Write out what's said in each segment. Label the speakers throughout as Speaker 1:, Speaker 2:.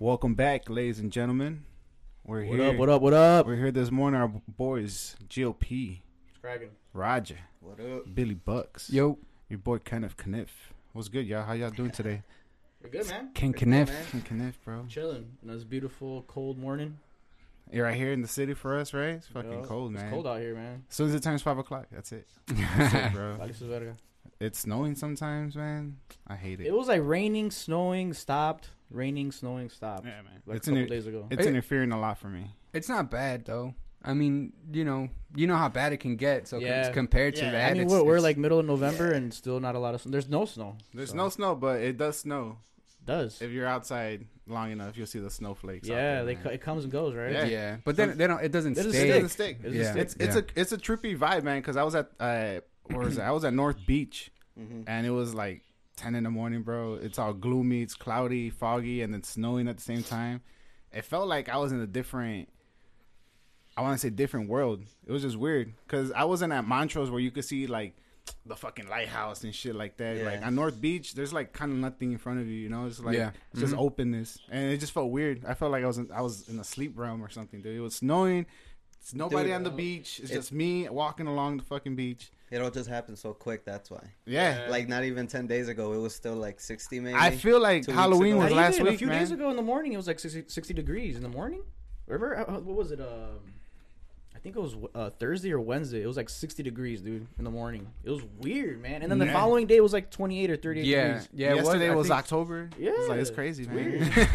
Speaker 1: Welcome back, ladies and gentlemen. We're
Speaker 2: What
Speaker 1: here.
Speaker 2: up? What up? What up?
Speaker 1: We're here this morning. Our boys, GOP,
Speaker 3: Cracking.
Speaker 1: Roger,
Speaker 3: What up?
Speaker 1: Billy Bucks,
Speaker 4: Yo,
Speaker 1: your boy Kenneth Kniff. What's good, y'all? How y'all doing today?
Speaker 3: We're good, man.
Speaker 4: Ken
Speaker 3: We're good,
Speaker 4: Kniff.
Speaker 1: Ken
Speaker 3: man.
Speaker 1: Kniff, bro.
Speaker 3: Chilling. And it's beautiful, cold morning.
Speaker 1: You're right here in the city for us, right? It's fucking
Speaker 3: Yeah,
Speaker 1: cold, man.
Speaker 3: It's cold out here, man.
Speaker 1: As soon as it turns five o'clock, that's it. That's it, bro.
Speaker 3: Vale su verga.
Speaker 1: It's snowing sometimes, man. I hate it.
Speaker 3: It was like raining, snowing, stopped. Raining, snowing, stopped.
Speaker 1: Yeah, man.
Speaker 3: Like
Speaker 1: It's
Speaker 3: a couple
Speaker 1: an-
Speaker 3: days ago.
Speaker 1: It's interfering a lot for me.
Speaker 4: it's not bad though. I mean, you know, you know how bad it can get. So
Speaker 3: Yeah.
Speaker 4: it's compared to
Speaker 1: Yeah.
Speaker 4: that,
Speaker 3: I mean,
Speaker 4: it's,
Speaker 3: we're, we're
Speaker 4: it's-
Speaker 3: like middle of November and still not a lot of snow. There's no snow.
Speaker 1: There's
Speaker 3: So-
Speaker 1: no snow, but it does snow.
Speaker 3: does.
Speaker 1: If you're outside long enough, you'll see the snowflakes. out
Speaker 3: yeah,
Speaker 1: there,
Speaker 3: they
Speaker 1: man.
Speaker 3: co- it comes and goes, right?
Speaker 1: Yeah.
Speaker 4: yeah. But then they don't. It doesn't
Speaker 3: It doesn't
Speaker 1: It
Speaker 4: stay.
Speaker 1: doesn't stick.
Speaker 3: It's
Speaker 4: Yeah.
Speaker 3: a stick.
Speaker 1: It's it's a it's a trippy vibe, man. Because I was at uh, where was it? I was at North Beach,
Speaker 3: Mm-hmm.
Speaker 1: and it was like ten in the morning, bro. It's all gloomy, it's cloudy, foggy, and it's snowing at the same time. It felt like I was in a different, I want to say different world. It was just weird because I wasn't at Montrose where you could see like the fucking lighthouse and shit like that.
Speaker 3: Yeah.
Speaker 1: Like on North Beach, there's like kind of nothing in front of you. You know, it's like
Speaker 4: Yeah. Mm-hmm.
Speaker 1: it's just openness, and it just felt weird. I felt like I was in, I was in a sleep realm or something, dude. It was snowing. It's nobody on the beach. It's
Speaker 5: it-
Speaker 1: just me walking along the fucking beach.
Speaker 5: It all just happened so quick. That's why.
Speaker 1: Yeah,
Speaker 5: Like not even ten days ago, it was still like sixty maybe.
Speaker 1: I feel like
Speaker 5: Two weeks
Speaker 1: Halloween
Speaker 5: ago.
Speaker 1: was
Speaker 5: Not
Speaker 1: last
Speaker 3: even,
Speaker 1: week,
Speaker 3: a few
Speaker 1: man.
Speaker 3: days ago in the morning, it was like 60, 60 degrees in the morning. Remember uh, uh, what was it? Um, I think it was uh, Thursday or Wednesday. It was like 60 degrees, dude, in the morning. It was weird, man. And then the
Speaker 1: Yeah.
Speaker 3: following day was like 28 or 38
Speaker 4: yeah,
Speaker 3: degrees.
Speaker 4: yeah.
Speaker 1: Yesterday
Speaker 4: it
Speaker 1: was,
Speaker 4: was. I think
Speaker 1: October. Yeah, it's like it's crazy, man.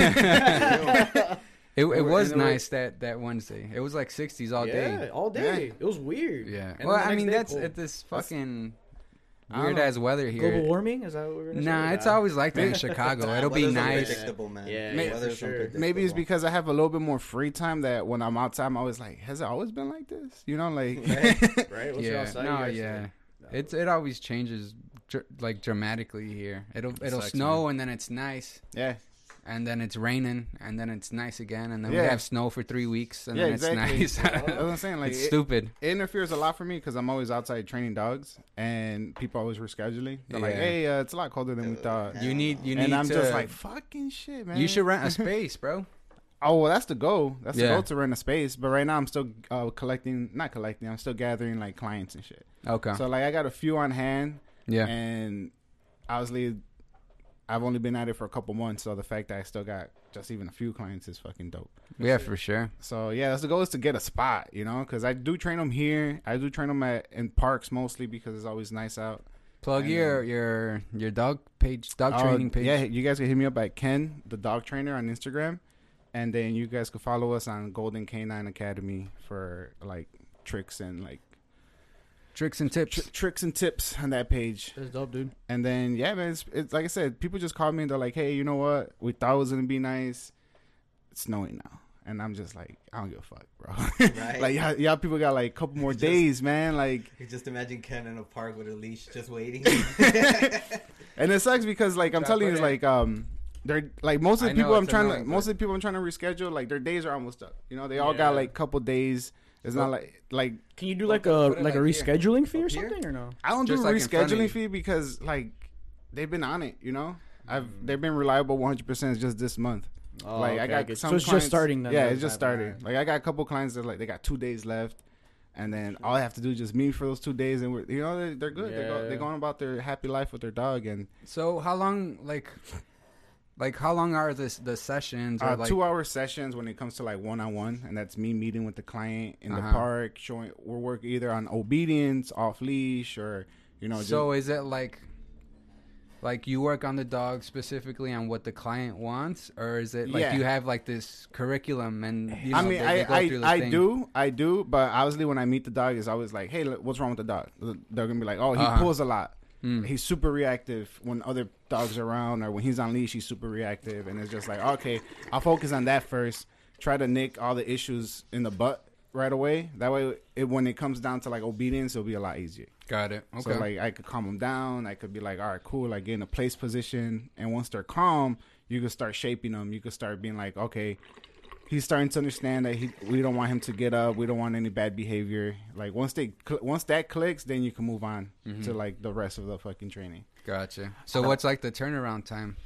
Speaker 4: it, it
Speaker 1: were-
Speaker 4: was
Speaker 1: and they were-
Speaker 4: nice that that Wednesday. It was like 60s all
Speaker 3: yeah,
Speaker 4: day.
Speaker 3: all day.
Speaker 1: Yeah.
Speaker 3: It was weird.
Speaker 4: Yeah.
Speaker 3: And
Speaker 4: well,
Speaker 3: then the
Speaker 4: I
Speaker 3: next
Speaker 4: mean,
Speaker 3: day,
Speaker 4: that's
Speaker 3: cold.
Speaker 4: at this fucking
Speaker 1: don't
Speaker 4: weird
Speaker 1: know.
Speaker 4: ass weather here.
Speaker 3: global warming. Is that what we're gonna say?
Speaker 4: Nah, it's always like that in Chicago. It'll be
Speaker 5: Weather's
Speaker 4: nice.
Speaker 5: Unpredictable, man.
Speaker 3: Yeah,
Speaker 1: yeah,
Speaker 5: Weather's
Speaker 3: for sure.
Speaker 5: unpredictable.
Speaker 1: Maybe it's because I have a little bit more free time that when I'm outside, I'm always like, has it always been like this? You know, like
Speaker 3: right. Once you're
Speaker 4: Yeah.
Speaker 3: outside, you
Speaker 4: No,
Speaker 3: guys-
Speaker 4: yeah. It's it always changes dr- like dramatically here. It'll it'll
Speaker 1: sucks,
Speaker 4: snow and then it's nice.
Speaker 1: yeah,
Speaker 4: and then it's raining, and then it's nice again, and then we
Speaker 1: Yeah.
Speaker 4: have snow for three weeks, and
Speaker 1: yeah,
Speaker 4: then
Speaker 1: exactly.
Speaker 4: it's
Speaker 1: That's what
Speaker 4: nice.
Speaker 1: I'm saying. Like
Speaker 4: it's
Speaker 1: it-
Speaker 4: stupid.
Speaker 1: it interferes a lot for me because I'm always outside training dogs, and people always rescheduling. They're like,
Speaker 4: Yeah.
Speaker 1: "Hey, uh, it's a lot colder than we thought,"
Speaker 5: I
Speaker 4: You
Speaker 5: don't
Speaker 4: need you need
Speaker 1: and I'm
Speaker 4: to.
Speaker 1: just like, "Fucking shit, man!"
Speaker 4: you should rent a space, bro.
Speaker 1: Oh well, that's the goal. That's the
Speaker 4: Yeah.
Speaker 1: goal to rent a space. But right now, I'm still uh, collecting, not collecting. I'm still gathering like clients and shit.
Speaker 4: Okay.
Speaker 1: So like, I got a few on hand,
Speaker 4: yeah.
Speaker 1: and obviously, I've only been at it for a couple months. So the fact that I still got just even a few clients is fucking dope.
Speaker 4: Yeah, for sure.
Speaker 1: So yeah, that's the goal is to get a spot, you know, because I do train them here. I do train them at in parks mostly because it's always nice out.
Speaker 4: Plug
Speaker 1: And
Speaker 4: your your your dog page, dog
Speaker 1: Uh,
Speaker 4: training page.
Speaker 1: Yeah, you guys can hit me up at Ken, the dog trainer, on Instagram, and then you guys can follow us on Golden Canine Academy for like tricks and like
Speaker 4: Tricks and tips.
Speaker 1: tr- tricks and tips on that page.
Speaker 3: That's dope, dude.
Speaker 1: And then yeah, man, it's, it's like I said, people just call me and they're like, "Hey, you know what? We thought it was gonna be nice. It's snowing now." And I'm just like, I don't give a fuck, bro.
Speaker 5: Right.
Speaker 1: like y'all, y'all people got like a couple more days, man. Like
Speaker 5: You just imagine Ken in a park with a leash, just waiting.
Speaker 1: And it sucks because like I'm
Speaker 4: Try to
Speaker 1: telling
Speaker 4: put
Speaker 1: you, it's
Speaker 4: in.
Speaker 1: like um, they're like most of the
Speaker 4: I know,
Speaker 1: people I'm
Speaker 4: it's
Speaker 1: trying to
Speaker 4: annoying,
Speaker 1: most of the people I'm trying to reschedule, like their days are almost up. You know, they all
Speaker 3: Yeah.
Speaker 1: got like couple days. It's not
Speaker 4: Oh.
Speaker 1: like like
Speaker 3: Can you do like
Speaker 4: Put it-
Speaker 3: a
Speaker 4: put it
Speaker 3: like a
Speaker 4: like here.
Speaker 3: rescheduling fee or
Speaker 5: Up here?
Speaker 3: something or no?
Speaker 1: I don't
Speaker 4: Just,
Speaker 1: do
Speaker 4: like, in front of you.
Speaker 1: rescheduling fee because like they've been on it. You know, I've they've been reliable 100 percent just this month.
Speaker 3: Mm. Oh,
Speaker 1: like I
Speaker 3: okay,
Speaker 1: got
Speaker 3: get you.
Speaker 1: some
Speaker 3: So it's just
Speaker 1: clients-
Speaker 3: starting. Then
Speaker 1: Yeah,
Speaker 3: that
Speaker 1: it's just
Speaker 3: happened.
Speaker 1: started. Like I got a couple clients that like they got two days left. And then all I have to do is just meet for those two days, and we're, you know they're, they're good. They're, go,
Speaker 3: Yeah.
Speaker 1: they're going about their happy life with their dog, and
Speaker 4: So how long like like how long are this the sessions? Or
Speaker 1: uh,
Speaker 4: like,
Speaker 1: two hour sessions when it comes to like one on one, and that's me meeting with the client in the
Speaker 4: Uh-huh.
Speaker 1: park, showing we're working either on obedience, off leash, or you know, just,
Speaker 4: So is it like like you work on the dog specifically on what the client wants, or is it like
Speaker 1: Yeah.
Speaker 4: you have like this curriculum and you know,
Speaker 1: I mean,
Speaker 4: they, they go
Speaker 1: I
Speaker 4: through
Speaker 1: I,
Speaker 4: this
Speaker 1: I
Speaker 4: thing?
Speaker 1: do, I do, but obviously when I meet the dog, it's always like, hey, look, what's wrong with the dog? They're gonna be like, oh, he
Speaker 4: Uh-huh.
Speaker 1: pulls a lot.
Speaker 4: Mm.
Speaker 1: He's super reactive when other dogs are around, or when he's on leash, he's super reactive, and it's just like, okay, I'll focus on that first. Try to nick all the issues in the butt right away. That way, it, when it comes down to like obedience, it'll be a lot easier.
Speaker 4: Got it. Okay.
Speaker 1: So like I could calm them down. I could be like, all right, cool. Like get in a place position, and once they're calm, you can start shaping them. You can start being like, okay, he's starting to understand that he, we don't want him to get up. We don't want any bad behavior. Like once they cl- once that clicks, then you can move on to like the rest of the fucking training.
Speaker 4: gotcha. So what's like the turnaround time?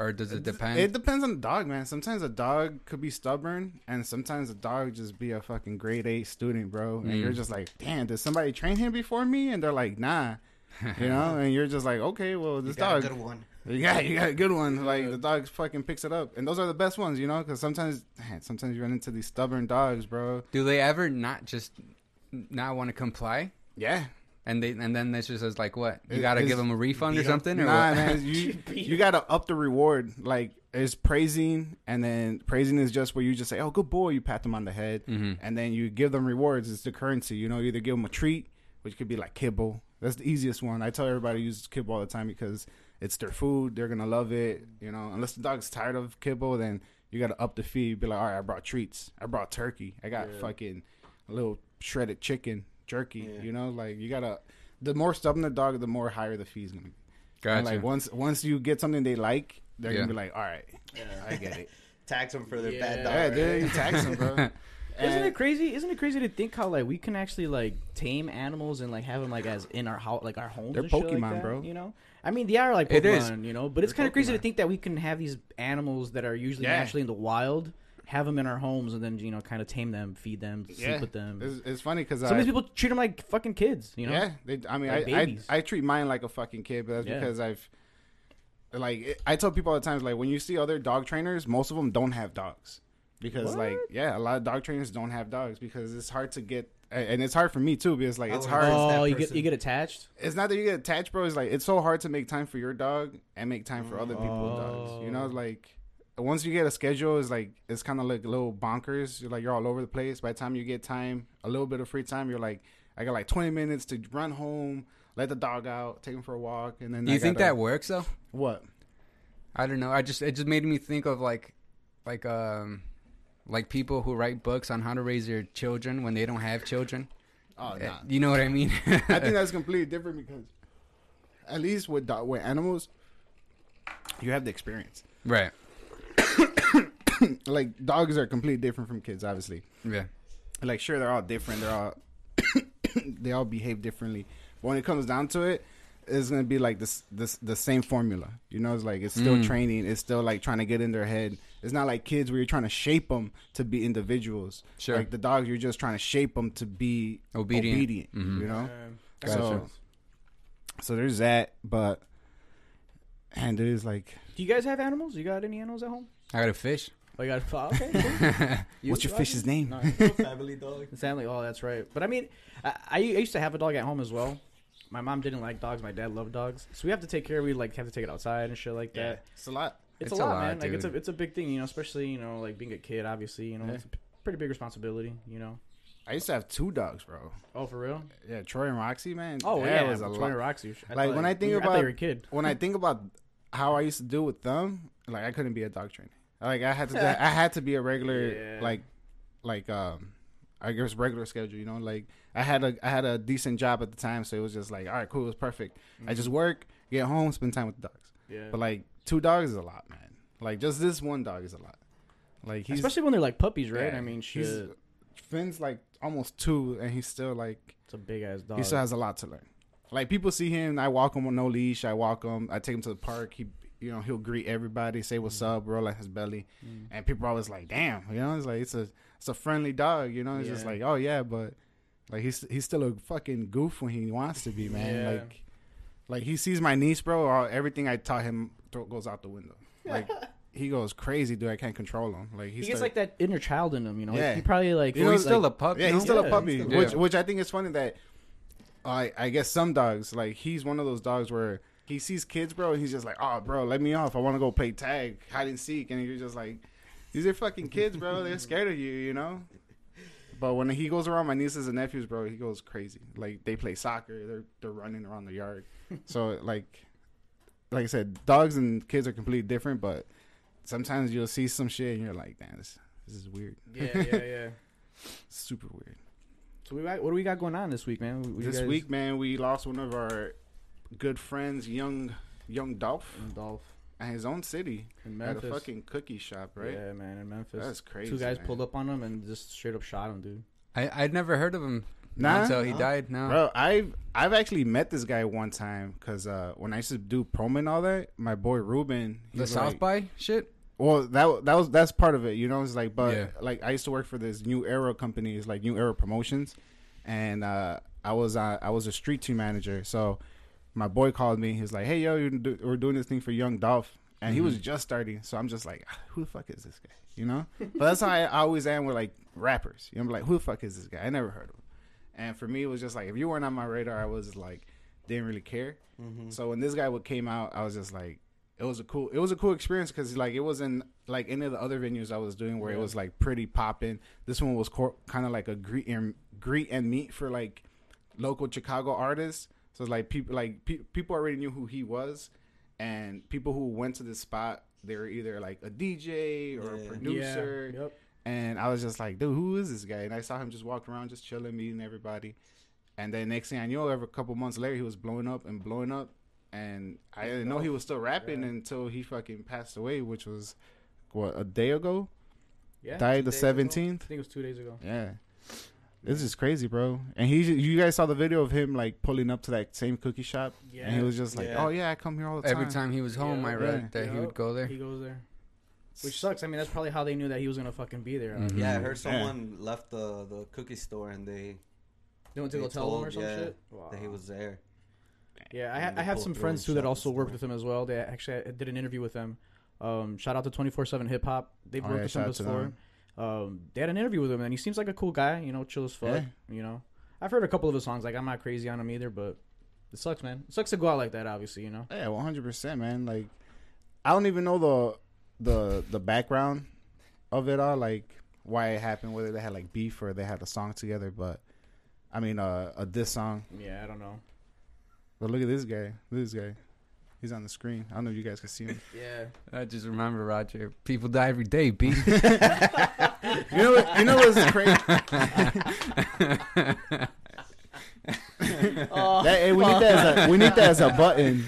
Speaker 4: or does it depend?
Speaker 1: It depends on the dog, man. Sometimes a dog could be stubborn, and sometimes a dog just be a fucking grade eight student, bro. And you're just like, damn, did somebody train him before me? And they're like, nah, you know. And you're just like, okay, well, this
Speaker 5: Got a
Speaker 1: dog,
Speaker 5: good one.
Speaker 1: you got you got a good one. Like the dog fucking picks it up, and those are the best ones, you know. Because sometimes, man, sometimes you run into these stubborn dogs, bro.
Speaker 4: Do they ever not just not want to comply?
Speaker 1: Yeah,
Speaker 4: And they and then this just says like what you
Speaker 1: It-
Speaker 4: got to
Speaker 1: it's-
Speaker 4: give them a refund or
Speaker 5: beat 'em.
Speaker 4: something or
Speaker 1: Nah,
Speaker 4: what?
Speaker 1: man, you you gotta up the reward. Like it's praising, and then praising is just where you just say, "Oh, good boy," you pat them on the head, and then you give them rewards. It's the currency, you know. You either give them a treat, which could be like kibble. That's the easiest one. I tell everybody to use kibble all the time because it's their food. They're gonna love it, you know. Unless the dog's tired of kibble, then you gotta up the fee. Be like, "All right, I brought treats. I brought turkey. I got fucking a little shredded chicken." Jerky, you know, like you gotta. The more stubborn the dog, the more higher the fee's gonna be.
Speaker 4: Gotcha.
Speaker 1: And, like once once you get something they like, they're
Speaker 4: Yeah.
Speaker 1: gonna be like, all right, I get it.
Speaker 5: Tax them for their
Speaker 3: Yeah.
Speaker 5: bad dog.
Speaker 1: yeah,
Speaker 5: right?
Speaker 1: dude, you tax them, bro.
Speaker 3: Isn't
Speaker 1: And-
Speaker 3: it crazy? Isn't it crazy to think how like we can actually like tame animals and like have them like as in our house, like our homes.
Speaker 1: They're
Speaker 3: and shit like
Speaker 1: Pokemon,
Speaker 3: that,
Speaker 1: bro.
Speaker 3: You know, I mean, they are like Pokemon.
Speaker 4: It is.
Speaker 3: You know, but it's kind of crazy to
Speaker 1: Pokemon.
Speaker 3: think that we can have these animals that are usually
Speaker 1: Yeah.
Speaker 3: naturally in the wild, have them in our homes, and then you know, kind of tame them, feed them, sleep
Speaker 1: yeah,
Speaker 3: with them.
Speaker 1: It's, it's funny because
Speaker 3: Some of these people treat them like fucking kids. You know,
Speaker 1: yeah, they, I mean,
Speaker 3: Like
Speaker 1: I,
Speaker 3: babies.
Speaker 1: I I treat mine like a fucking kid, but that's
Speaker 3: Yeah.
Speaker 1: because I've like it- I tell people all the time, like when you see other dog trainers, most of them don't have dogs because like yeah, a lot of dog trainers don't have dogs because it's hard to get. a- And it's hard for me too because like
Speaker 5: I
Speaker 1: it's
Speaker 5: would-
Speaker 1: hard.
Speaker 3: Oh,
Speaker 5: that
Speaker 3: you get
Speaker 5: person.
Speaker 3: you get attached.
Speaker 1: it's not that you get attached, bro. It's like it's so hard to make time for your dog and make time for other people's dogs. You know,
Speaker 4: Oh.
Speaker 1: like once you get a schedule, it's like it's kind of like a little bonkers. You're like you're all over the place. By the time you get time, a little bit of free time, you're like, I got like 20 minutes to run home, let the dog out, take him for a walk, and then
Speaker 4: Do
Speaker 1: I
Speaker 4: you think
Speaker 1: gotta-
Speaker 4: that works though?
Speaker 1: what?
Speaker 4: I don't know. I just it just made me think of like like um like people who write books on how to raise their children when they don't have children.
Speaker 1: Oh,
Speaker 4: Eh,
Speaker 1: nah.
Speaker 4: You know what I mean?
Speaker 1: I think that's completely different because at least with dog, with animals, you have the experience.
Speaker 4: right.
Speaker 1: Like dogs are completely different from kids, obviously.
Speaker 4: Yeah.
Speaker 1: like sure they're all different they're all they all behave differently but when it comes down to it it's gonna be like this this the same formula you know it's like it's still training it's still like trying to get in their head it's not like kids where you're trying to shape them to be individuals
Speaker 4: Sure.
Speaker 1: like the dogs you're just trying to shape them to be
Speaker 4: Obedient.
Speaker 1: obedient, you know
Speaker 4: Gotcha.
Speaker 1: so so there's that but and there's like
Speaker 3: Do you guys have animals? You got any animals at home?
Speaker 4: I got a fish.
Speaker 3: Oh, you got oh, okay. cool. You,
Speaker 1: what's your
Speaker 3: Roger?
Speaker 1: fish's name
Speaker 3: No.
Speaker 5: Family dog.
Speaker 3: It's family. Oh, that's right. But I mean, I, I used to have a dog at home as well. My mom didn't like dogs. My dad loved dogs, so we have to take care. We like have to take it outside and shit like that.
Speaker 1: it's a lot
Speaker 3: It's,
Speaker 4: It's
Speaker 3: a
Speaker 4: a
Speaker 3: lot,
Speaker 4: lot,
Speaker 3: man. Like it's a
Speaker 4: dude.
Speaker 3: it's a big thing, you know. Especially you know, like being a kid, obviously, you know,
Speaker 1: Yeah.
Speaker 3: it's a p- pretty big responsibility, you know.
Speaker 1: i used to have two dogs bro
Speaker 3: Oh, for real?
Speaker 1: yeah troy and roxy man
Speaker 3: Oh,
Speaker 1: that
Speaker 3: yeah.
Speaker 1: was a
Speaker 3: Toy
Speaker 1: lot
Speaker 3: Roxy. I
Speaker 1: Like,
Speaker 3: thought-
Speaker 1: when I think
Speaker 3: I thought you
Speaker 1: about-
Speaker 3: were a kid.
Speaker 1: when I think about how I used to do with them, like I couldn't be a dog trainer. Like I had to, I had to be a regular,
Speaker 3: Yeah.
Speaker 1: like, like um, I guess regular schedule. You know, like I had a, I had a decent job at the time, so it was just like, all right, cool, it was perfect. I just work, get home, spend time with the dogs.
Speaker 3: Mm-hmm. Yeah.
Speaker 1: But like two dogs is a lot, man. Like just this one dog is a lot. Like he's
Speaker 3: Especially when they're like puppies, right?
Speaker 1: yeah,
Speaker 3: I mean, shit,
Speaker 1: he's-
Speaker 3: it's
Speaker 1: Finn's like almost two, and he's still like
Speaker 3: a big ass dog.
Speaker 1: he still has a lot to learn. Like people see him, I walk him with no leash. I walk him. I take him to the park. He, you know, he'll greet everybody, say what's
Speaker 3: Mm.
Speaker 1: up, roll on his belly, and people are always like, "Damn," you know. It's like it's a it's a friendly dog, you know. It's just
Speaker 3: Yeah.
Speaker 1: like, oh yeah, but like he's he's still a fucking goof when he wants to be, man.
Speaker 3: Yeah.
Speaker 1: Like like he sees my niece, bro. All, everything I taught him thro- goes out the window. Like he goes crazy, dude. I can't control him. Like
Speaker 3: he
Speaker 1: he's
Speaker 3: gets like that inner child in him, you know.
Speaker 1: Yeah.
Speaker 3: He probably like
Speaker 1: You know,
Speaker 4: Well, he's
Speaker 1: it's
Speaker 4: still
Speaker 1: like-
Speaker 4: a pup.
Speaker 1: yeah,
Speaker 4: you
Speaker 1: he's still
Speaker 4: know?
Speaker 1: a
Speaker 3: Yeah,
Speaker 1: puppy,
Speaker 3: he's
Speaker 4: still-
Speaker 1: which
Speaker 4: Yeah.
Speaker 1: which I think is funny that I I guess some dogs like he's one of those dogs where he sees kids, bro, and he's just like, oh, bro, let me off. I want to go play tag, hide and seek, and you're just like, these are fucking kids, bro. They're scared of you, you know. But when he goes around my nieces and nephews, bro, he goes crazy. Like they play soccer, they're they're running around the yard. So like, like I said, dogs and kids are completely different. But sometimes you'll see some shit and you're like, damn, this this is weird,
Speaker 3: yeah, yeah, yeah.
Speaker 1: super weird.
Speaker 3: So we got, what do we got going on this week, man? We- we
Speaker 1: this
Speaker 3: guys-
Speaker 1: week, man, we lost one of our good friends, young young Dolph,
Speaker 3: Dolph
Speaker 1: at his own city
Speaker 3: in
Speaker 1: at a
Speaker 3: Memphis.
Speaker 1: fucking cookie shop, right?
Speaker 3: Yeah, man, in Memphis.
Speaker 1: That's crazy.
Speaker 3: Two guys
Speaker 1: man.
Speaker 3: pulled up on him and just straight up shot him, dude.
Speaker 4: I I'd never heard of him
Speaker 1: Nah.
Speaker 4: until he died. No,
Speaker 1: Bro, I've I've actually met this guy one time because uh, when I used to do promo and all that, my boy Ruben,
Speaker 4: the
Speaker 1: he's
Speaker 4: South
Speaker 1: like-
Speaker 4: by shit.
Speaker 1: Well, that that was that's part of it, you know. It's like, but
Speaker 4: Yeah.
Speaker 1: like I used to work for this New Era company, it's like New Era Promotions, and uh, I was uh, I was a street team manager. So my boy called me. He was like, "Hey, yo, you're do- we're doing this thing for Young Dolph," and he was just starting. So I'm just like, "Ah, "Who the fuck is this guy?" You know. but that's how I always am with like rappers. You know, I'm like, "Who the fuck is this guy?" I never heard of him. And for me, it was just like if you weren't on my radar, I was like didn't really care. So when this guy would came out, I was just like, it was a cool, it was a cool experience because like it wasn't like any of the other venues I was doing where it was like pretty popping. This one was cor- kind of like a greet and greet and meet for like local Chicago artists. So like people like pe- people already knew who he was, and people who went to this spot, they were either like a DJ or a
Speaker 5: Yeah.
Speaker 1: producer.
Speaker 3: Yeah. Yep.
Speaker 1: And I was just like, dude, who is this guy? And I saw him just walking around, just chilling, meeting everybody. And then next thing I knew, every couple months later, he was blowing up and blowing up. And I didn't know he was still rapping until he fucking passed away, which was what a day ago.
Speaker 3: Yeah.
Speaker 1: Died the
Speaker 5: two days ago?
Speaker 1: seventeenth.
Speaker 3: I think it was two days ago.
Speaker 1: Yeah, this is crazy, bro. And he, you guys saw the video of him like pulling up to that same cookie shop, and he
Speaker 3: Yeah.
Speaker 1: was just like,
Speaker 5: Yeah.
Speaker 1: "Oh yeah, I come here all the
Speaker 4: Every time he was home,
Speaker 3: Yeah.
Speaker 4: I read
Speaker 1: Yeah.
Speaker 4: that he
Speaker 3: Yup.
Speaker 4: would go there.
Speaker 3: He goes there, which sucks. I mean, that's probably how they knew that he was gonna fucking be there.
Speaker 1: Mm.
Speaker 4: Mhm.
Speaker 5: Yeah, I heard
Speaker 1: Yeah.
Speaker 5: someone left the, the cookie store and they
Speaker 3: They went to
Speaker 5: They
Speaker 3: go tell him or
Speaker 5: told,
Speaker 3: some
Speaker 5: yeah,
Speaker 3: shit.
Speaker 5: that he was there.
Speaker 3: Yeah, I,
Speaker 5: And
Speaker 3: ha-
Speaker 5: they
Speaker 3: I have
Speaker 5: pulled
Speaker 3: some
Speaker 5: through
Speaker 3: friends
Speaker 5: and
Speaker 3: too that
Speaker 5: shot
Speaker 3: also
Speaker 5: this
Speaker 3: worked
Speaker 5: guy.
Speaker 3: with him as well. They actually I did an interview with them. Um, shout out to Twenty Four Seven Hip Hop. They've
Speaker 1: Oh,
Speaker 3: worked
Speaker 1: yeah,
Speaker 3: with
Speaker 1: shout
Speaker 3: him
Speaker 1: out to
Speaker 3: before.
Speaker 1: them.
Speaker 3: Um, they had an interview with him, and he seems like a cool guy. You know, chill as fuck. You know, I've heard a couple of his songs. Like I'm not crazy on him either, but it sucks, man. It sucks to go out like that. Obviously, you know.
Speaker 1: Yeah, one hundred percent, man. Like, I don't even know the the the background of it all, like why it happened, whether they had like beef or they had a song together. But I mean, uh, a diss song.
Speaker 3: Yeah, I don't know.
Speaker 1: But look at this guy. Look at this guy. He's on the screen. I don't know if you guys can see him.
Speaker 3: Yeah,
Speaker 4: I just remember Roger. People die every day, B.
Speaker 1: You know, what, you know what's crazy? That- hey, we need that as a we need that as a button,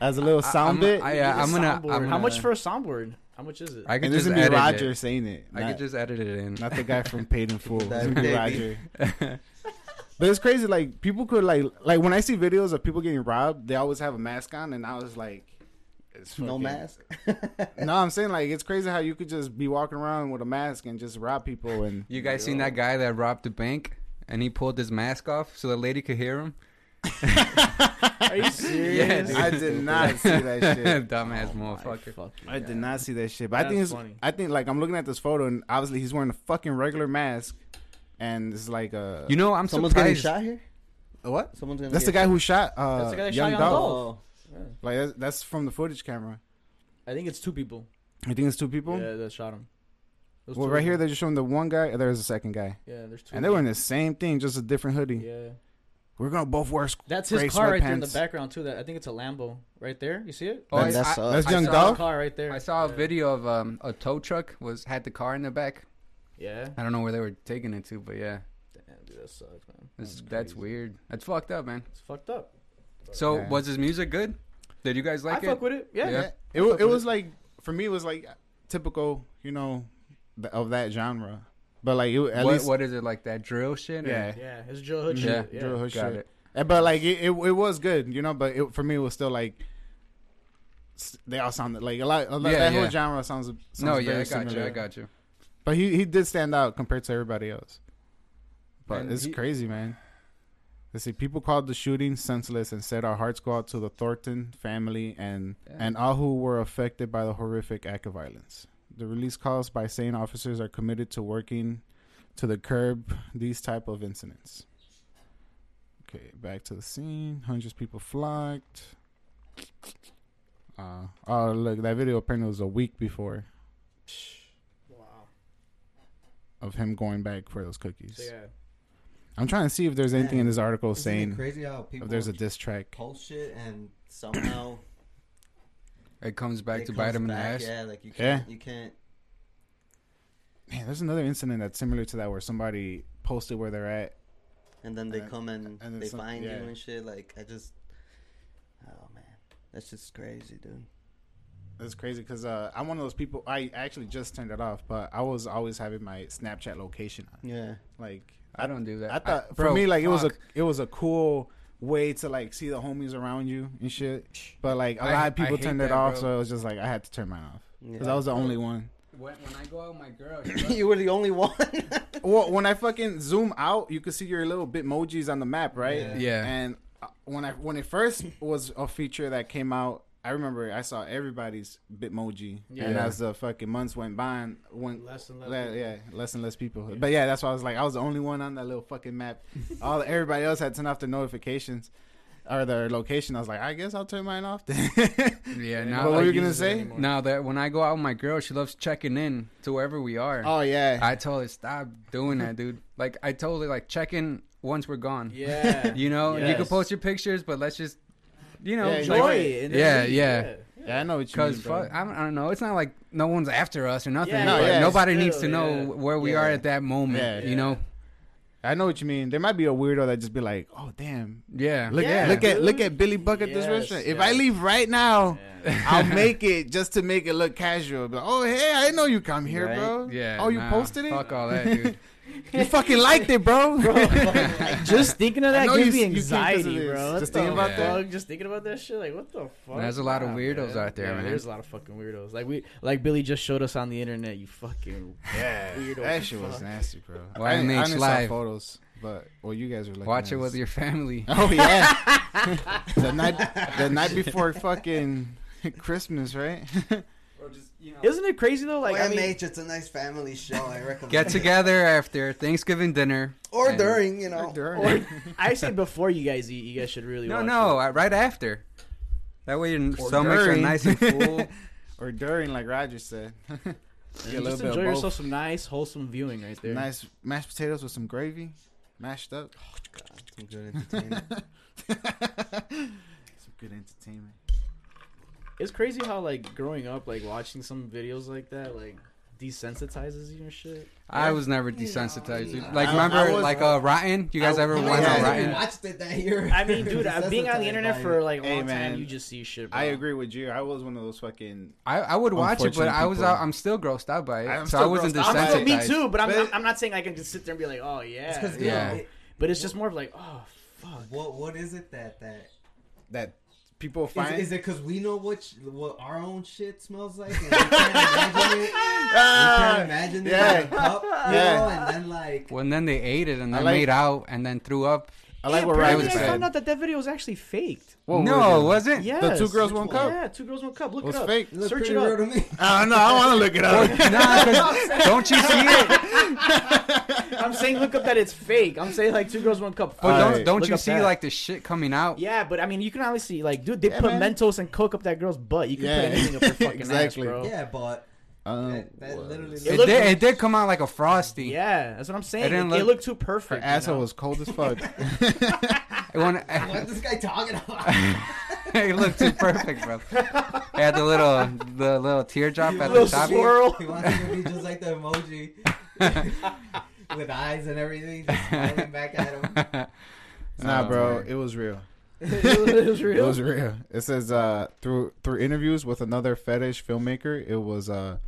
Speaker 1: as a little sound
Speaker 4: I'm,
Speaker 1: bit.
Speaker 4: I, yeah, I'm gonna. I'm gonna
Speaker 3: How much for a soundboard? How much is it?
Speaker 4: I could
Speaker 1: and this
Speaker 4: just
Speaker 1: is gonna
Speaker 4: edit
Speaker 1: be Roger
Speaker 4: it.
Speaker 1: saying it.
Speaker 4: I
Speaker 1: not-
Speaker 4: could just edit it in.
Speaker 1: Not the guy from Paid in Full. It's
Speaker 5: That
Speaker 1: gonna be
Speaker 5: baby.
Speaker 1: Roger. But it's crazy. Like people could like like when I see videos of people getting robbed, they always have a mask on, and I was like, it's
Speaker 5: No
Speaker 1: fucking-
Speaker 5: mask.
Speaker 1: No, I'm saying like it's crazy how you could just be walking around with a mask and just rob people. And
Speaker 4: You guys seen that guy that robbed the bank and he pulled his mask off so the lady could hear him?
Speaker 3: Are you serious?
Speaker 4: Yeah, dude.
Speaker 1: I did not see that shit. Oh
Speaker 4: Dumbass
Speaker 3: My
Speaker 4: motherfucker.
Speaker 3: fuck.
Speaker 1: I did not see that shit. But I think it's,
Speaker 3: That's funny.
Speaker 1: I think like I'm looking at this photo, and obviously he's wearing a fucking regular mask, and it's like a
Speaker 4: You know, I'm
Speaker 5: Someone's getting
Speaker 4: surprised.
Speaker 5: shot here.
Speaker 1: what?
Speaker 5: Someone's gonna.
Speaker 1: That's the
Speaker 5: get
Speaker 1: guy
Speaker 5: shot.
Speaker 1: who shot. Uh,
Speaker 3: That's the guy that
Speaker 1: Young
Speaker 3: shot Young
Speaker 1: Dolph.
Speaker 3: Dolph.
Speaker 5: Oh,
Speaker 1: Like that's, that's from the footage camera.
Speaker 3: I think it's two people.
Speaker 1: You think it's two people?
Speaker 3: Yeah, that shot him. It was
Speaker 1: Well,
Speaker 3: two
Speaker 1: right
Speaker 3: of
Speaker 1: here
Speaker 3: them.
Speaker 1: they're just showing the one guy. and There's a second guy,
Speaker 3: yeah, there's two.
Speaker 1: and they were in the same thing, just a different hoodie.
Speaker 3: Yeah.
Speaker 1: We're gonna both wear. Sc-
Speaker 3: That's his
Speaker 1: gray
Speaker 3: car right there in the
Speaker 1: sweatpants.
Speaker 3: background too. That I think it's a Lambo right there. You see it?
Speaker 4: Oh,
Speaker 5: That-
Speaker 4: I-
Speaker 5: that's,
Speaker 4: I-
Speaker 5: uh,
Speaker 1: that's
Speaker 4: I
Speaker 1: Young
Speaker 4: saw-
Speaker 1: Dolph?
Speaker 3: The car right there.
Speaker 4: I saw a
Speaker 3: Yeah.
Speaker 4: video of um, a tow truck was had the car in the back.
Speaker 3: Yeah.
Speaker 4: I don't know where they were taking it to, but yeah,
Speaker 3: Damn, dude, that sucks, man.
Speaker 4: this,
Speaker 1: That's
Speaker 4: that's,
Speaker 1: crazy.
Speaker 4: weird. That's fucked up, man.
Speaker 3: It's fucked up.
Speaker 4: So
Speaker 1: Yeah.
Speaker 4: was his music good? Did you guys like
Speaker 3: I
Speaker 4: it?
Speaker 3: fuck with it. Yeah.
Speaker 4: Yeah.
Speaker 1: It wa- it was like for me it was like typical, you know, th- of that genre. But like it, at
Speaker 4: what,
Speaker 1: least
Speaker 4: what is it like that drill shit? or-
Speaker 1: yeah,
Speaker 3: Yeah. It's Joe Hood.
Speaker 4: Yeah.
Speaker 3: shit, Yeah.
Speaker 1: drill hood
Speaker 4: got
Speaker 1: shit.
Speaker 4: it.
Speaker 1: And- But like it, it, it was good, you know. But it, for me, it was still like s- they all sounded like a lot. A lot
Speaker 4: Yeah,
Speaker 1: that whole
Speaker 4: yeah.
Speaker 1: genre sounds. sounds
Speaker 4: No,
Speaker 1: very
Speaker 4: yeah, I got you.
Speaker 1: similar.
Speaker 4: I got you.
Speaker 1: But he he did stand out compared to everybody else. But
Speaker 4: And
Speaker 1: it's
Speaker 4: he-
Speaker 1: crazy, man. Let's see. People called the shooting senseless and said our hearts go out to the Thornton family and
Speaker 4: Yeah.
Speaker 1: and all who were affected by the horrific act of violence. The release calls by saying officers are committed to working to the curb these type of incidents. Okay, back to the scene. Hundreds of people flocked. Uh, oh, look, that video apparently was a week before
Speaker 3: Wow.
Speaker 1: of him going back for those cookies.
Speaker 3: So, yeah.
Speaker 1: I'm trying to see if there's anything in this article
Speaker 5: Isn't it
Speaker 1: saying
Speaker 5: crazy how people
Speaker 1: if there's a diss track.
Speaker 5: post shit and somehow
Speaker 4: It comes back
Speaker 5: it
Speaker 4: to bite
Speaker 5: comes
Speaker 4: him in the
Speaker 5: back.
Speaker 4: ass.
Speaker 5: Yeah, like you
Speaker 1: Yeah.
Speaker 5: can't. You can't.
Speaker 1: Man, there's another incident that's similar to that where somebody posted where they're at.
Speaker 5: And then they
Speaker 1: And-
Speaker 5: come and,
Speaker 1: and then
Speaker 5: they
Speaker 1: some-
Speaker 5: find
Speaker 1: yeah.
Speaker 5: you and shit. Like I just. Oh man, that's just crazy, dude.
Speaker 1: That's crazy because uh, I'm one of those people. I actually just turned it off, but I was always having my Snapchat location on.
Speaker 5: Yeah.
Speaker 1: Like
Speaker 4: I don't do that.
Speaker 1: I thought for
Speaker 4: bro,
Speaker 1: me like it was a
Speaker 4: fuck.
Speaker 1: it was a cool way to like see the homies around you and shit. But like a
Speaker 4: I-
Speaker 1: lot of
Speaker 4: I
Speaker 1: people
Speaker 4: hate
Speaker 1: turned it
Speaker 4: that,
Speaker 1: off,
Speaker 4: bro.
Speaker 1: so it was just like I had to turn mine off because I was the only one.
Speaker 4: when, when I go out with my girl. she
Speaker 5: you were the only one.
Speaker 1: Well, when I fucking zoom out, you can see your little bitmojis on the map, right?
Speaker 5: Yeah.
Speaker 4: Yeah.
Speaker 1: And uh, when I when it first was a feature that came out, I remember I saw everybody's bitmoji,
Speaker 3: Yeah.
Speaker 1: and as the fucking months went by, and when
Speaker 3: Less and less.
Speaker 1: le- yeah, less and less people. But yeah, that's why I was like, I was the only one on that little fucking map. All everybody else had turned off their notifications or their location. I was like, I guess I'll turn mine off. Then.
Speaker 4: yeah,
Speaker 1: But
Speaker 4: now
Speaker 1: what were
Speaker 4: like,
Speaker 1: you gonna
Speaker 3: uses it
Speaker 1: say?
Speaker 3: anymore.
Speaker 4: now that when I go out with my girl, she loves checking in to wherever we are.
Speaker 1: Oh yeah,
Speaker 4: I told her stop doing that, dude. Like I told her like check in once we're gone.
Speaker 3: Yeah.
Speaker 4: You know, you can
Speaker 3: Yes.
Speaker 4: post your pictures, but let's just, you know,
Speaker 1: Yeah,
Speaker 4: like-
Speaker 3: Enjoy it. and then
Speaker 4: Yeah,
Speaker 3: leave.
Speaker 4: yeah.
Speaker 1: yeah, I know what you mean.
Speaker 4: Cause
Speaker 1: bro.
Speaker 4: fuck, I don't, I don't know. It's not like no one's after us or nothing.
Speaker 3: Yeah,
Speaker 1: No,
Speaker 4: but
Speaker 1: yeah,
Speaker 4: nobody
Speaker 3: still,
Speaker 4: needs to know
Speaker 3: yeah.
Speaker 4: where we
Speaker 5: Yeah.
Speaker 4: are at that moment.
Speaker 1: Yeah.
Speaker 4: You know.
Speaker 1: I know what you mean. There might be a weirdo that just be like, "Oh damn,
Speaker 4: Yeah.
Speaker 1: look
Speaker 3: Yeah,
Speaker 1: at look at look
Speaker 3: dude.
Speaker 1: at Billy Bucket this
Speaker 3: Yes,
Speaker 1: restaurant. If
Speaker 3: yes.
Speaker 1: I leave right now,
Speaker 3: Yeah.
Speaker 1: I'll make it just to make it look casual. But oh hey, I didn't know you come here,
Speaker 5: Right?
Speaker 1: bro.
Speaker 4: Yeah.
Speaker 1: Oh, you
Speaker 4: nah,
Speaker 1: posted it?
Speaker 4: Fuck all that, dude.
Speaker 1: You fucking liked it, bro.
Speaker 3: just thinking of
Speaker 1: I
Speaker 3: that
Speaker 1: know
Speaker 3: gives
Speaker 1: you-
Speaker 3: me
Speaker 1: you came 'cause of
Speaker 3: anxiety,
Speaker 1: this.
Speaker 3: bro.
Speaker 1: Just
Speaker 3: What
Speaker 1: thinking
Speaker 3: the
Speaker 4: about that.
Speaker 3: fuck? Just thinking about that shit. Like, what the fuck?
Speaker 4: There's a lot of
Speaker 3: Nah,
Speaker 4: weirdos out there,
Speaker 3: Yeah,
Speaker 4: man.
Speaker 3: There's a lot of fucking weirdos. Like we, like Billy just showed us on the internet. You fucking
Speaker 1: yeah,
Speaker 3: Weirdo
Speaker 1: that
Speaker 3: as
Speaker 1: shit was
Speaker 3: fuck.
Speaker 1: nasty, bro.
Speaker 4: Why
Speaker 1: I,
Speaker 4: makes
Speaker 1: only
Speaker 4: live?
Speaker 1: saw photos, but well, you guys were looking
Speaker 4: Watch
Speaker 1: at
Speaker 4: it
Speaker 1: us.
Speaker 4: with your family.
Speaker 1: Oh yeah, the night the night before fucking Christmas, right?
Speaker 3: Isn't it crazy though? Like, I mean,
Speaker 5: OMH, it's a nice family show. I recommend.
Speaker 4: Get together after Thanksgiving dinner.
Speaker 5: or
Speaker 4: and-
Speaker 5: during, you know.
Speaker 1: During-
Speaker 3: I say before you guys eat, you guys should really.
Speaker 4: No,
Speaker 3: watch
Speaker 4: no,
Speaker 3: it.
Speaker 4: I, right after. That way your stomachs
Speaker 1: during.
Speaker 4: are nice and full.
Speaker 1: or during, like Roger said. Get a little
Speaker 3: just
Speaker 1: bit of
Speaker 3: enjoy
Speaker 1: both.
Speaker 3: yourself some nice, wholesome viewing right there.
Speaker 1: Nice mashed potatoes with some gravy, mashed up.
Speaker 5: Some good entertainment.
Speaker 1: Some good entertainment.
Speaker 3: It's crazy how like growing up, like watching some videos like that, like desensitizes you and shit.
Speaker 4: I was never desensitized. dude. Like
Speaker 1: I-
Speaker 4: remember,
Speaker 1: I was-
Speaker 4: like uh, Rotten. You guys ever
Speaker 5: I
Speaker 4: watch uh,
Speaker 1: yeah.
Speaker 4: Rotten?
Speaker 5: watched it that year.
Speaker 3: I mean, dude, uh, being on the internet for like a
Speaker 1: Hey,
Speaker 3: long
Speaker 1: man.
Speaker 3: time, you just see shit. Bro.
Speaker 1: I agree with you. I was one of those fucking.
Speaker 4: I, I would watch it, but
Speaker 1: Unfortunate
Speaker 4: I was
Speaker 1: people.
Speaker 4: out. I'm still grossed out by it,
Speaker 1: I'm
Speaker 4: so
Speaker 1: still
Speaker 4: I wasn't
Speaker 1: grossed out by
Speaker 4: desensitized.
Speaker 1: it.
Speaker 3: Me too, but I'm,
Speaker 1: But-
Speaker 3: I'm, I'm not saying I can just sit there and be like, oh yeah.
Speaker 5: It's 'cause, dude,
Speaker 4: Yeah.
Speaker 5: it-
Speaker 3: But it's just more of like, oh fuck.
Speaker 5: what what is it that that
Speaker 1: That people
Speaker 5: is,
Speaker 1: find.
Speaker 5: is it because we know what sh- what our own shit smells like and we can't imagine it? We
Speaker 1: Ah,
Speaker 5: can't imagine
Speaker 1: yeah.
Speaker 5: it in a cup, you
Speaker 1: Yeah.
Speaker 5: know, and then like
Speaker 4: Well, and then they ate it, and
Speaker 1: I
Speaker 4: they
Speaker 1: like-
Speaker 4: made out, and then threw up.
Speaker 1: I like what
Speaker 4: apparently
Speaker 1: Roger
Speaker 4: I
Speaker 1: said.
Speaker 4: found
Speaker 3: out that that video was actually faked.
Speaker 1: What
Speaker 4: no,
Speaker 1: was
Speaker 4: was it?
Speaker 3: Yeah.
Speaker 1: The two girls,
Speaker 5: Which
Speaker 1: one
Speaker 5: one?
Speaker 1: cup.
Speaker 3: Yeah, two girls, one cup. Look
Speaker 1: It was
Speaker 3: it up.
Speaker 1: fake.
Speaker 5: it looked
Speaker 3: Search
Speaker 5: pretty
Speaker 3: it up.
Speaker 5: real to me.
Speaker 1: I don't know. I want to look it up.
Speaker 4: nah, 'cause don't you see it?
Speaker 3: I'm saying look up that it's fake. I'm saying like two girls, one cup.
Speaker 4: But
Speaker 1: All
Speaker 4: don't,
Speaker 1: right,
Speaker 4: don't
Speaker 3: look
Speaker 4: you
Speaker 3: up
Speaker 4: see
Speaker 3: that.
Speaker 4: like the shit coming out?
Speaker 3: Yeah, but I mean, you can obviously like, dude, they
Speaker 1: Yeah,
Speaker 3: put
Speaker 1: man.
Speaker 3: Mentos and Coke up that girl's butt. You can
Speaker 1: Yeah.
Speaker 3: put anything up her fucking
Speaker 1: Exactly.
Speaker 3: ass,
Speaker 4: Oh.
Speaker 3: bro. Yeah.
Speaker 5: Yeah, but
Speaker 1: Um,
Speaker 5: that, that literally
Speaker 4: It,
Speaker 3: It
Speaker 5: looked-
Speaker 3: looked-
Speaker 4: did, it did come out like a frosty.
Speaker 3: that's what I'm saying. It,
Speaker 4: didn't
Speaker 3: they
Speaker 4: look-
Speaker 3: look too perfect. you
Speaker 1: asshole
Speaker 3: know?
Speaker 1: was cold as fuck.
Speaker 4: It, went,
Speaker 5: what is this guy talking about?
Speaker 4: it looked too perfect, bro. It had the little the little teardrop at the
Speaker 3: Little
Speaker 4: top.
Speaker 3: swirl.
Speaker 5: He wants it to be just like the emoji with eyes and everything, just smiling back at him.
Speaker 1: nah,
Speaker 4: Oh,
Speaker 1: bro,
Speaker 4: man.
Speaker 1: it was real.
Speaker 3: it was
Speaker 1: It
Speaker 3: real.
Speaker 1: was real. It says uh, through through interviews with another fetish filmmaker, it was uh,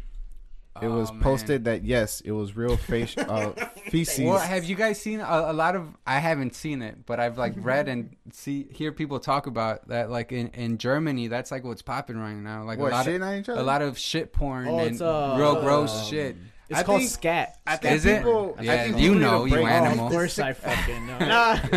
Speaker 1: it was
Speaker 4: Oh, man.
Speaker 1: posted that yes, it was real face uh, feces.
Speaker 4: Well, have you guys seen a, a lot of? I haven't seen it, but I've like read and see hear people talk about that. Like in, in Germany, that's like what's popping right now. Like
Speaker 1: What,
Speaker 4: a lot
Speaker 1: shitting
Speaker 4: of
Speaker 1: on each other?
Speaker 4: a lot of shit porn
Speaker 3: Oh,
Speaker 4: and
Speaker 3: it's, uh,
Speaker 4: real gross
Speaker 3: um,
Speaker 4: shit.
Speaker 3: It's
Speaker 1: I
Speaker 3: called
Speaker 1: think-
Speaker 3: scat.
Speaker 1: I
Speaker 4: think Is it? people- I Yeah, think you people need know, a you break. animal. Uh,
Speaker 3: Of course, I fucking know.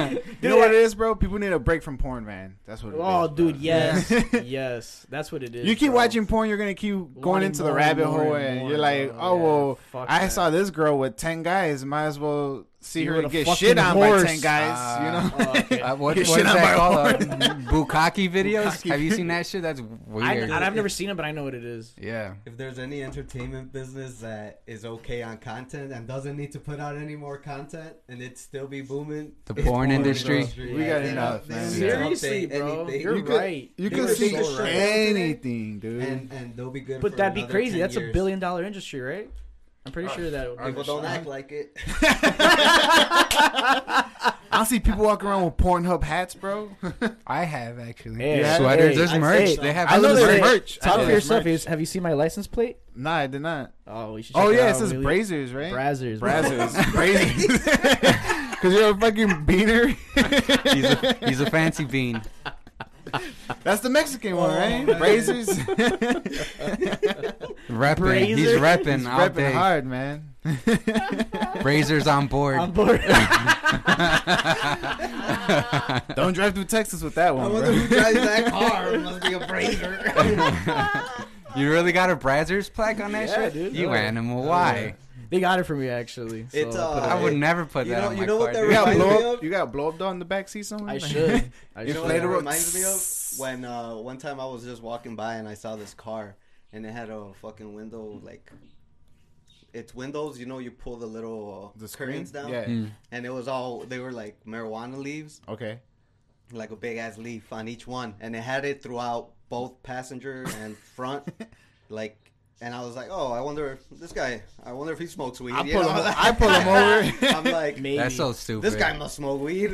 Speaker 3: dude,
Speaker 1: You know what
Speaker 3: I-
Speaker 1: it is, bro? People need a break from porn, man. That's what. it is.
Speaker 3: Oh, dude,
Speaker 1: bro.
Speaker 3: yes, yes, that's what it is.
Speaker 1: You keep
Speaker 3: bro.
Speaker 1: watching porn, you're gonna keep going
Speaker 3: Wanting
Speaker 1: into the
Speaker 3: more and
Speaker 1: rabbit
Speaker 3: more
Speaker 1: hole,
Speaker 3: and
Speaker 1: and
Speaker 3: more,
Speaker 1: you're like,
Speaker 3: bro.
Speaker 1: "Oh
Speaker 3: Yeah,
Speaker 1: well,
Speaker 3: fuck
Speaker 1: I
Speaker 3: that.
Speaker 1: saw this girl with ten guys. Might as well see
Speaker 3: You
Speaker 1: her
Speaker 3: were
Speaker 1: and
Speaker 3: the
Speaker 1: get
Speaker 3: fucking
Speaker 1: shit on by
Speaker 3: horse.
Speaker 1: ten guys."
Speaker 4: Ah.
Speaker 1: you know?
Speaker 3: Oh, okay.
Speaker 4: Uh, what,
Speaker 1: Get
Speaker 4: what
Speaker 1: shit
Speaker 4: is
Speaker 1: on my
Speaker 4: that called? Uh,
Speaker 1: horn.
Speaker 4: bukkake videos?
Speaker 1: Bukkake
Speaker 4: Have you seen that shit? That's weird.
Speaker 3: I, and I've never seen it, but I know what it is.
Speaker 4: yeah.
Speaker 5: If there's any entertainment business that is okay on content and doesn't need to put out any more content and it'd still be booming,
Speaker 4: The
Speaker 5: it's
Speaker 4: porn industry.
Speaker 1: We got
Speaker 5: They don't-
Speaker 1: enough,
Speaker 5: they
Speaker 1: man.
Speaker 5: don't need to
Speaker 3: Seriously,
Speaker 5: update
Speaker 3: bro.
Speaker 5: anything.
Speaker 3: You're
Speaker 1: You could-
Speaker 3: right.
Speaker 1: You
Speaker 5: They
Speaker 1: can
Speaker 5: were
Speaker 1: see
Speaker 5: so right.
Speaker 1: anything, dude.
Speaker 5: and and they'll be good.
Speaker 3: But
Speaker 5: for
Speaker 3: that'd be
Speaker 5: another
Speaker 3: crazy.
Speaker 5: 10
Speaker 3: That's a
Speaker 5: years. Uh,
Speaker 3: billion dollar industry, right? I'm pretty sure that.
Speaker 5: People don't act like it.
Speaker 1: I see people walking around with Pornhub hats, bro.
Speaker 4: I have actually
Speaker 3: Hey,
Speaker 1: Yeah,
Speaker 4: sweaters.
Speaker 3: hey,
Speaker 4: there's
Speaker 5: I'd
Speaker 4: merch.
Speaker 5: say so.
Speaker 4: They have.
Speaker 1: I know
Speaker 4: merch.
Speaker 1: there's
Speaker 3: merch.
Speaker 1: merch. I
Speaker 3: Talk
Speaker 1: know
Speaker 3: for
Speaker 1: there's
Speaker 3: yourself.
Speaker 1: merch.
Speaker 3: Is- Have you seen my license plate?
Speaker 1: Nah, I did not.
Speaker 3: Oh, you should.
Speaker 1: Oh
Speaker 3: check
Speaker 1: yeah,
Speaker 3: out.
Speaker 1: it says
Speaker 3: Really-
Speaker 1: Brazers, right?
Speaker 3: Brazzers.
Speaker 1: Brazzers. Brazers. Because you're a fucking beaner.
Speaker 4: He's a, he's a fancy bean.
Speaker 1: That's the Mexican one, right?
Speaker 5: man.
Speaker 1: Brazers.
Speaker 4: Repping. He's
Speaker 3: Brazer.
Speaker 4: repping all
Speaker 1: Repping
Speaker 4: day.
Speaker 1: hard, man.
Speaker 4: Brazers on board.
Speaker 3: I'm bored.
Speaker 1: Don't drive through Texas with that
Speaker 5: I
Speaker 1: one,
Speaker 5: wonder
Speaker 1: bro.
Speaker 5: who drives that car. It must be a brazier.
Speaker 4: you really got a Brazzers plaque on that
Speaker 3: Yeah,
Speaker 4: shirt?
Speaker 3: dude.
Speaker 4: You
Speaker 3: Oh, yeah.
Speaker 4: animal. Why?
Speaker 3: they got it for me actually. So
Speaker 5: It's,
Speaker 3: I'll
Speaker 5: uh,
Speaker 3: put it
Speaker 4: I
Speaker 3: up.
Speaker 4: would never put
Speaker 5: You
Speaker 4: that
Speaker 5: know-
Speaker 4: on
Speaker 5: you
Speaker 4: my
Speaker 5: know what
Speaker 4: card,
Speaker 5: that
Speaker 1: You
Speaker 4: dude.
Speaker 1: got
Speaker 5: reminds me
Speaker 1: blow up.
Speaker 5: of-
Speaker 1: You got blow up doll in the backseat somewhere.
Speaker 3: I should. I
Speaker 1: You know,
Speaker 5: You know
Speaker 3: should.
Speaker 1: later
Speaker 5: what
Speaker 1: on-
Speaker 5: it reminds me of when uh, one time I was just walking by and I saw this car and it had a fucking window like it's windows. You know, you pull the little uh,
Speaker 1: The
Speaker 5: curtains
Speaker 1: screen?
Speaker 5: down,
Speaker 1: Yeah.
Speaker 4: Mm.
Speaker 5: and it was all they were like marijuana leaves,
Speaker 1: Okay.
Speaker 5: like a big ass leaf on each one, and it had it throughout both passenger and front, like. And I was like, oh, I wonder if this guy, I wonder if he smokes weed.
Speaker 1: I
Speaker 5: you
Speaker 1: pull
Speaker 5: know?
Speaker 1: him- I pull him over.
Speaker 5: I'm like,
Speaker 3: Maybe.
Speaker 4: That's so stupid.
Speaker 5: this guy must smoke weed.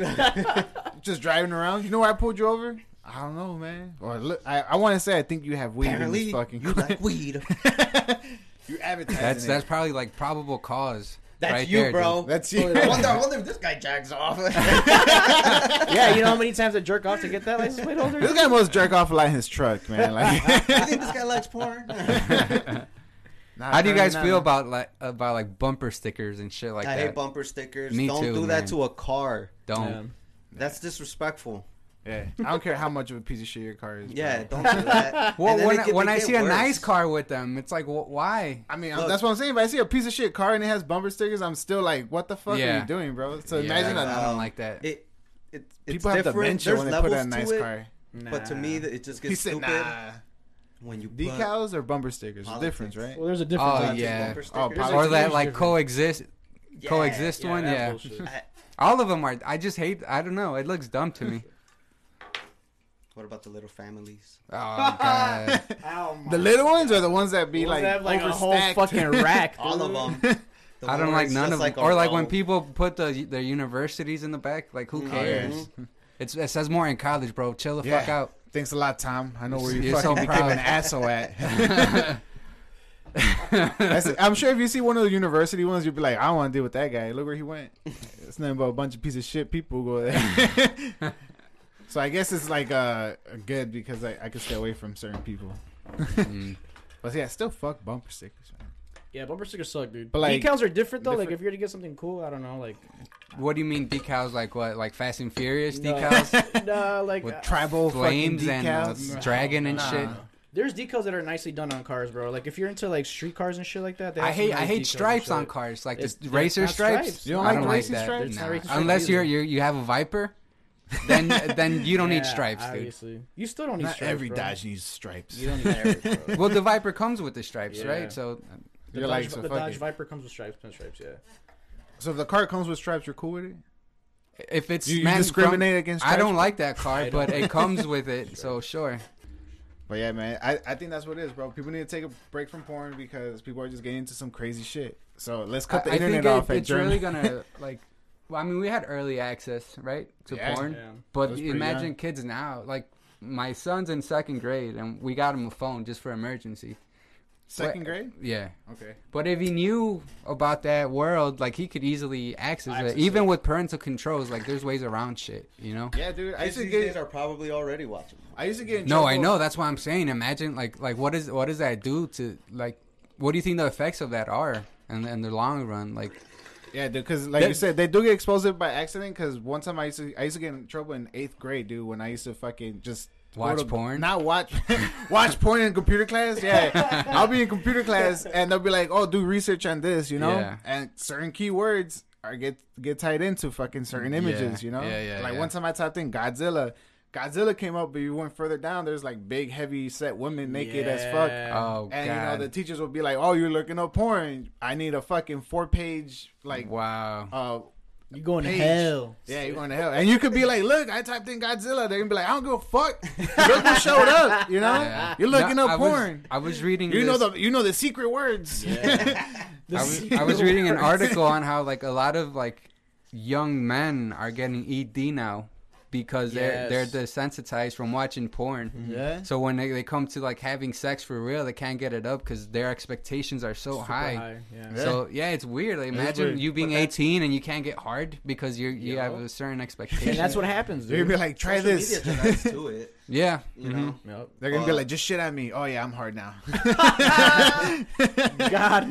Speaker 1: Just driving around. You know where I pulled you over? I don't know, man. Or look, I, I want to say I think you have weed in
Speaker 5: Apparently,
Speaker 1: this fucking
Speaker 5: you like weed.
Speaker 1: you advertising.
Speaker 4: That's
Speaker 1: it.
Speaker 4: that's probably like probable cause.
Speaker 5: That's
Speaker 4: right
Speaker 5: you,
Speaker 4: there,
Speaker 5: bro.
Speaker 1: That's you.
Speaker 5: I wonder, I wonder if this guy jacks off.
Speaker 3: yeah, you know how many times I jerk off to get that license plate holder?
Speaker 1: This guy must jerk off like his truck, man.
Speaker 5: you
Speaker 1: Like,
Speaker 5: think this guy likes porn?
Speaker 1: Nah,
Speaker 4: How do you guys
Speaker 1: apparently
Speaker 4: feel
Speaker 1: not.
Speaker 4: about like about like bumper stickers and shit like
Speaker 5: I
Speaker 4: that?
Speaker 5: hate bumper stickers.
Speaker 4: Me
Speaker 5: Don't
Speaker 4: too,
Speaker 5: do
Speaker 4: man.
Speaker 5: that to a car.
Speaker 4: Don't.
Speaker 3: Yeah.
Speaker 5: That's disrespectful.
Speaker 1: Yeah, I don't care how much of a piece of shit your car is.
Speaker 5: Yeah,
Speaker 1: bro.
Speaker 5: don't do that.
Speaker 4: Well,
Speaker 5: And then
Speaker 4: when
Speaker 5: it
Speaker 4: I-
Speaker 5: get-
Speaker 4: when
Speaker 5: they
Speaker 4: I
Speaker 5: get
Speaker 4: see a nice
Speaker 5: worse.
Speaker 4: car with them, it's like, wh- why?
Speaker 1: I mean,
Speaker 5: Look.
Speaker 1: that's what I'm saying. If I see a piece of shit car and it has bumper stickers, I'm still like, what the fuck are
Speaker 4: Yeah.
Speaker 1: you doing, bro? So
Speaker 4: Yeah,
Speaker 1: imagine
Speaker 4: I,
Speaker 1: a,
Speaker 5: that.
Speaker 4: don't like that.
Speaker 5: it, it it's
Speaker 1: people have
Speaker 5: different.
Speaker 1: dementia
Speaker 5: There's
Speaker 1: when they put
Speaker 5: levels
Speaker 1: in a nice
Speaker 5: to it,
Speaker 1: car.
Speaker 5: But to me, th- it just
Speaker 1: He
Speaker 5: gets
Speaker 1: said,
Speaker 5: stupid
Speaker 1: nah.
Speaker 5: when you put-
Speaker 1: Decals or bumper stickers? The
Speaker 5: Politics.
Speaker 1: difference, right?
Speaker 3: Well, there's a
Speaker 4: Oh,
Speaker 3: difference.
Speaker 5: Politics,
Speaker 4: yeah.
Speaker 5: bumper
Speaker 4: Oh,
Speaker 5: stickers.
Speaker 1: poli-
Speaker 4: or
Speaker 1: it's
Speaker 4: that
Speaker 1: huge
Speaker 4: like
Speaker 3: difference.
Speaker 4: coexist
Speaker 5: Yeah,
Speaker 4: coexist one,
Speaker 3: that
Speaker 4: yeah.
Speaker 3: bullshit.
Speaker 5: I-
Speaker 4: All of them are. I just hate. I don't know. It looks dumb to me.
Speaker 5: What about the little families?
Speaker 4: Oh god.
Speaker 5: Ah.
Speaker 1: The little ones are the ones that be
Speaker 3: Ones
Speaker 1: like,
Speaker 3: that have, like a whole
Speaker 1: overstacked.
Speaker 3: fucking rack.
Speaker 5: All
Speaker 3: dude.
Speaker 5: of them.
Speaker 4: I don't like none of them.
Speaker 5: Like a
Speaker 4: or like when
Speaker 5: row.
Speaker 4: people put the their universities in the back. Like who
Speaker 3: Mm-hmm.
Speaker 5: Mhm.
Speaker 4: cares? It's, it says more in college, bro. Chill the
Speaker 1: Yeah.
Speaker 4: fuck out.
Speaker 1: Thanks a lot, Tom. I know where you
Speaker 4: You're so
Speaker 1: fucking became
Speaker 4: proud.
Speaker 1: an asshole at. That's it. I'm sure if you see one of the university ones, you'd be like, I don't want to deal with that guy. Look where he went. It's nothing but a bunch of piece of shit people who go there. so I guess it's like uh, good because I, I could stay away from certain people.
Speaker 4: Mm.
Speaker 1: But yeah, still fuck bumper stickers. Man.
Speaker 3: Yeah, bumper stickers suck, dude.
Speaker 1: But, like,
Speaker 3: decals are different though. Like
Speaker 1: different-
Speaker 3: if you're to get something cool, I don't know, like
Speaker 4: What do you mean decals? Like what? Like Fast and Furious
Speaker 3: No.
Speaker 4: decals
Speaker 3: nah, like
Speaker 4: With
Speaker 3: uh,
Speaker 1: Tribal
Speaker 4: Flames
Speaker 1: fucking
Speaker 4: and, uh,
Speaker 1: decals.
Speaker 4: s- dragon and
Speaker 1: Nah.
Speaker 4: shit.
Speaker 3: there's decals that are nicely done on cars, bro. Like if you're into like street cars and shit like that, they
Speaker 4: I
Speaker 3: have some
Speaker 4: hate
Speaker 3: nice
Speaker 4: I
Speaker 3: decals
Speaker 4: hate
Speaker 3: and
Speaker 4: stripes
Speaker 3: shit.
Speaker 4: on cars, like
Speaker 3: It's-
Speaker 4: the
Speaker 3: they're
Speaker 4: racer
Speaker 3: not
Speaker 4: stripes.
Speaker 3: stripes.
Speaker 1: You don't
Speaker 4: I
Speaker 1: like
Speaker 4: don't like
Speaker 1: racing
Speaker 4: that.
Speaker 1: stripes?
Speaker 3: They're
Speaker 4: Nah.
Speaker 3: not racing stripes
Speaker 4: Unless you're
Speaker 3: either.
Speaker 4: you you have a Viper, then then you don't
Speaker 3: Yeah,
Speaker 4: need stripes, dude.
Speaker 3: Obviously, you still don't need
Speaker 1: Not
Speaker 3: stripes.
Speaker 1: every
Speaker 3: bro.
Speaker 1: Dodge needs stripes.
Speaker 3: You don't need stripes, bro.
Speaker 4: Well, the Viper comes with the stripes,
Speaker 3: Yeah.
Speaker 4: right? So
Speaker 3: The
Speaker 1: You're
Speaker 3: Dodge,
Speaker 1: like, so
Speaker 3: the
Speaker 1: fuck
Speaker 3: Dodge
Speaker 1: it.
Speaker 3: Viper comes with stripes, pinstripes, yeah.
Speaker 1: So if the car comes with stripes, you're cool with it.
Speaker 4: if it's
Speaker 1: You, you
Speaker 4: man,
Speaker 1: discriminate against.
Speaker 4: I
Speaker 1: Stripes?
Speaker 4: don't like that car,
Speaker 3: I
Speaker 4: but
Speaker 3: don't.
Speaker 4: it comes with it, so sure.
Speaker 1: But yeah, man, I, I think that's what it is, bro. People need to take a break from porn because people are just getting into some crazy shit. So let's cut the
Speaker 4: I, I
Speaker 1: internet
Speaker 4: think it-
Speaker 1: off at
Speaker 4: it's really
Speaker 1: Germany.
Speaker 4: gonna like. Well, I mean, we had early access, right, to
Speaker 1: Yeah.
Speaker 4: porn.
Speaker 3: Yeah.
Speaker 1: It
Speaker 4: But
Speaker 1: was pretty
Speaker 4: imagine
Speaker 1: young.
Speaker 4: kids now, like my son's in second grade, and we got him a phone just for emergency.
Speaker 1: Second grade?
Speaker 4: Yeah.
Speaker 1: Okay.
Speaker 4: But if he knew about that world, like he could easily access,
Speaker 3: Access
Speaker 4: it. Even
Speaker 3: it.
Speaker 4: with parental conronls, like there's ways around shit, you know?
Speaker 1: Yeah, dude. I
Speaker 5: Kids
Speaker 1: used to
Speaker 5: these days
Speaker 1: get.
Speaker 5: are probably already watching.
Speaker 1: I used to get. In
Speaker 4: No, I
Speaker 1: trouble-
Speaker 4: know. That's why I'm saying. Imagine like like what is what does that do to like what do you think the effects of that are in, in the long run? Like
Speaker 1: Yeah, dude. Because like
Speaker 4: That-
Speaker 1: you said, they do get exposed by accident. Because one time I used to, I used to get in trouble in eighth grade, dude. When I used to fucking just. go
Speaker 4: Watch
Speaker 1: to-
Speaker 4: porn?
Speaker 1: Not watch, watch porn in computer class. Yeah, I'll be in computer class and they'll be like, "Oh, do research on this," you know,
Speaker 4: Yeah.
Speaker 1: and certain keywords are get get tied into fucking certain images, you know.
Speaker 4: yeah, yeah,
Speaker 1: Like
Speaker 4: yeah.
Speaker 1: one time I typed in Godzilla, Godzilla came up, but you went further down. There's like big, heavy set women naked as fuck.
Speaker 3: Yeah.
Speaker 4: oh
Speaker 1: And
Speaker 4: god,
Speaker 1: you know the teachers would be like, "Oh, you're looking up porn. I need a fucking four page like
Speaker 4: wow.
Speaker 1: uh
Speaker 3: You going to
Speaker 1: page.
Speaker 3: hell?
Speaker 1: yeah, you're going to hell." And you could be like, "Look, I typed in Godzilla." They're gonna be like, "I don't give a fuck. Look who showed up. You know,
Speaker 4: Yeah.
Speaker 1: you're
Speaker 4: No,
Speaker 1: looking up
Speaker 4: I was-
Speaker 1: porn.
Speaker 4: I was reading.
Speaker 1: you
Speaker 4: this-
Speaker 1: know the you know the secret words."
Speaker 3: Yeah.
Speaker 4: I was, I was reading an article on how like a lot of like young men are getting ED now because they're
Speaker 3: Yes.
Speaker 4: they're desensitized from watching porn.
Speaker 1: Yeah.
Speaker 4: So when they, they come to like having sex for real, they can't get it up because their expectations are so
Speaker 3: Super
Speaker 4: high.
Speaker 3: Yeah.
Speaker 1: Yeah.
Speaker 4: So yeah, it's weird. Like,
Speaker 1: is
Speaker 4: imagine
Speaker 1: weird.
Speaker 4: you being
Speaker 3: But that's-
Speaker 4: 18 and you can't get hard because you you
Speaker 3: Yeah.
Speaker 4: have a certain expectation.
Speaker 3: And that's what happens,
Speaker 1: They're
Speaker 3: dude.
Speaker 1: gonna be like, try
Speaker 5: Social
Speaker 1: this.
Speaker 5: media took us to it,
Speaker 4: yeah.
Speaker 5: you
Speaker 4: mhm.
Speaker 5: know.
Speaker 3: Yep.
Speaker 1: They're gonna be
Speaker 5: Uh,
Speaker 1: like, just shit at me. Oh yeah, I'm hard now.
Speaker 3: God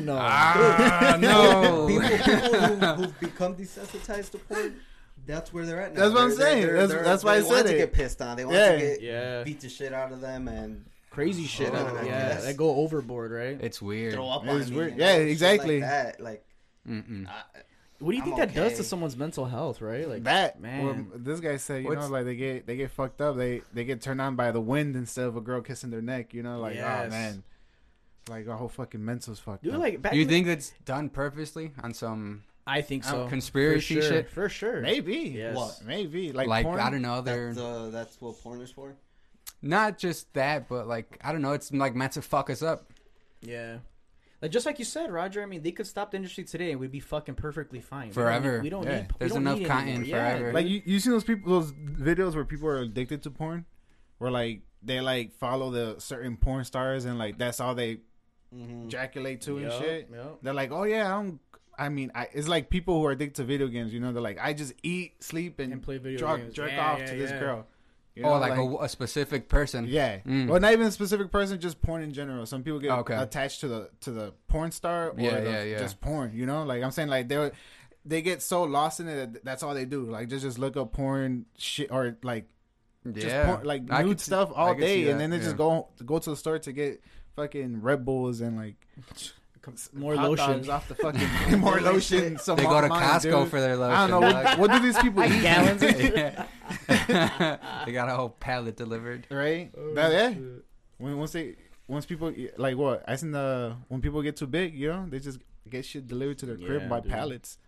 Speaker 3: no.
Speaker 4: Ah, no.
Speaker 5: People, people who, who've become desensitized to porn, that's where they're at now.
Speaker 1: That's what I'm
Speaker 5: They're- they're-
Speaker 1: saying.
Speaker 5: they're-
Speaker 1: That's-
Speaker 5: they're-
Speaker 1: that's why
Speaker 5: they
Speaker 1: I
Speaker 5: want
Speaker 1: said
Speaker 5: to
Speaker 1: it.
Speaker 5: get pissed on. They want
Speaker 1: Yeah.
Speaker 5: to get
Speaker 3: Yeah.
Speaker 5: beat the shit out of them and
Speaker 3: Crazy shit.
Speaker 5: Oh,
Speaker 3: out of- yeah.
Speaker 5: yes.
Speaker 3: That go overboard, right?
Speaker 4: it's weird.
Speaker 5: throw up
Speaker 1: It
Speaker 5: on
Speaker 1: is
Speaker 5: me.
Speaker 1: weird.
Speaker 5: and
Speaker 1: Yeah,
Speaker 5: all shit like
Speaker 1: exactly.
Speaker 5: that. Like,
Speaker 4: Mm-mm.
Speaker 5: I-
Speaker 3: What do you
Speaker 5: I'm
Speaker 3: think that does
Speaker 5: okay.
Speaker 3: to someone's mental health, right? Like
Speaker 1: that
Speaker 3: man.
Speaker 1: Well, this guy said, you know,
Speaker 4: What's-
Speaker 1: like they get they get fucked up. They they get turned on by the wind instead of a girl kissing their neck. You know, like oh
Speaker 3: Yes.
Speaker 1: man, like our whole fucking mental's fucked
Speaker 3: Dude,
Speaker 1: up.
Speaker 3: like back
Speaker 4: You
Speaker 3: in the-
Speaker 4: think that's done purposely on some
Speaker 3: I think
Speaker 4: Um,
Speaker 3: so.
Speaker 4: conspiracy
Speaker 3: For sure.
Speaker 4: shit?
Speaker 3: for sure.
Speaker 1: maybe
Speaker 3: Yes.
Speaker 5: What?
Speaker 1: Maybe like,
Speaker 4: like,
Speaker 1: porn?
Speaker 4: I don't know they're
Speaker 5: that's, uh, that's what porn is for.
Speaker 4: not just that but like I don't know it's like meant to fuck us up.
Speaker 3: Yeah. Like just like you said, Roger. I mean, they could stop the industry today, and we'd be fucking perfectly fine. We don't
Speaker 4: Forever.
Speaker 3: need- We don't need.
Speaker 1: Yeah.
Speaker 3: we
Speaker 4: There's
Speaker 3: don't
Speaker 4: enough
Speaker 3: need
Speaker 4: cotton
Speaker 3: anymore. Yeah,
Speaker 4: forever.
Speaker 3: dude.
Speaker 1: Like you, you seen those people those videos where people are addicted to porn, where like they like follow the certain porn stars and like that's all they
Speaker 5: Mhm.
Speaker 1: ejaculate to
Speaker 3: Mm-hmm. Yup,
Speaker 1: and shit.
Speaker 3: yup.
Speaker 1: They're like, oh yeah, I'm. I mean, I, it's like people who are addicted to video games. You know, they're like, I just eat, sleep, and,
Speaker 3: And play video
Speaker 1: jerk,
Speaker 3: games.
Speaker 1: jerk
Speaker 3: Yeah,
Speaker 1: off
Speaker 3: yeah,
Speaker 1: to this
Speaker 3: yeah.
Speaker 1: girl. You
Speaker 4: or
Speaker 1: know,
Speaker 4: Oh, like, a, a specific person.
Speaker 1: yeah.
Speaker 4: Mm. Oh,
Speaker 1: Well, not even a specific person, just porn in general. Some people get
Speaker 4: Okay.
Speaker 1: attached to the to the porn star or
Speaker 4: Yeah,
Speaker 1: the,
Speaker 4: yeah, yeah.
Speaker 1: just porn. You know, like I'm saying, like they they get so lost in it that that's all they do. Like just just look up porn shit or like just
Speaker 4: yeah.
Speaker 1: porn, like
Speaker 4: I
Speaker 1: nude
Speaker 4: could see-
Speaker 1: stuff
Speaker 4: I
Speaker 1: all
Speaker 4: could see
Speaker 1: day, and
Speaker 4: that,
Speaker 1: then they just
Speaker 4: yeah.
Speaker 1: go go to the store to get fucking Red Bulls and like
Speaker 3: more
Speaker 1: hot dogs uh-huh.
Speaker 3: lotion.
Speaker 1: off the fucking more lotion. Some
Speaker 4: They go to
Speaker 1: online,
Speaker 4: Costco
Speaker 1: dude.
Speaker 4: for their lotion.
Speaker 1: I don't know what,
Speaker 4: dog.
Speaker 1: what do these people eat
Speaker 3: Gallons.
Speaker 4: Yeah. they got a whole pallet delivered.
Speaker 1: right? That- yeah. When once they once people like what I seen the when people get too big, you know, they just get shit delivered to their crib
Speaker 3: Yeah,
Speaker 1: by
Speaker 3: dude.
Speaker 1: pallets.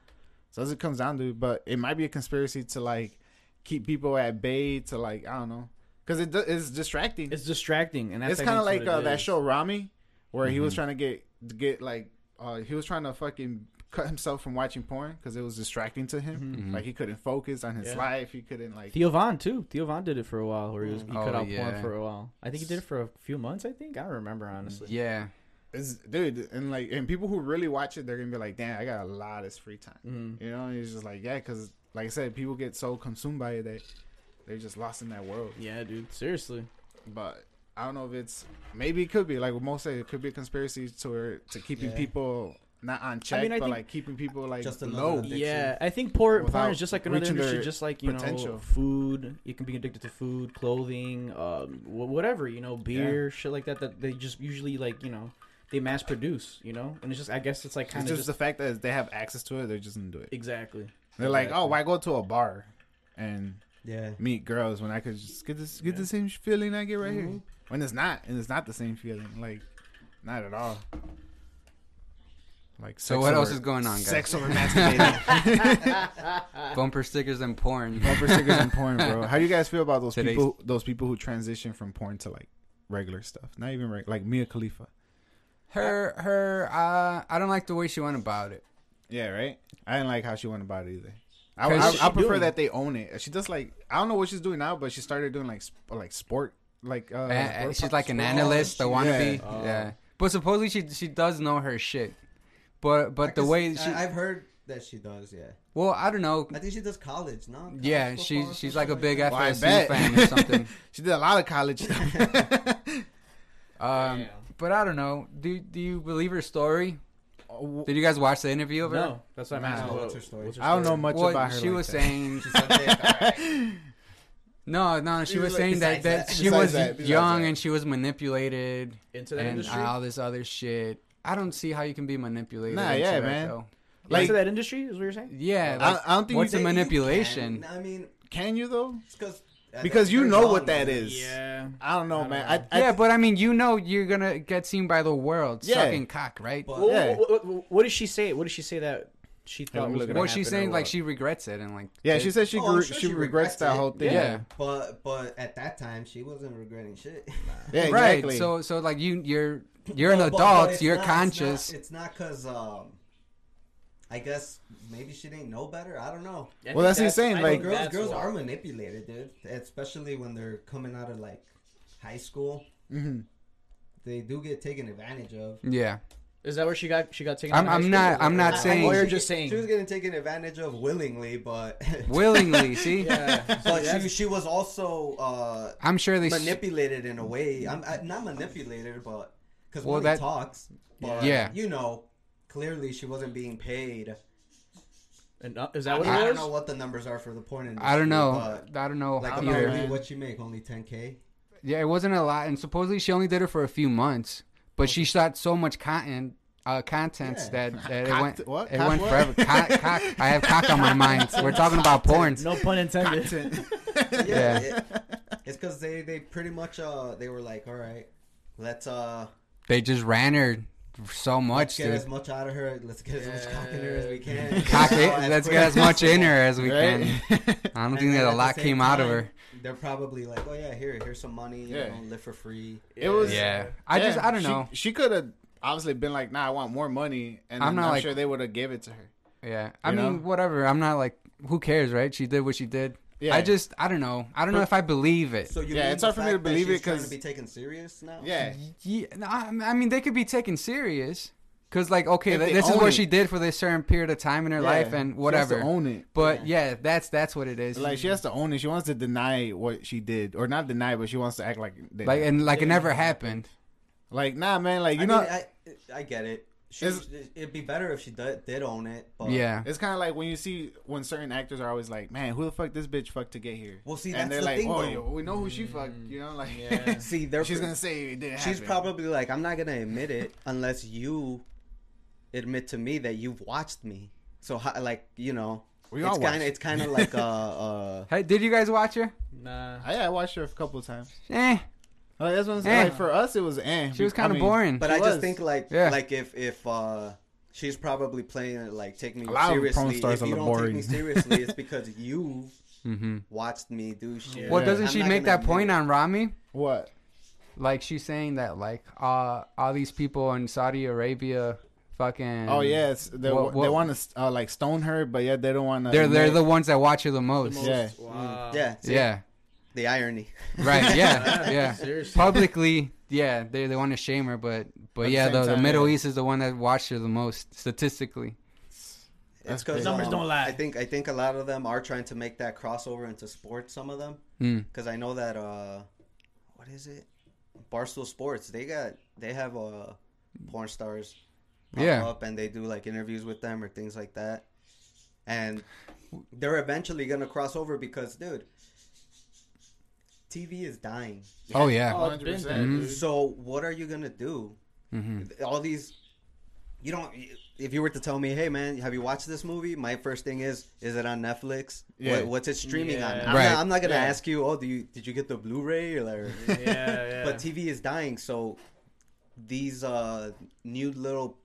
Speaker 1: So as it comes down to, it, but it might be a conspiracy to like keep people at bay to like I don't know because it do, it's distracting.
Speaker 3: It's distracting, and that's
Speaker 1: it's
Speaker 3: I
Speaker 1: kind of
Speaker 3: think
Speaker 1: like
Speaker 3: what
Speaker 1: uh,
Speaker 3: it
Speaker 1: that
Speaker 3: is. Mm-hmm.
Speaker 1: show Rami, where he was trying to get get like uh, he was trying to fucking cut himself from watching porn because it was distracting to him.
Speaker 4: Mhm.
Speaker 1: Like he couldn't focus on his
Speaker 3: Mm-hmm. Yeah.
Speaker 1: life. He couldn't like
Speaker 3: Theo Von too. Theo Von did it for a while, where he, was, he
Speaker 4: Oh,
Speaker 3: cut out
Speaker 4: yeah.
Speaker 3: porn for a while. I think he did it for a few months. I think I don't remember honestly.
Speaker 4: Yeah.
Speaker 1: it's, dude, and like and people who really watch it, they're gonna be like, damn, I got a lot of free time.
Speaker 3: Mhm.
Speaker 1: You know, and it's just like yeah, because like I said, people get so consumed by it that they're just lost in that world.
Speaker 3: Yeah, dude. Seriously.
Speaker 1: But I don't know if it's maybe it could be like what most say it could be a conspiracy to where- to keeping
Speaker 5: Yeah.
Speaker 1: people not on check,
Speaker 3: I
Speaker 1: but
Speaker 3: think-
Speaker 1: like keeping people like
Speaker 5: Just another
Speaker 1: low.
Speaker 5: addiction.
Speaker 3: Yeah, I think porn, porn
Speaker 1: Without
Speaker 3: is just like another
Speaker 1: reaching
Speaker 3: industry,
Speaker 1: their
Speaker 3: just like you
Speaker 1: potential.
Speaker 3: know, food. You can be addicted to food, clothing, um, wh- whatever you know, beer, shit like that. That they just usually like you know, they mass produce, you know, and it's just I guess it's like kind
Speaker 1: It's
Speaker 3: of
Speaker 1: just,
Speaker 3: just,
Speaker 1: the fact that they have access to it, they're just gonna do it.
Speaker 3: exactly.
Speaker 1: They're like, oh, why go to a bar and
Speaker 5: Yeah.
Speaker 1: meet girls when I could just get this get the same feeling I get right here?
Speaker 4: Mm-hmm.
Speaker 1: When it's not, and it's not the same feeling, like not at all. Like
Speaker 4: So
Speaker 1: sex
Speaker 4: what else
Speaker 1: over-
Speaker 4: is going on, guys?
Speaker 1: Sex over masturbating,
Speaker 4: Bumper stickers and porn.
Speaker 1: bumper stickers and porn, bro. How do you guys feel about those
Speaker 4: Today's-
Speaker 1: people? Those people who transition from porn to like regular stuff, not even reg- like Mia Khalifa.
Speaker 4: Her her uh I don't like the way she went about it.
Speaker 1: Yeah, right. I didn't like how she went about it either. I,
Speaker 4: Cause
Speaker 1: I,
Speaker 4: she-
Speaker 1: I prefer
Speaker 3: doing-
Speaker 1: that they own it. She does like I don't know what she's doing now, but she started doing like sp- like sport like uh,
Speaker 4: Uh, uh,
Speaker 1: sport
Speaker 4: she's
Speaker 1: pop-
Speaker 4: like an
Speaker 1: sport-
Speaker 4: analyst, a wannabe.
Speaker 1: Yeah. Oh.
Speaker 4: Yeah. But supposedly she she does know her shit. But but the
Speaker 1: uh,
Speaker 4: way she
Speaker 5: I, have heard that she does, yeah.
Speaker 4: well I don't know.
Speaker 5: I think she does college, no? College
Speaker 4: Yeah,
Speaker 5: football
Speaker 4: she
Speaker 5: or
Speaker 4: she's like
Speaker 5: something
Speaker 4: a big
Speaker 5: that?
Speaker 1: Well, I
Speaker 4: FSU
Speaker 1: bet.
Speaker 4: fan or something.
Speaker 1: she did a lot of college stuff.
Speaker 4: Um,
Speaker 3: Yeah.
Speaker 4: but I don't know. Do do you believe her story? Did you guys watch the interview of her?
Speaker 3: No, that's what I'm
Speaker 1: Nah.
Speaker 3: asking.
Speaker 5: No,
Speaker 3: What-
Speaker 5: what's her story?
Speaker 1: I don't know much
Speaker 4: Well,
Speaker 1: about her.
Speaker 4: she
Speaker 1: like
Speaker 4: was
Speaker 1: that.
Speaker 4: saying
Speaker 5: She's a dick, alright.
Speaker 4: no, no. She
Speaker 1: Besides
Speaker 4: was saying that,
Speaker 5: that-
Speaker 4: that she
Speaker 1: besides
Speaker 4: was
Speaker 1: that, besides
Speaker 4: young
Speaker 1: that.
Speaker 4: and she was manipulated
Speaker 3: Into that
Speaker 4: and uh,
Speaker 3: industry.
Speaker 4: all this other shit. I don't see how you can be manipulated.
Speaker 1: Nah,
Speaker 4: into
Speaker 1: yeah,
Speaker 4: that,
Speaker 1: man.
Speaker 4: though.
Speaker 1: like-
Speaker 3: into that industry is what you're saying.
Speaker 4: Yeah,
Speaker 1: I,
Speaker 4: like,
Speaker 1: I don't think
Speaker 4: what's
Speaker 1: you
Speaker 4: the
Speaker 5: You
Speaker 4: manipulation?
Speaker 5: can. I mean,
Speaker 1: can you though
Speaker 5: it's cause, at
Speaker 1: because
Speaker 5: the
Speaker 1: you
Speaker 5: very
Speaker 1: know what
Speaker 5: bottom,
Speaker 1: that is.
Speaker 3: Yeah.
Speaker 1: I don't know,
Speaker 3: I don't
Speaker 1: man.
Speaker 3: know.
Speaker 1: I, I,
Speaker 4: yeah, but I mean, you know, you're gonna get seen by the world
Speaker 1: Yeah.
Speaker 4: sucking cock, right?
Speaker 5: But,
Speaker 3: Well,
Speaker 1: Yeah.
Speaker 3: What, what, what, what did she say? What did she say that she thought
Speaker 1: me
Speaker 3: was
Speaker 1: look it
Speaker 3: going
Speaker 1: up.
Speaker 4: well,
Speaker 1: What
Speaker 4: she's saying like she regrets it and like
Speaker 1: yeah,
Speaker 4: it-
Speaker 1: she said she
Speaker 5: Oh, I'm
Speaker 1: gre-
Speaker 5: sure
Speaker 1: she,
Speaker 5: she
Speaker 1: regrets
Speaker 5: regrets
Speaker 1: that
Speaker 5: it.
Speaker 1: whole thing.
Speaker 4: Yeah.
Speaker 5: But but at that time, she wasn't regretting shit.
Speaker 1: yeah,
Speaker 4: right.
Speaker 1: exactly.
Speaker 4: So so like you you're you're an
Speaker 5: But- but- but
Speaker 4: adult,
Speaker 5: it's
Speaker 4: you're
Speaker 5: not- it's
Speaker 4: conscious.
Speaker 5: not- It's not because um, I guess maybe she didn't know better. I don't
Speaker 3: I
Speaker 5: know.
Speaker 1: Well,
Speaker 3: think
Speaker 1: that's insane,
Speaker 3: I
Speaker 1: like-
Speaker 3: think
Speaker 5: girls,
Speaker 3: that's
Speaker 5: girls
Speaker 3: why.
Speaker 5: are manipulated, dude. Especially when they're coming out of like high school,
Speaker 4: Mm-hmm.
Speaker 1: hmm
Speaker 5: they do get taken advantage of.
Speaker 4: Yeah,
Speaker 3: Is that where she got she got taken?
Speaker 4: I'm-
Speaker 3: out of
Speaker 4: I'm
Speaker 3: high
Speaker 4: not-
Speaker 3: school?
Speaker 4: I'm not
Speaker 3: Or-
Speaker 4: saying-
Speaker 3: Or you're
Speaker 5: She-
Speaker 3: just saying.
Speaker 5: she was getting taken advantage of willingly, but
Speaker 4: willingly. See,
Speaker 3: Yeah.
Speaker 5: but she, she was also uh,
Speaker 4: I'm sure they. s-
Speaker 5: manipulated in a way. I'm I, not manipulated, but because
Speaker 4: Well,
Speaker 5: Willie
Speaker 4: that-
Speaker 5: talks, but
Speaker 4: Yeah.
Speaker 5: you know, clearly she wasn't being paid.
Speaker 3: And, uh, is that
Speaker 5: I,
Speaker 3: what
Speaker 5: mean,
Speaker 3: it
Speaker 5: I don't
Speaker 3: was?
Speaker 5: know what the numbers are for the porn industry.
Speaker 4: I don't know.
Speaker 5: but,
Speaker 4: I don't know
Speaker 5: Like
Speaker 1: I
Speaker 5: about
Speaker 1: don't know,
Speaker 4: either.
Speaker 1: man.
Speaker 5: what you make only 10k.
Speaker 4: Yeah, it wasn't a lot, and supposedly she only did it for a few months, but she shot so much content, uh, contents
Speaker 5: Yeah.
Speaker 4: that, that it
Speaker 1: Cock-
Speaker 4: went,
Speaker 1: what?
Speaker 4: it
Speaker 1: Cock
Speaker 4: went
Speaker 1: what?
Speaker 4: forever. Cock, cock. I have cock on my mind. We're talking about porn.
Speaker 3: No pun intended.
Speaker 5: Yeah,
Speaker 4: Yeah.
Speaker 5: it- it's because they they pretty much uh they were like, all right, let's uh
Speaker 4: They just ran her so
Speaker 5: let's
Speaker 4: much,
Speaker 5: get
Speaker 4: dude.
Speaker 5: as much out of her, let's get as much cock in her as we can.
Speaker 4: Cock
Speaker 5: You know,
Speaker 4: it. Let's
Speaker 5: quick
Speaker 4: get as much in
Speaker 5: possible.
Speaker 4: her as we can.
Speaker 1: Right?
Speaker 4: I don't
Speaker 5: And
Speaker 4: think
Speaker 5: then
Speaker 4: that
Speaker 5: at
Speaker 4: a
Speaker 5: the
Speaker 4: lot
Speaker 5: same
Speaker 4: came out of
Speaker 5: time,
Speaker 4: her.
Speaker 5: They're probably like, oh yeah, here, here's some money.
Speaker 1: Yeah.
Speaker 5: You know, live for free.
Speaker 1: It was-
Speaker 4: Yeah, I just,
Speaker 1: Yeah,
Speaker 4: I don't
Speaker 1: she-
Speaker 4: know.
Speaker 1: She, could have obviously been like, "Nah, I want more money," and
Speaker 4: I'm
Speaker 1: I'm,
Speaker 4: not,
Speaker 1: I'm
Speaker 4: like-
Speaker 1: sure they would have gave it to her.
Speaker 4: Yeah, I
Speaker 1: You
Speaker 4: mean,
Speaker 1: know?
Speaker 4: whatever. I'm not like, who cares, right? She did what she did.
Speaker 1: Yeah.
Speaker 4: I just, I don't know. I don't know if I believe it.
Speaker 5: So you
Speaker 1: Yeah,
Speaker 5: mean
Speaker 1: it's
Speaker 5: the
Speaker 1: hard for me
Speaker 5: fact
Speaker 1: to
Speaker 5: that
Speaker 1: believe
Speaker 5: she's
Speaker 1: it
Speaker 5: trying
Speaker 1: 'cause-
Speaker 5: to be taken serious now.
Speaker 1: Yeah,
Speaker 4: Yeah, no, I, I mean they could be taken serious because, like, okay,
Speaker 1: If
Speaker 4: th-
Speaker 1: they
Speaker 4: this is
Speaker 1: own
Speaker 4: what
Speaker 1: it.
Speaker 4: she did for this certain period of time in her
Speaker 1: Yeah.
Speaker 4: life and
Speaker 1: She has to
Speaker 4: whatever.
Speaker 1: own it.
Speaker 4: But yeah, that's that's what it is.
Speaker 1: Like
Speaker 4: Like,
Speaker 1: she has to own it. She wants to deny what she did, or not deny, but she wants to act like they-
Speaker 4: and like it never happened.
Speaker 1: like nah, man. Like you
Speaker 5: I
Speaker 1: know,
Speaker 5: mean, I I get it. She,
Speaker 1: It's-
Speaker 5: it'd be better if she did, did own it. But
Speaker 4: Yeah,
Speaker 1: it's kind of like when you see when certain actors are always like, "Man, who the fuck this bitch fucked to get here?"
Speaker 5: Well, see,
Speaker 1: and
Speaker 5: that's
Speaker 1: they're
Speaker 5: the
Speaker 1: like,
Speaker 5: thing,
Speaker 1: "Oh,
Speaker 5: though.
Speaker 1: yo, we know who she fucked," you know, like
Speaker 3: Yeah.
Speaker 5: See, they're
Speaker 1: she's gonna say it didn't.
Speaker 5: she's
Speaker 1: happen.
Speaker 5: probably like, I'm not gonna admit it unless you admit to me that you've watched me. So how, like you know,
Speaker 1: We
Speaker 5: it's
Speaker 1: all
Speaker 5: kind
Speaker 1: watched.
Speaker 5: of it's kind of like uh, uh
Speaker 4: hey, did you guys watch her?
Speaker 3: Nah.
Speaker 1: Yeah, I watched her a couple of times.
Speaker 4: Eh,
Speaker 1: Like, that's what I'm
Speaker 4: Eh.
Speaker 1: saying. Like, for us, it was eh.
Speaker 4: she was
Speaker 1: I
Speaker 4: kind of
Speaker 1: mean,
Speaker 4: boring.
Speaker 5: but
Speaker 1: She
Speaker 5: I just
Speaker 1: was.
Speaker 5: think like
Speaker 4: Yeah.
Speaker 5: like if if uh she's probably playing it like take me
Speaker 1: A lot of
Speaker 5: seriously.
Speaker 1: porn stars
Speaker 5: if
Speaker 1: are
Speaker 5: you don't take me
Speaker 1: boring.
Speaker 5: seriously, it's because you
Speaker 4: hmm
Speaker 5: watched me do shit.
Speaker 4: Well,
Speaker 1: Yeah.
Speaker 4: doesn't
Speaker 5: I'm
Speaker 4: she
Speaker 5: not
Speaker 4: make
Speaker 5: gonna
Speaker 4: that point
Speaker 5: admit it.
Speaker 4: on Rami?
Speaker 1: What?
Speaker 4: Like she's saying that like uh, all these people in Saudi Arabia, fucking.
Speaker 1: Oh yes, they,
Speaker 4: What-
Speaker 1: they
Speaker 4: what-
Speaker 1: want to uh, like stone her, but yet they don't want to.
Speaker 4: They're they're the ones that watch her the most.
Speaker 3: most-
Speaker 1: Yeah.
Speaker 3: Wow.
Speaker 5: Yeah, see,
Speaker 4: yeah.
Speaker 5: the irony.
Speaker 4: Right. Yeah. yeah.
Speaker 3: Seriously.
Speaker 4: Publicly, yeah, they they want to shame her, but but
Speaker 1: At the
Speaker 4: yeah,
Speaker 1: same
Speaker 4: the, the
Speaker 1: time,
Speaker 4: Middle
Speaker 1: yeah.
Speaker 4: East is the one that watched her the most statistically.
Speaker 5: It's
Speaker 1: That's
Speaker 5: because
Speaker 1: crazy.
Speaker 3: Numbers don't lie.
Speaker 5: Um, I think I think a lot of them are trying to make that crossover into sports. Some of them,
Speaker 1: Hmm.
Speaker 4: Mm.
Speaker 5: because I know that uh, what is it? Barstool Sports. They got they have uh, porn stars pop
Speaker 4: Yeah.
Speaker 5: up and they do like interviews with them or things like that, and they're eventually gonna cross over because dude, TV is dying.
Speaker 4: Oh yeah,
Speaker 3: Oh, it's been
Speaker 1: 100%,
Speaker 3: there,
Speaker 4: Mm-hmm.
Speaker 1: dude.
Speaker 3: dude.
Speaker 5: So what are you gonna do?
Speaker 4: hmm
Speaker 5: all these you don't if you were to tell me hey man have you watched this movie my first thing is is it on netflix
Speaker 1: Yeah.
Speaker 5: what, what's it streaming on
Speaker 3: Yeah.
Speaker 5: I'm,
Speaker 4: Right.
Speaker 5: not, I'm not gonna
Speaker 1: Yeah.
Speaker 5: ask you oh do you did you get the blu-ray or like,
Speaker 3: Yeah, yeah.
Speaker 5: but tv is dying so these uh new little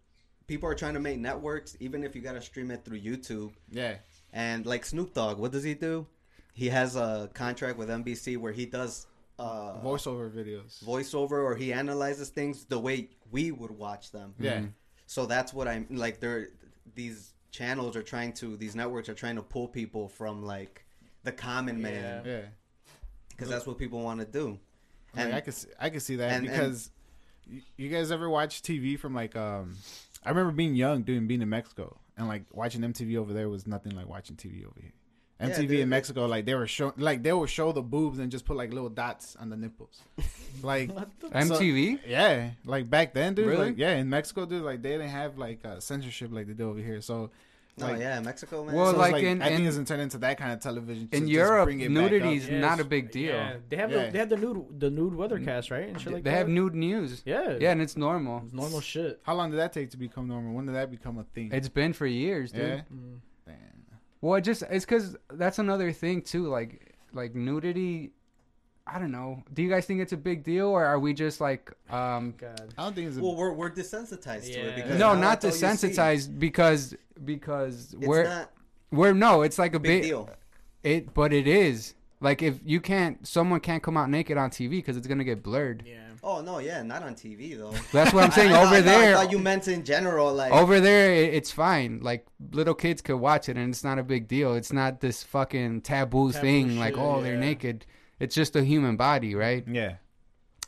Speaker 5: people are trying to make networks even if you gotta stream it through youtube
Speaker 1: yeah.
Speaker 5: and like snoop dogg what does he do he has a contract with nbc where he does uh
Speaker 1: voiceover videos.
Speaker 5: voiceover or he analyzes things the way we would watch them
Speaker 1: yeah,
Speaker 4: Mm-hmm.
Speaker 5: so that's what I'm like. They're these channels are trying to these networks are trying to pull people from like the common man
Speaker 1: yeah.
Speaker 5: because that's what people want to do.
Speaker 1: Like,
Speaker 5: And
Speaker 1: I could see, I could see that
Speaker 5: and- and-
Speaker 1: because you you guys ever watch TV from like um, I remember being young, doing being in Mexico and like watching MTV over there was nothing like watching TV over here. MTV
Speaker 5: dude,
Speaker 1: in
Speaker 5: it-
Speaker 1: Mexico, like they were show, like they would show the boobs and just put like little dots on the nipples, like
Speaker 4: MTV.
Speaker 1: Yeah, like back then, dude.
Speaker 4: Really?
Speaker 1: Like, yeah, in Mexico, dude, like they didn't have like uh, censorship like they do over here. So,
Speaker 5: no,
Speaker 1: like,
Speaker 5: oh, yeah, Mexico man.
Speaker 1: so
Speaker 4: Well,
Speaker 1: it's
Speaker 4: like in-
Speaker 1: I
Speaker 4: in-
Speaker 1: think it's turned into that kind of television. to
Speaker 4: in
Speaker 1: just
Speaker 4: Europe,
Speaker 1: bring it back up.
Speaker 4: nudity is
Speaker 3: Yeah,
Speaker 4: not a
Speaker 3: it's-
Speaker 4: big deal.
Speaker 3: Yeah. They have
Speaker 1: Yeah.
Speaker 3: The, they have the nude the nude weathercast right and shit like
Speaker 4: they
Speaker 3: that.
Speaker 4: have nude news.
Speaker 3: Yeah.
Speaker 4: Yeah, and it's normal.
Speaker 3: It's normal shit.
Speaker 1: How long did that take to become normal? When did that become a thing?
Speaker 4: It's been for years, dude.
Speaker 1: yeah.
Speaker 3: Mm.
Speaker 1: Damn.
Speaker 4: Well, it just it's because that's another thing too. Like like nudity. I don't know. Do you guys think it's a big deal, or are we just like um,
Speaker 3: God.
Speaker 1: I don't think it's. A,
Speaker 5: well, we're we're desensitized to
Speaker 3: Yeah.
Speaker 5: it because
Speaker 4: no,
Speaker 5: now
Speaker 4: not
Speaker 5: that's all you see.
Speaker 4: desensitized because because
Speaker 5: It's
Speaker 4: we're
Speaker 5: not
Speaker 4: we're no, it's like a
Speaker 5: a big
Speaker 4: bit
Speaker 5: deal.
Speaker 4: It, but it is Like if you can't, someone can't come out naked on TV because it's gonna get blurred.
Speaker 3: Yeah.
Speaker 5: Oh no, yeah, not on TV though.
Speaker 4: That's what I'm saying.
Speaker 5: I- I
Speaker 4: over
Speaker 5: thought-
Speaker 4: there,
Speaker 5: I thought you meant in general, like
Speaker 4: over there, it, it's fine. Like little kids could watch it, and it's not a big deal. It's not this fucking taboo,
Speaker 3: Taboo
Speaker 4: thing. like
Speaker 3: shit,
Speaker 4: oh, they're
Speaker 3: yeah.
Speaker 4: naked. It's just a human body, right?
Speaker 1: Yeah.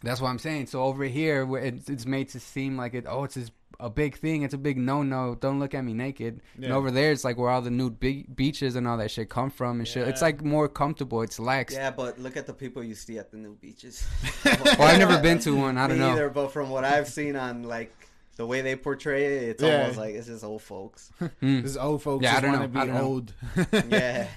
Speaker 4: That's what I'm saying. So over here, where it's, it's made to seem like it. Oh, it's this, a big thing. It's a big no no. Don't look at me naked. And
Speaker 1: Yeah.
Speaker 4: over there, it's like where all the nude be- beaches and all that shit come from and shit. It's
Speaker 3: Yeah.
Speaker 4: like more comfortable. It's lax.
Speaker 5: yeah, but look at the people you see at the new beaches.
Speaker 4: Well, I've never been to one. I don't
Speaker 5: Me
Speaker 4: know.
Speaker 5: either, but from what I've seen on like the way they portray it, it's
Speaker 1: Yeah.
Speaker 5: almost like it's just old folks.
Speaker 4: Hmm.
Speaker 1: This is old folks
Speaker 4: Yeah,
Speaker 1: just
Speaker 4: I
Speaker 1: want
Speaker 4: don't
Speaker 1: to
Speaker 4: know.
Speaker 1: be
Speaker 4: I don't
Speaker 1: old.
Speaker 4: know.
Speaker 5: yeah,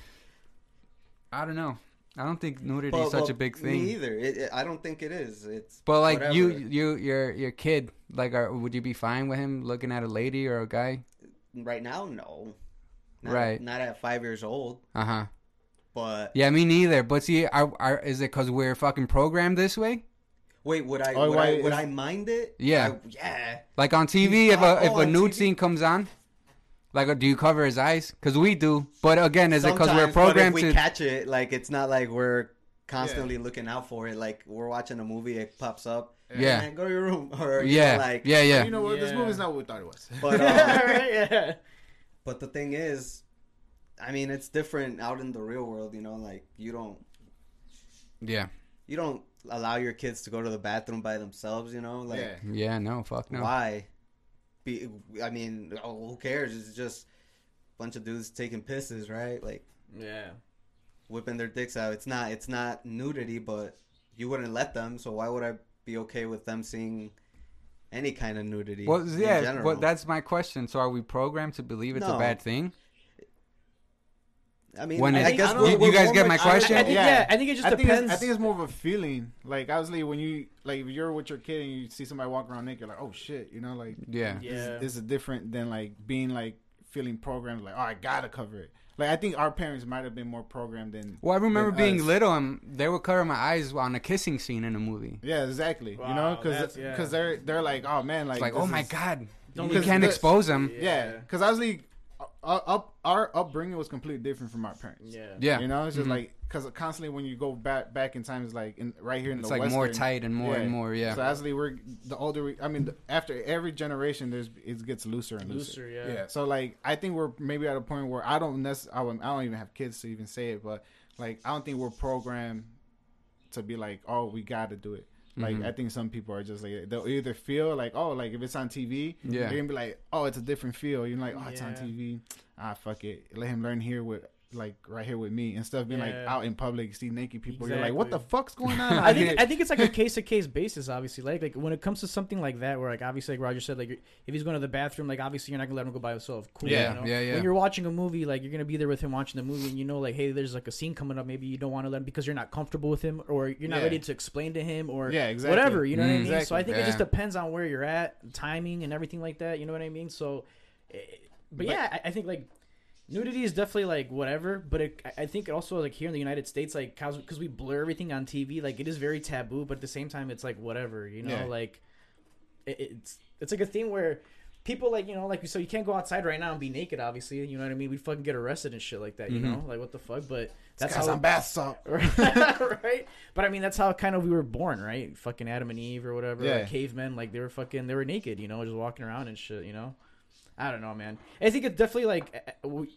Speaker 4: I don't know. I don't think nudity
Speaker 5: But-
Speaker 4: is such
Speaker 5: but
Speaker 4: a big
Speaker 5: Me
Speaker 4: thing.
Speaker 5: either. It, it- I don't think it is. It's
Speaker 4: But like you,
Speaker 5: whatever.
Speaker 4: you, your your kid, like, are, would you be fine with him looking at a lady or a guy?
Speaker 5: right now, no, Not-
Speaker 4: Right.
Speaker 5: Not at five years old,
Speaker 4: Uh huh.
Speaker 5: but
Speaker 4: Yeah, me neither. But see, are, are, is it because we're fucking programmed this way?
Speaker 5: wait, would I?
Speaker 1: Oh,
Speaker 5: would I,
Speaker 1: wait,
Speaker 5: would
Speaker 1: is-
Speaker 5: I mind it?
Speaker 4: Yeah.
Speaker 5: I- yeah.
Speaker 4: Like on TV, if
Speaker 5: Oh,
Speaker 4: a if
Speaker 5: on
Speaker 4: a nude
Speaker 5: TV?
Speaker 4: scene comes on, like, do you cover his eyes? Because we do. But again, is it because we're
Speaker 5: Sometimes, but
Speaker 4: programmed
Speaker 5: if we
Speaker 4: to?
Speaker 5: catch it like it's not like we're constantly looking out for it like we're watching a movie it pops up
Speaker 4: Yeah.
Speaker 5: "Man, go to your room or you
Speaker 4: yeah,
Speaker 5: know, like
Speaker 4: yeah, yeah,
Speaker 1: You know what? This
Speaker 3: Yeah. uh,
Speaker 1: movie's not what we thought it was.
Speaker 5: but um,
Speaker 3: Right, yeah.
Speaker 5: but the thing is i mean it's different out in the real world you know like you don't
Speaker 4: yeah,
Speaker 5: you don't allow your kids to go to the bathroom by themselves you know like
Speaker 1: yeah.
Speaker 4: yeah. No, fuck no.
Speaker 5: why Be, i mean oh, who cares it's just a bunch of dudes taking pisses right like
Speaker 3: Yeah.
Speaker 5: whipping their dicks out. It's not it's not nudity, but you wouldn't let them, so why would I be okay with them seeing any kind of nudity?
Speaker 4: Well,
Speaker 5: in
Speaker 4: yeah,
Speaker 5: general?
Speaker 4: but that's my question. So, are we programmed to believe it's a
Speaker 5: No.
Speaker 4: bad thing?
Speaker 5: I mean,
Speaker 4: when
Speaker 5: I
Speaker 4: it-
Speaker 5: guess
Speaker 4: I
Speaker 1: don't know.
Speaker 4: you-
Speaker 5: we're-
Speaker 4: you guys
Speaker 5: we're
Speaker 4: get my
Speaker 5: mature-
Speaker 4: question?
Speaker 3: I think, yeah. I think it just
Speaker 1: I think,
Speaker 3: depends.
Speaker 1: it's, I think it's more of a feeling. Like obviously, when you like if you're with your kid and you see somebody walking around naked, you're like, oh shit, you know, like
Speaker 4: Yeah.
Speaker 1: this,
Speaker 3: Yeah.
Speaker 1: is- this is different than like being like feeling programmed. Like oh, I gotta cover it. Like I think our parents might have been more programmed than.
Speaker 4: Well, I remember
Speaker 1: than
Speaker 4: being
Speaker 1: us.
Speaker 4: little and they would cover my eyes on a kissing scene in a movie.
Speaker 1: Yeah, exactly. you
Speaker 3: Wow,
Speaker 1: know, because
Speaker 3: that's- yeah.
Speaker 1: they're they're like, oh man, like
Speaker 4: It's like, oh
Speaker 1: this
Speaker 4: my
Speaker 1: is-
Speaker 4: god,
Speaker 3: Don't
Speaker 4: you
Speaker 1: look
Speaker 4: can't
Speaker 1: at this.
Speaker 4: expose them.
Speaker 1: yeah. Because obviously, our, uh, up our upbringing was completely different from our parents.
Speaker 3: Yeah.
Speaker 4: Yeah, Mm-hmm.
Speaker 1: You know, it's just like because constantly when you go back back in time, it's like in, right here in
Speaker 4: it's
Speaker 1: the
Speaker 4: like more
Speaker 1: Western-
Speaker 4: tight and more and more. Yeah,
Speaker 1: So actually, we're the older. We, I mean, the, after every generation, there's it gets looser and looser.
Speaker 3: Looser, yeah.
Speaker 1: So like, I think we're maybe at a point where I don't necessarily. I, wouldn't- I don't even have kids to even say it, but like, I don't think we're programmed to be like, oh, we got to do it. Like,
Speaker 3: Mm-hmm.
Speaker 1: I think some people are just like they'll either feel like, oh, like if it's on TV,
Speaker 4: Yeah.
Speaker 1: you're gonna be like, oh, it's a different feel. You're like, oh, it's on
Speaker 3: Yeah.
Speaker 1: TV. Ah, fuck it. Let him learn here with. Like right here with me, instead of being like
Speaker 3: Yeah.
Speaker 1: out in public, see naked people, you're like, "What the
Speaker 3: Exactly.
Speaker 1: fuck's going on?" out
Speaker 3: I
Speaker 1: here?"
Speaker 3: think I think it's like a case to case basis, obviously. Like like when it comes to something like that, where like obviously like Roger said, like you're- if he's going to the bathroom, like obviously you're not gonna let him go by himself. Cool. you
Speaker 4: Yeah,
Speaker 3: know?
Speaker 4: yeah, yeah.
Speaker 3: When you're watching a movie, like you're gonna be there with him watching the movie, and you know like hey, there's like a scene coming up. Maybe you don't want to let him because you're not comfortable with him, or you're not
Speaker 1: Yeah.
Speaker 3: ready to explain to him, or
Speaker 1: Yeah, exactly.
Speaker 3: whatever. You know what I
Speaker 4: Mm.
Speaker 3: mean? So I
Speaker 1: Exactly.
Speaker 3: think it just
Speaker 4: Yeah.
Speaker 3: depends on where you're at, timing, and everything like that. You know what I mean? So, eh, but, yeah, I, I think like nudity is definitely like whatever but it, I- i think it also like here in the united states like because we blur everything on tv like it is very taboo but at the same time it's like whatever you know
Speaker 1: Yeah.
Speaker 3: like it, it's it's like a thing where people like you know like so you can't go outside right now and be naked obviously you know what i mean we fucking get arrested and shit like that you know like what the fuck but that's
Speaker 1: Because Mm-hmm.
Speaker 3: how
Speaker 1: I'm bath salt.
Speaker 3: right but i mean that's how kind of we were born right fucking adam and eve or whatever
Speaker 1: Yeah.
Speaker 3: like cavemen like they were fucking they were naked you know just walking around and shit you know i don't know man i think it's definitely like uh, we,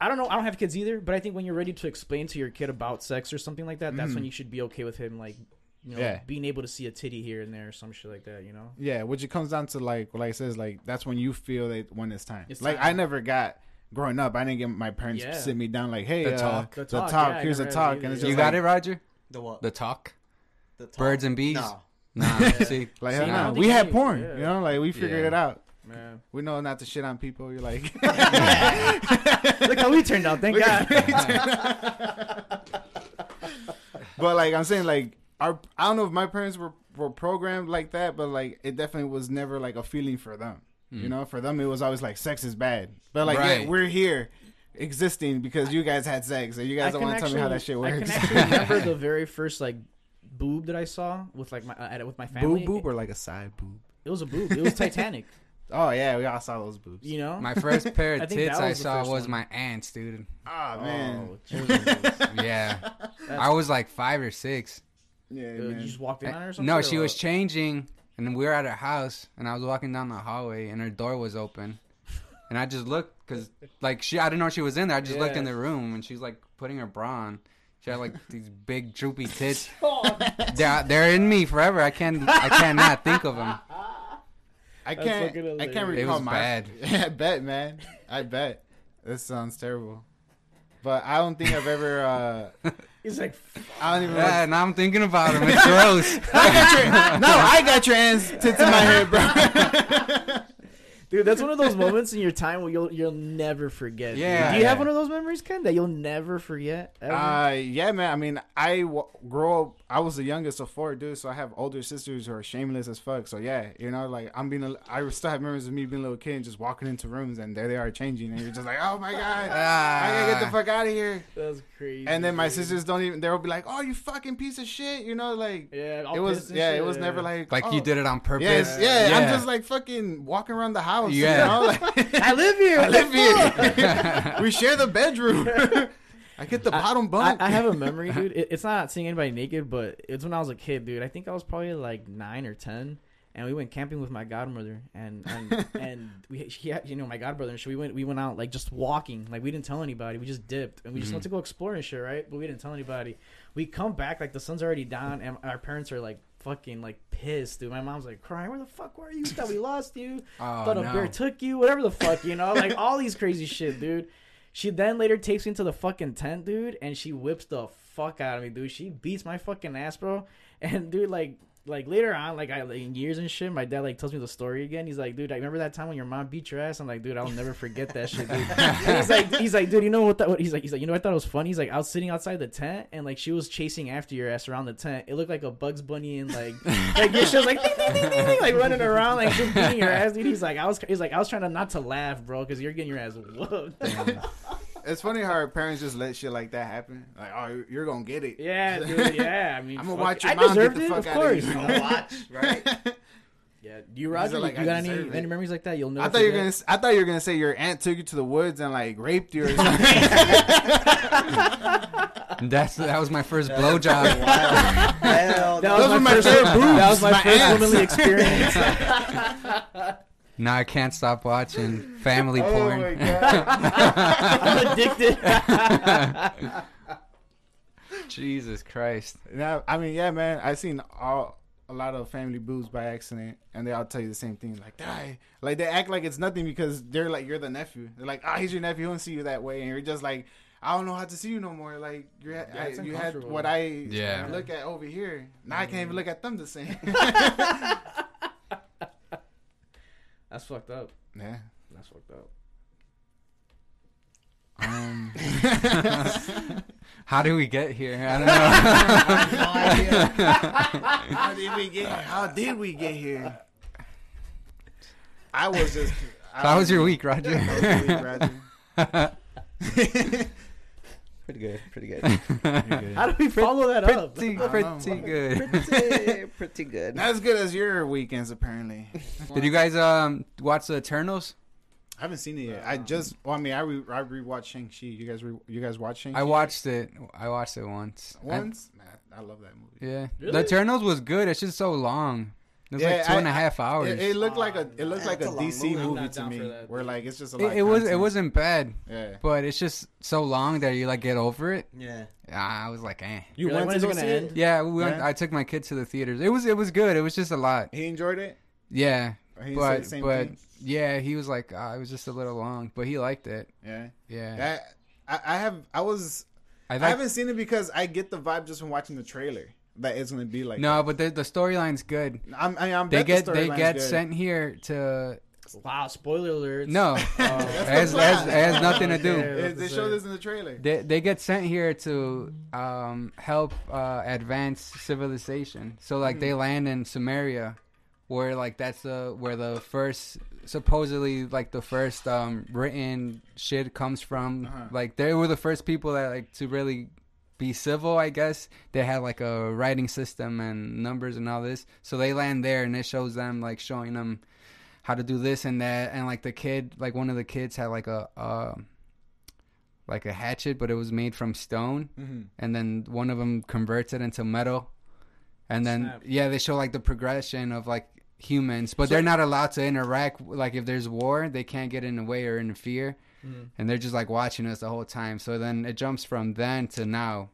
Speaker 3: I don't know. I don't have kids either, but I think when you're ready to explain to your kid about sex or something like that, that's when you should be okay with him, like, you know,
Speaker 1: Mm. Yeah.
Speaker 3: being able to see a titty here and there or some shit like that, you know?
Speaker 1: Yeah, which it comes down to like like it says like that's when you feel that when it's time.
Speaker 3: It's
Speaker 1: like
Speaker 3: time.
Speaker 1: I never got growing up. I didn't get my parents
Speaker 3: Yeah.
Speaker 1: sit me down like, hey,
Speaker 4: The
Speaker 1: uh,
Speaker 4: talk.
Speaker 1: the
Speaker 3: The talk,
Speaker 1: talk,
Speaker 3: yeah, I
Speaker 1: here's the
Speaker 3: never
Speaker 1: talk,
Speaker 3: had it
Speaker 1: and it's just
Speaker 3: either.
Speaker 4: you
Speaker 1: like,
Speaker 4: got it, Roger.
Speaker 5: the what?
Speaker 4: The talk,
Speaker 5: The talk.
Speaker 4: birds and bees.
Speaker 5: No.
Speaker 4: Nah, see,
Speaker 1: Like
Speaker 3: See,
Speaker 1: hell
Speaker 3: I don't
Speaker 1: no.
Speaker 3: think
Speaker 1: we
Speaker 3: you
Speaker 1: had
Speaker 3: do,
Speaker 1: porn,
Speaker 3: yeah.
Speaker 1: you know, like we figured
Speaker 4: Yeah.
Speaker 1: it out.
Speaker 3: Man.
Speaker 1: We know not to shit on people. You're like,
Speaker 3: Look how we turned out. Thank God.
Speaker 1: but like I'm saying, like our I don't know if my parents were were programmed like that, but like it definitely was never like a feeling for them. You know, for them it was always like sex is bad, but like
Speaker 4: Right.
Speaker 1: yeah, we're here existing because you guys had sex and you guys don't want to tell me how that shit
Speaker 3: I
Speaker 1: works.
Speaker 3: can actually remember the very first, like, boob that I saw with, like, my, uh, with my family.
Speaker 1: boob boob or like a side boob?
Speaker 3: It was a boob. It was Titanic,
Speaker 1: Oh yeah, we all saw those boobs.
Speaker 3: you know?
Speaker 4: my first pair
Speaker 3: I
Speaker 4: of
Speaker 3: think that
Speaker 4: tits I
Speaker 3: was the
Speaker 4: saw
Speaker 3: first
Speaker 4: was
Speaker 3: one.
Speaker 4: my aunt's, dude.
Speaker 1: Ah
Speaker 3: Oh,
Speaker 1: man,
Speaker 3: Jesus.
Speaker 4: Yeah, I was like five or six. Eh,
Speaker 1: Yeah,
Speaker 3: Uh, you
Speaker 1: man. Eh,
Speaker 3: just walked in on her or something?
Speaker 4: No,
Speaker 3: or
Speaker 4: she was
Speaker 3: what?
Speaker 4: changing, and we were at her house, and I was walking down the hallway, and her door was open, and I just looked because like she, I didn't know she was in there. I just looked in
Speaker 3: Yeah.
Speaker 4: the room, and she's like putting her bra on. She had like these big droopy tits.
Speaker 3: Oh,
Speaker 4: They're, they're in me forever. I can't I cannot think of them.
Speaker 1: I
Speaker 3: That's
Speaker 1: can't.
Speaker 3: fucking
Speaker 1: I can't
Speaker 3: hilarious.
Speaker 1: recall
Speaker 4: It was
Speaker 1: my.
Speaker 4: bad.
Speaker 1: I bet, man. I bet. This sounds terrible, but I don't think I've ever. Uh,
Speaker 3: he's like, "F-
Speaker 1: I don't even. know what-
Speaker 4: Yeah, and I'm thinking about them. It's gross.
Speaker 1: I got your no. I got your hands tits in my head, bro.
Speaker 3: dude, that's one of those moments in your time where you'll you'll never forget. dude.
Speaker 4: Yeah.
Speaker 3: Do you have
Speaker 1: Yeah.
Speaker 3: one of those memories, Ken, that you'll never forget? Ever?
Speaker 1: uh, yeah, man. I mean, I w- grow up. I was the youngest of four dudes, so I have older sisters who are shameless as fuck. So yeah, you know, like I'm being. A, I still have memories of me being a little kid and just walking into rooms and there they are changing, and you're just like, oh my
Speaker 4: Ah.
Speaker 1: god, I gotta get the fuck out of here.
Speaker 3: that's crazy.
Speaker 1: And then my
Speaker 3: dude.
Speaker 1: sisters don't even. They'll be like, oh, you fucking piece of shit. You know, like
Speaker 3: Yeah, all
Speaker 1: it was.
Speaker 3: pissed and
Speaker 1: Yeah,
Speaker 3: shit,
Speaker 1: it was never like
Speaker 4: Like
Speaker 1: oh,
Speaker 4: you did it on purpose.
Speaker 1: Yes, yeah, I'm just like fucking walking around the house.
Speaker 4: Yeah.
Speaker 1: You know? like,
Speaker 3: I live here.
Speaker 1: I live here. we share the bedroom. I get the bottom
Speaker 3: I,
Speaker 1: bunk.
Speaker 3: I have a memory, dude. It, it's not seeing anybody naked, but it's when I was a kid, dude. I think I was probably like nine or ten, and we went camping with my godmother, and and, and we, she had, you know, my godbrother and shit. We went, we went out like just walking, like we didn't tell anybody. We just dipped, and we just went to go explore and shit, right? But we didn't tell anybody. We come back like the sun's already down, and our parents are like fucking like pissed, dude. My mom's like crying. Where the fuck were you? Thought we lost you.
Speaker 4: Oh,
Speaker 3: Thought a
Speaker 4: no.
Speaker 3: bear took you. Whatever the fuck, you know, like all these crazy shit, dude. She then later takes me into the fucking tent, dude, and she whips the fuck out of me, dude. She beats my fucking ass, bro. And dude, like, like later on, like, I like, in years and shit, my dad like tells me the story again. He's like, dude, I remember that time when your mom beat your ass. I'm like, dude, I'll never forget that shit, dude. And he's like, he's like, dude, you know what? That, what he's like, he's like, you know, I thought it was funny. He's like, I was sitting outside the tent, and like she was chasing after your ass around the tent. It looked like a Bugs Bunny and like, like your shit was like, ding, ding, ding, ding, ding, like running around, like just beating your ass, dude. He's like, I was, he's like, I was trying to not to laugh, bro, because you're getting your ass whooped.
Speaker 1: it's funny how our parents just let shit like that happen. Like, oh, you're gonna get it.
Speaker 3: Yeah, dude. Yeah, I mean,
Speaker 1: I'm gonna
Speaker 3: fuck
Speaker 1: watch
Speaker 3: it.
Speaker 1: your
Speaker 3: I
Speaker 1: mom get
Speaker 3: deserved
Speaker 1: the
Speaker 3: it,
Speaker 1: fuck
Speaker 3: of
Speaker 1: out
Speaker 3: course.
Speaker 1: of
Speaker 5: Gotta watch, right?
Speaker 3: yeah, you Roger,
Speaker 1: like,
Speaker 3: you
Speaker 1: I
Speaker 3: got any,
Speaker 1: deserve it.
Speaker 3: any memories like that? You'll never.
Speaker 1: I thought you were
Speaker 3: forget?
Speaker 1: gonna. I thought you were gonna say your aunt took you to the woods and like raped you or something.
Speaker 4: That's that was my first blowjob.
Speaker 5: Wow. Hell
Speaker 3: That
Speaker 5: no.
Speaker 1: Those
Speaker 3: was,
Speaker 1: were
Speaker 3: my
Speaker 1: my
Speaker 3: first,
Speaker 1: favorite boobs,
Speaker 3: that was my,
Speaker 1: my
Speaker 3: first
Speaker 1: ass.
Speaker 3: womanly experience.
Speaker 4: now I can't stop watching family
Speaker 3: Oh
Speaker 4: porn.
Speaker 1: Oh god!
Speaker 3: I'm addicted.
Speaker 4: Jesus Christ.
Speaker 1: now, I mean, yeah, man. I've seen all a lot of family boobs by accident, and they all tell you the same thing. Like, die. Like they act like it's nothing because they're like you're the nephew. They're like, ah, he's your nephew. He don't see you that way, and you're just like. I don't know how to see you no more. Like you, had, I,
Speaker 3: it's
Speaker 1: you had
Speaker 3: uncomfortable. Mm-hmm.
Speaker 1: what I
Speaker 4: Yeah.
Speaker 1: look at over here. Now I can't even look at them the same.
Speaker 3: That's fucked up.
Speaker 1: yeah.
Speaker 3: That's fucked up.
Speaker 4: Um, how do we get here? I don't know.
Speaker 1: How did we get? How did we get here? I was just. I
Speaker 4: How was your week, Roger?
Speaker 5: Pretty good. Pretty good.
Speaker 3: How do we follow that up?
Speaker 4: pretty
Speaker 1: I don't
Speaker 4: pretty
Speaker 1: know.
Speaker 4: good.
Speaker 5: Pretty, pretty good.
Speaker 1: Not as good as your weekends, apparently.
Speaker 4: Did you guys um watch the Eternals?
Speaker 1: I haven't seen it yet.
Speaker 4: Uh,
Speaker 1: I just. Well, I mean, I re, I rewatched Shang Chi. You guys, re, you guys watch Shang
Speaker 4: I
Speaker 1: Chi
Speaker 4: watched it. I watched it once. I-
Speaker 1: once? Man, I love that movie.
Speaker 4: yeah. The
Speaker 3: Really?
Speaker 4: Eternals was good. It's just so long. It was
Speaker 1: Yeah,
Speaker 4: like two
Speaker 1: I-
Speaker 4: and a
Speaker 1: I-
Speaker 4: half hours.
Speaker 1: It, it
Speaker 3: Ah,
Speaker 1: looked like a. It looked
Speaker 5: That's
Speaker 1: like a,
Speaker 5: a long
Speaker 1: DC
Speaker 5: movie.
Speaker 1: movie,
Speaker 5: I'm
Speaker 3: not
Speaker 1: to
Speaker 3: down
Speaker 1: me.
Speaker 3: for that,
Speaker 1: where
Speaker 3: dude.
Speaker 1: like it's just a.
Speaker 4: It-
Speaker 1: Lot
Speaker 4: it was it
Speaker 1: content.
Speaker 4: wasn't bad,
Speaker 1: Yeah.
Speaker 4: but it's just so long that you like get over it.
Speaker 5: Yeah.
Speaker 4: Ah, I was like, eh.
Speaker 3: You
Speaker 1: went to go see
Speaker 3: gonna end?
Speaker 1: it?
Speaker 4: Yeah, we went,
Speaker 1: Yeah.
Speaker 4: I took my kids to the theaters. It was it was good. It was just a lot.
Speaker 1: He enjoyed it.
Speaker 4: Yeah,
Speaker 1: He said
Speaker 4: but
Speaker 1: the same
Speaker 4: but
Speaker 1: thing?
Speaker 4: yeah, he was like, ah, it was just a little long, but he liked it.
Speaker 1: Yeah.
Speaker 4: Yeah,
Speaker 1: That- I, I have. I was.
Speaker 4: I,
Speaker 1: I
Speaker 4: like,
Speaker 1: haven't seen it because I get the vibe just from watching the trailer that it's gonna be like.
Speaker 4: no, but the the storyline's good.
Speaker 1: I'm, I mean, I'm
Speaker 4: They
Speaker 1: bet the
Speaker 4: get they
Speaker 1: storyline's
Speaker 4: get
Speaker 1: good.
Speaker 4: sent here to
Speaker 3: Wow, spoiler alert.
Speaker 4: no, Uh, it has, it has, it has nothing to do.
Speaker 3: Okay.
Speaker 1: They, they show this in the trailer.
Speaker 4: They they get sent here to um, help uh, advance civilization. So like they land in Samaria, where like that's the where the first supposedly like the first um, written shit comes from.
Speaker 1: Uh-huh.
Speaker 4: Like they were the first people that like to really be civil. I guess they had like a writing system and numbers and all this. So they land there and it shows them like showing them how to do this and that and like the kid like one of the kids had like a. Uh, like a hatchet, but it was made from stone.
Speaker 3: Mm-hmm.
Speaker 1: Mhm.
Speaker 4: And then one of them converts it into metal. And then
Speaker 3: Snap.
Speaker 4: yeah, they show like the progression of like humans, but they're not allowed to interact. Like if there's war, they can't get in the way or interfere.
Speaker 3: Mm-hmm.
Speaker 4: And they're just like watching us the whole time. So then it jumps from then to now.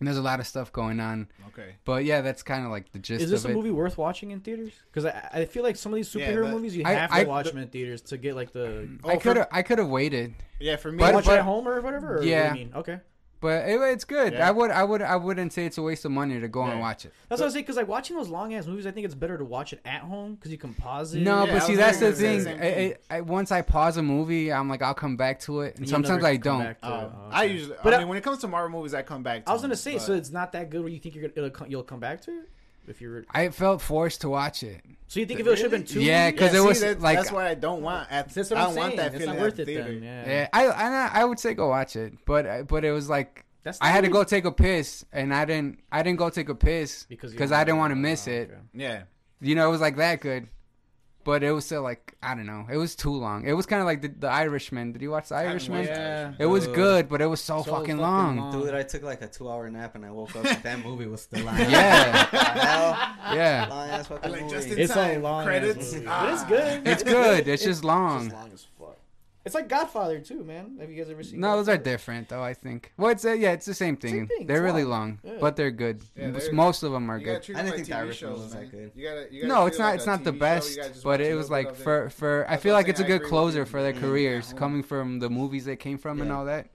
Speaker 4: And there's a lot of stuff going on.
Speaker 1: Okay.
Speaker 4: But yeah, that's kind of like the gist
Speaker 3: Is this
Speaker 4: of
Speaker 3: a
Speaker 4: it.
Speaker 3: movie worth watching in theaters? Because I, I feel like some of these
Speaker 1: Yeah,
Speaker 3: superhero
Speaker 1: but-
Speaker 3: movies you
Speaker 4: I-
Speaker 3: have
Speaker 4: I-
Speaker 3: to watch them in theaters to get like the
Speaker 4: I
Speaker 1: Oh,
Speaker 4: could
Speaker 1: for,
Speaker 4: have I could have waited,
Speaker 1: yeah, for me,
Speaker 4: But-
Speaker 3: watch
Speaker 4: but-
Speaker 3: it at home or whatever. Or yeah.
Speaker 4: Yeah.
Speaker 3: What do you mean? Okay.
Speaker 4: but it, it's good.
Speaker 1: Yeah.
Speaker 4: I would I would I wouldn't say it's a waste of money to go
Speaker 1: Yeah.
Speaker 4: and watch it.
Speaker 3: That's what I was saying. Because like watching those long ass movies, I think it's better to watch it at home because you can pause it.
Speaker 4: No,
Speaker 1: Yeah, I
Speaker 4: but see
Speaker 1: was
Speaker 4: that's the
Speaker 1: thinking the
Speaker 4: thing.
Speaker 1: same
Speaker 4: I- I, I, once I pause a movie, I'm like I'll come back to it, and
Speaker 3: You
Speaker 4: sometimes
Speaker 3: never
Speaker 4: I
Speaker 3: come
Speaker 4: don't.
Speaker 3: back to it.
Speaker 1: um,
Speaker 3: Oh,
Speaker 1: I
Speaker 3: okay.
Speaker 1: usually.
Speaker 3: But
Speaker 1: I
Speaker 3: I-
Speaker 1: mean, when it comes to Marvel movies, I come back. To
Speaker 3: I was
Speaker 1: them,
Speaker 3: gonna say,
Speaker 1: but-
Speaker 3: so it's not that good where you think you're gonna it'll, co- you'll come back to it if you're.
Speaker 4: I felt forced to watch it.
Speaker 3: So you think if it should have been two?
Speaker 4: Yeah,
Speaker 3: movies?
Speaker 4: 'cause
Speaker 1: Yeah,
Speaker 4: it
Speaker 1: see,
Speaker 4: was,
Speaker 1: that-
Speaker 4: like-
Speaker 1: that's what I don't want. At,
Speaker 3: that's what
Speaker 1: I
Speaker 3: I'm
Speaker 1: don't
Speaker 3: saying.
Speaker 1: want that
Speaker 3: it's
Speaker 1: feeling.
Speaker 3: not
Speaker 1: at
Speaker 3: worth it
Speaker 1: theater.
Speaker 3: then. Yeah.
Speaker 4: Yeah, I and I, I would say go watch it, but I- but it was like
Speaker 3: That's
Speaker 4: I had to
Speaker 3: not
Speaker 4: go
Speaker 3: really-
Speaker 4: take a piss, and I didn't I didn't go take a piss because
Speaker 3: you
Speaker 4: I didn't want to
Speaker 3: oh,
Speaker 4: miss it.
Speaker 3: okay.
Speaker 1: Yeah.
Speaker 4: You know, it was like that good. But it was still like I don't know. It was too long. It was kind of like the, the Irishman. Did you watch the
Speaker 1: haven't
Speaker 4: Irishman?
Speaker 1: watched
Speaker 3: Yeah.
Speaker 4: It was
Speaker 5: Ugh.
Speaker 4: good, but it was so,
Speaker 3: So
Speaker 4: fucking,
Speaker 3: fucking
Speaker 4: long.
Speaker 3: long.
Speaker 5: Dude, I took like a two-hour nap and I woke up. and that movie was still on.
Speaker 4: Yeah.
Speaker 5: The hell?
Speaker 4: Yeah,
Speaker 5: Long ass fucking
Speaker 1: Like
Speaker 5: movie.
Speaker 1: just in
Speaker 3: It's a
Speaker 1: time.
Speaker 3: long-ass
Speaker 1: credits.
Speaker 3: movie.
Speaker 1: Ah.
Speaker 3: But it's good.
Speaker 4: it's good. It's just long.
Speaker 5: long as fuck.
Speaker 3: It's like Godfather too, man. Have you guys ever seen?
Speaker 4: No, those are
Speaker 3: Godfather?
Speaker 4: different though. I think. Well, it's uh, yeah, it's the same thing.
Speaker 3: Same thing,
Speaker 4: They're
Speaker 3: it's
Speaker 4: really long,
Speaker 3: long. Yeah.
Speaker 4: but they're good.
Speaker 1: Yeah, they're-
Speaker 4: Most of them are
Speaker 1: You gotta
Speaker 4: good.
Speaker 1: treat
Speaker 5: I
Speaker 1: it
Speaker 5: didn't
Speaker 1: like
Speaker 5: think The
Speaker 1: TV
Speaker 5: Irishman
Speaker 1: shows,
Speaker 5: was
Speaker 1: man.
Speaker 5: that good.
Speaker 1: You gotta, you gotta
Speaker 4: No, it's
Speaker 1: treat it
Speaker 4: not.
Speaker 1: like
Speaker 4: It's
Speaker 1: a
Speaker 4: not the
Speaker 1: TV show. You
Speaker 4: best,
Speaker 1: gotta just
Speaker 4: but
Speaker 1: watch a
Speaker 4: it
Speaker 1: little
Speaker 4: was
Speaker 1: bit
Speaker 4: like
Speaker 1: of it.
Speaker 4: for for. I
Speaker 1: That's
Speaker 4: feel
Speaker 1: what I'm
Speaker 4: like it's a
Speaker 1: saying, I
Speaker 4: good
Speaker 1: agree with
Speaker 4: closer
Speaker 1: you. Mm-hmm.
Speaker 4: for their
Speaker 5: Mhm.
Speaker 4: careers,
Speaker 5: Yeah.
Speaker 4: coming from the movies they came from and
Speaker 5: Yeah.
Speaker 4: all that.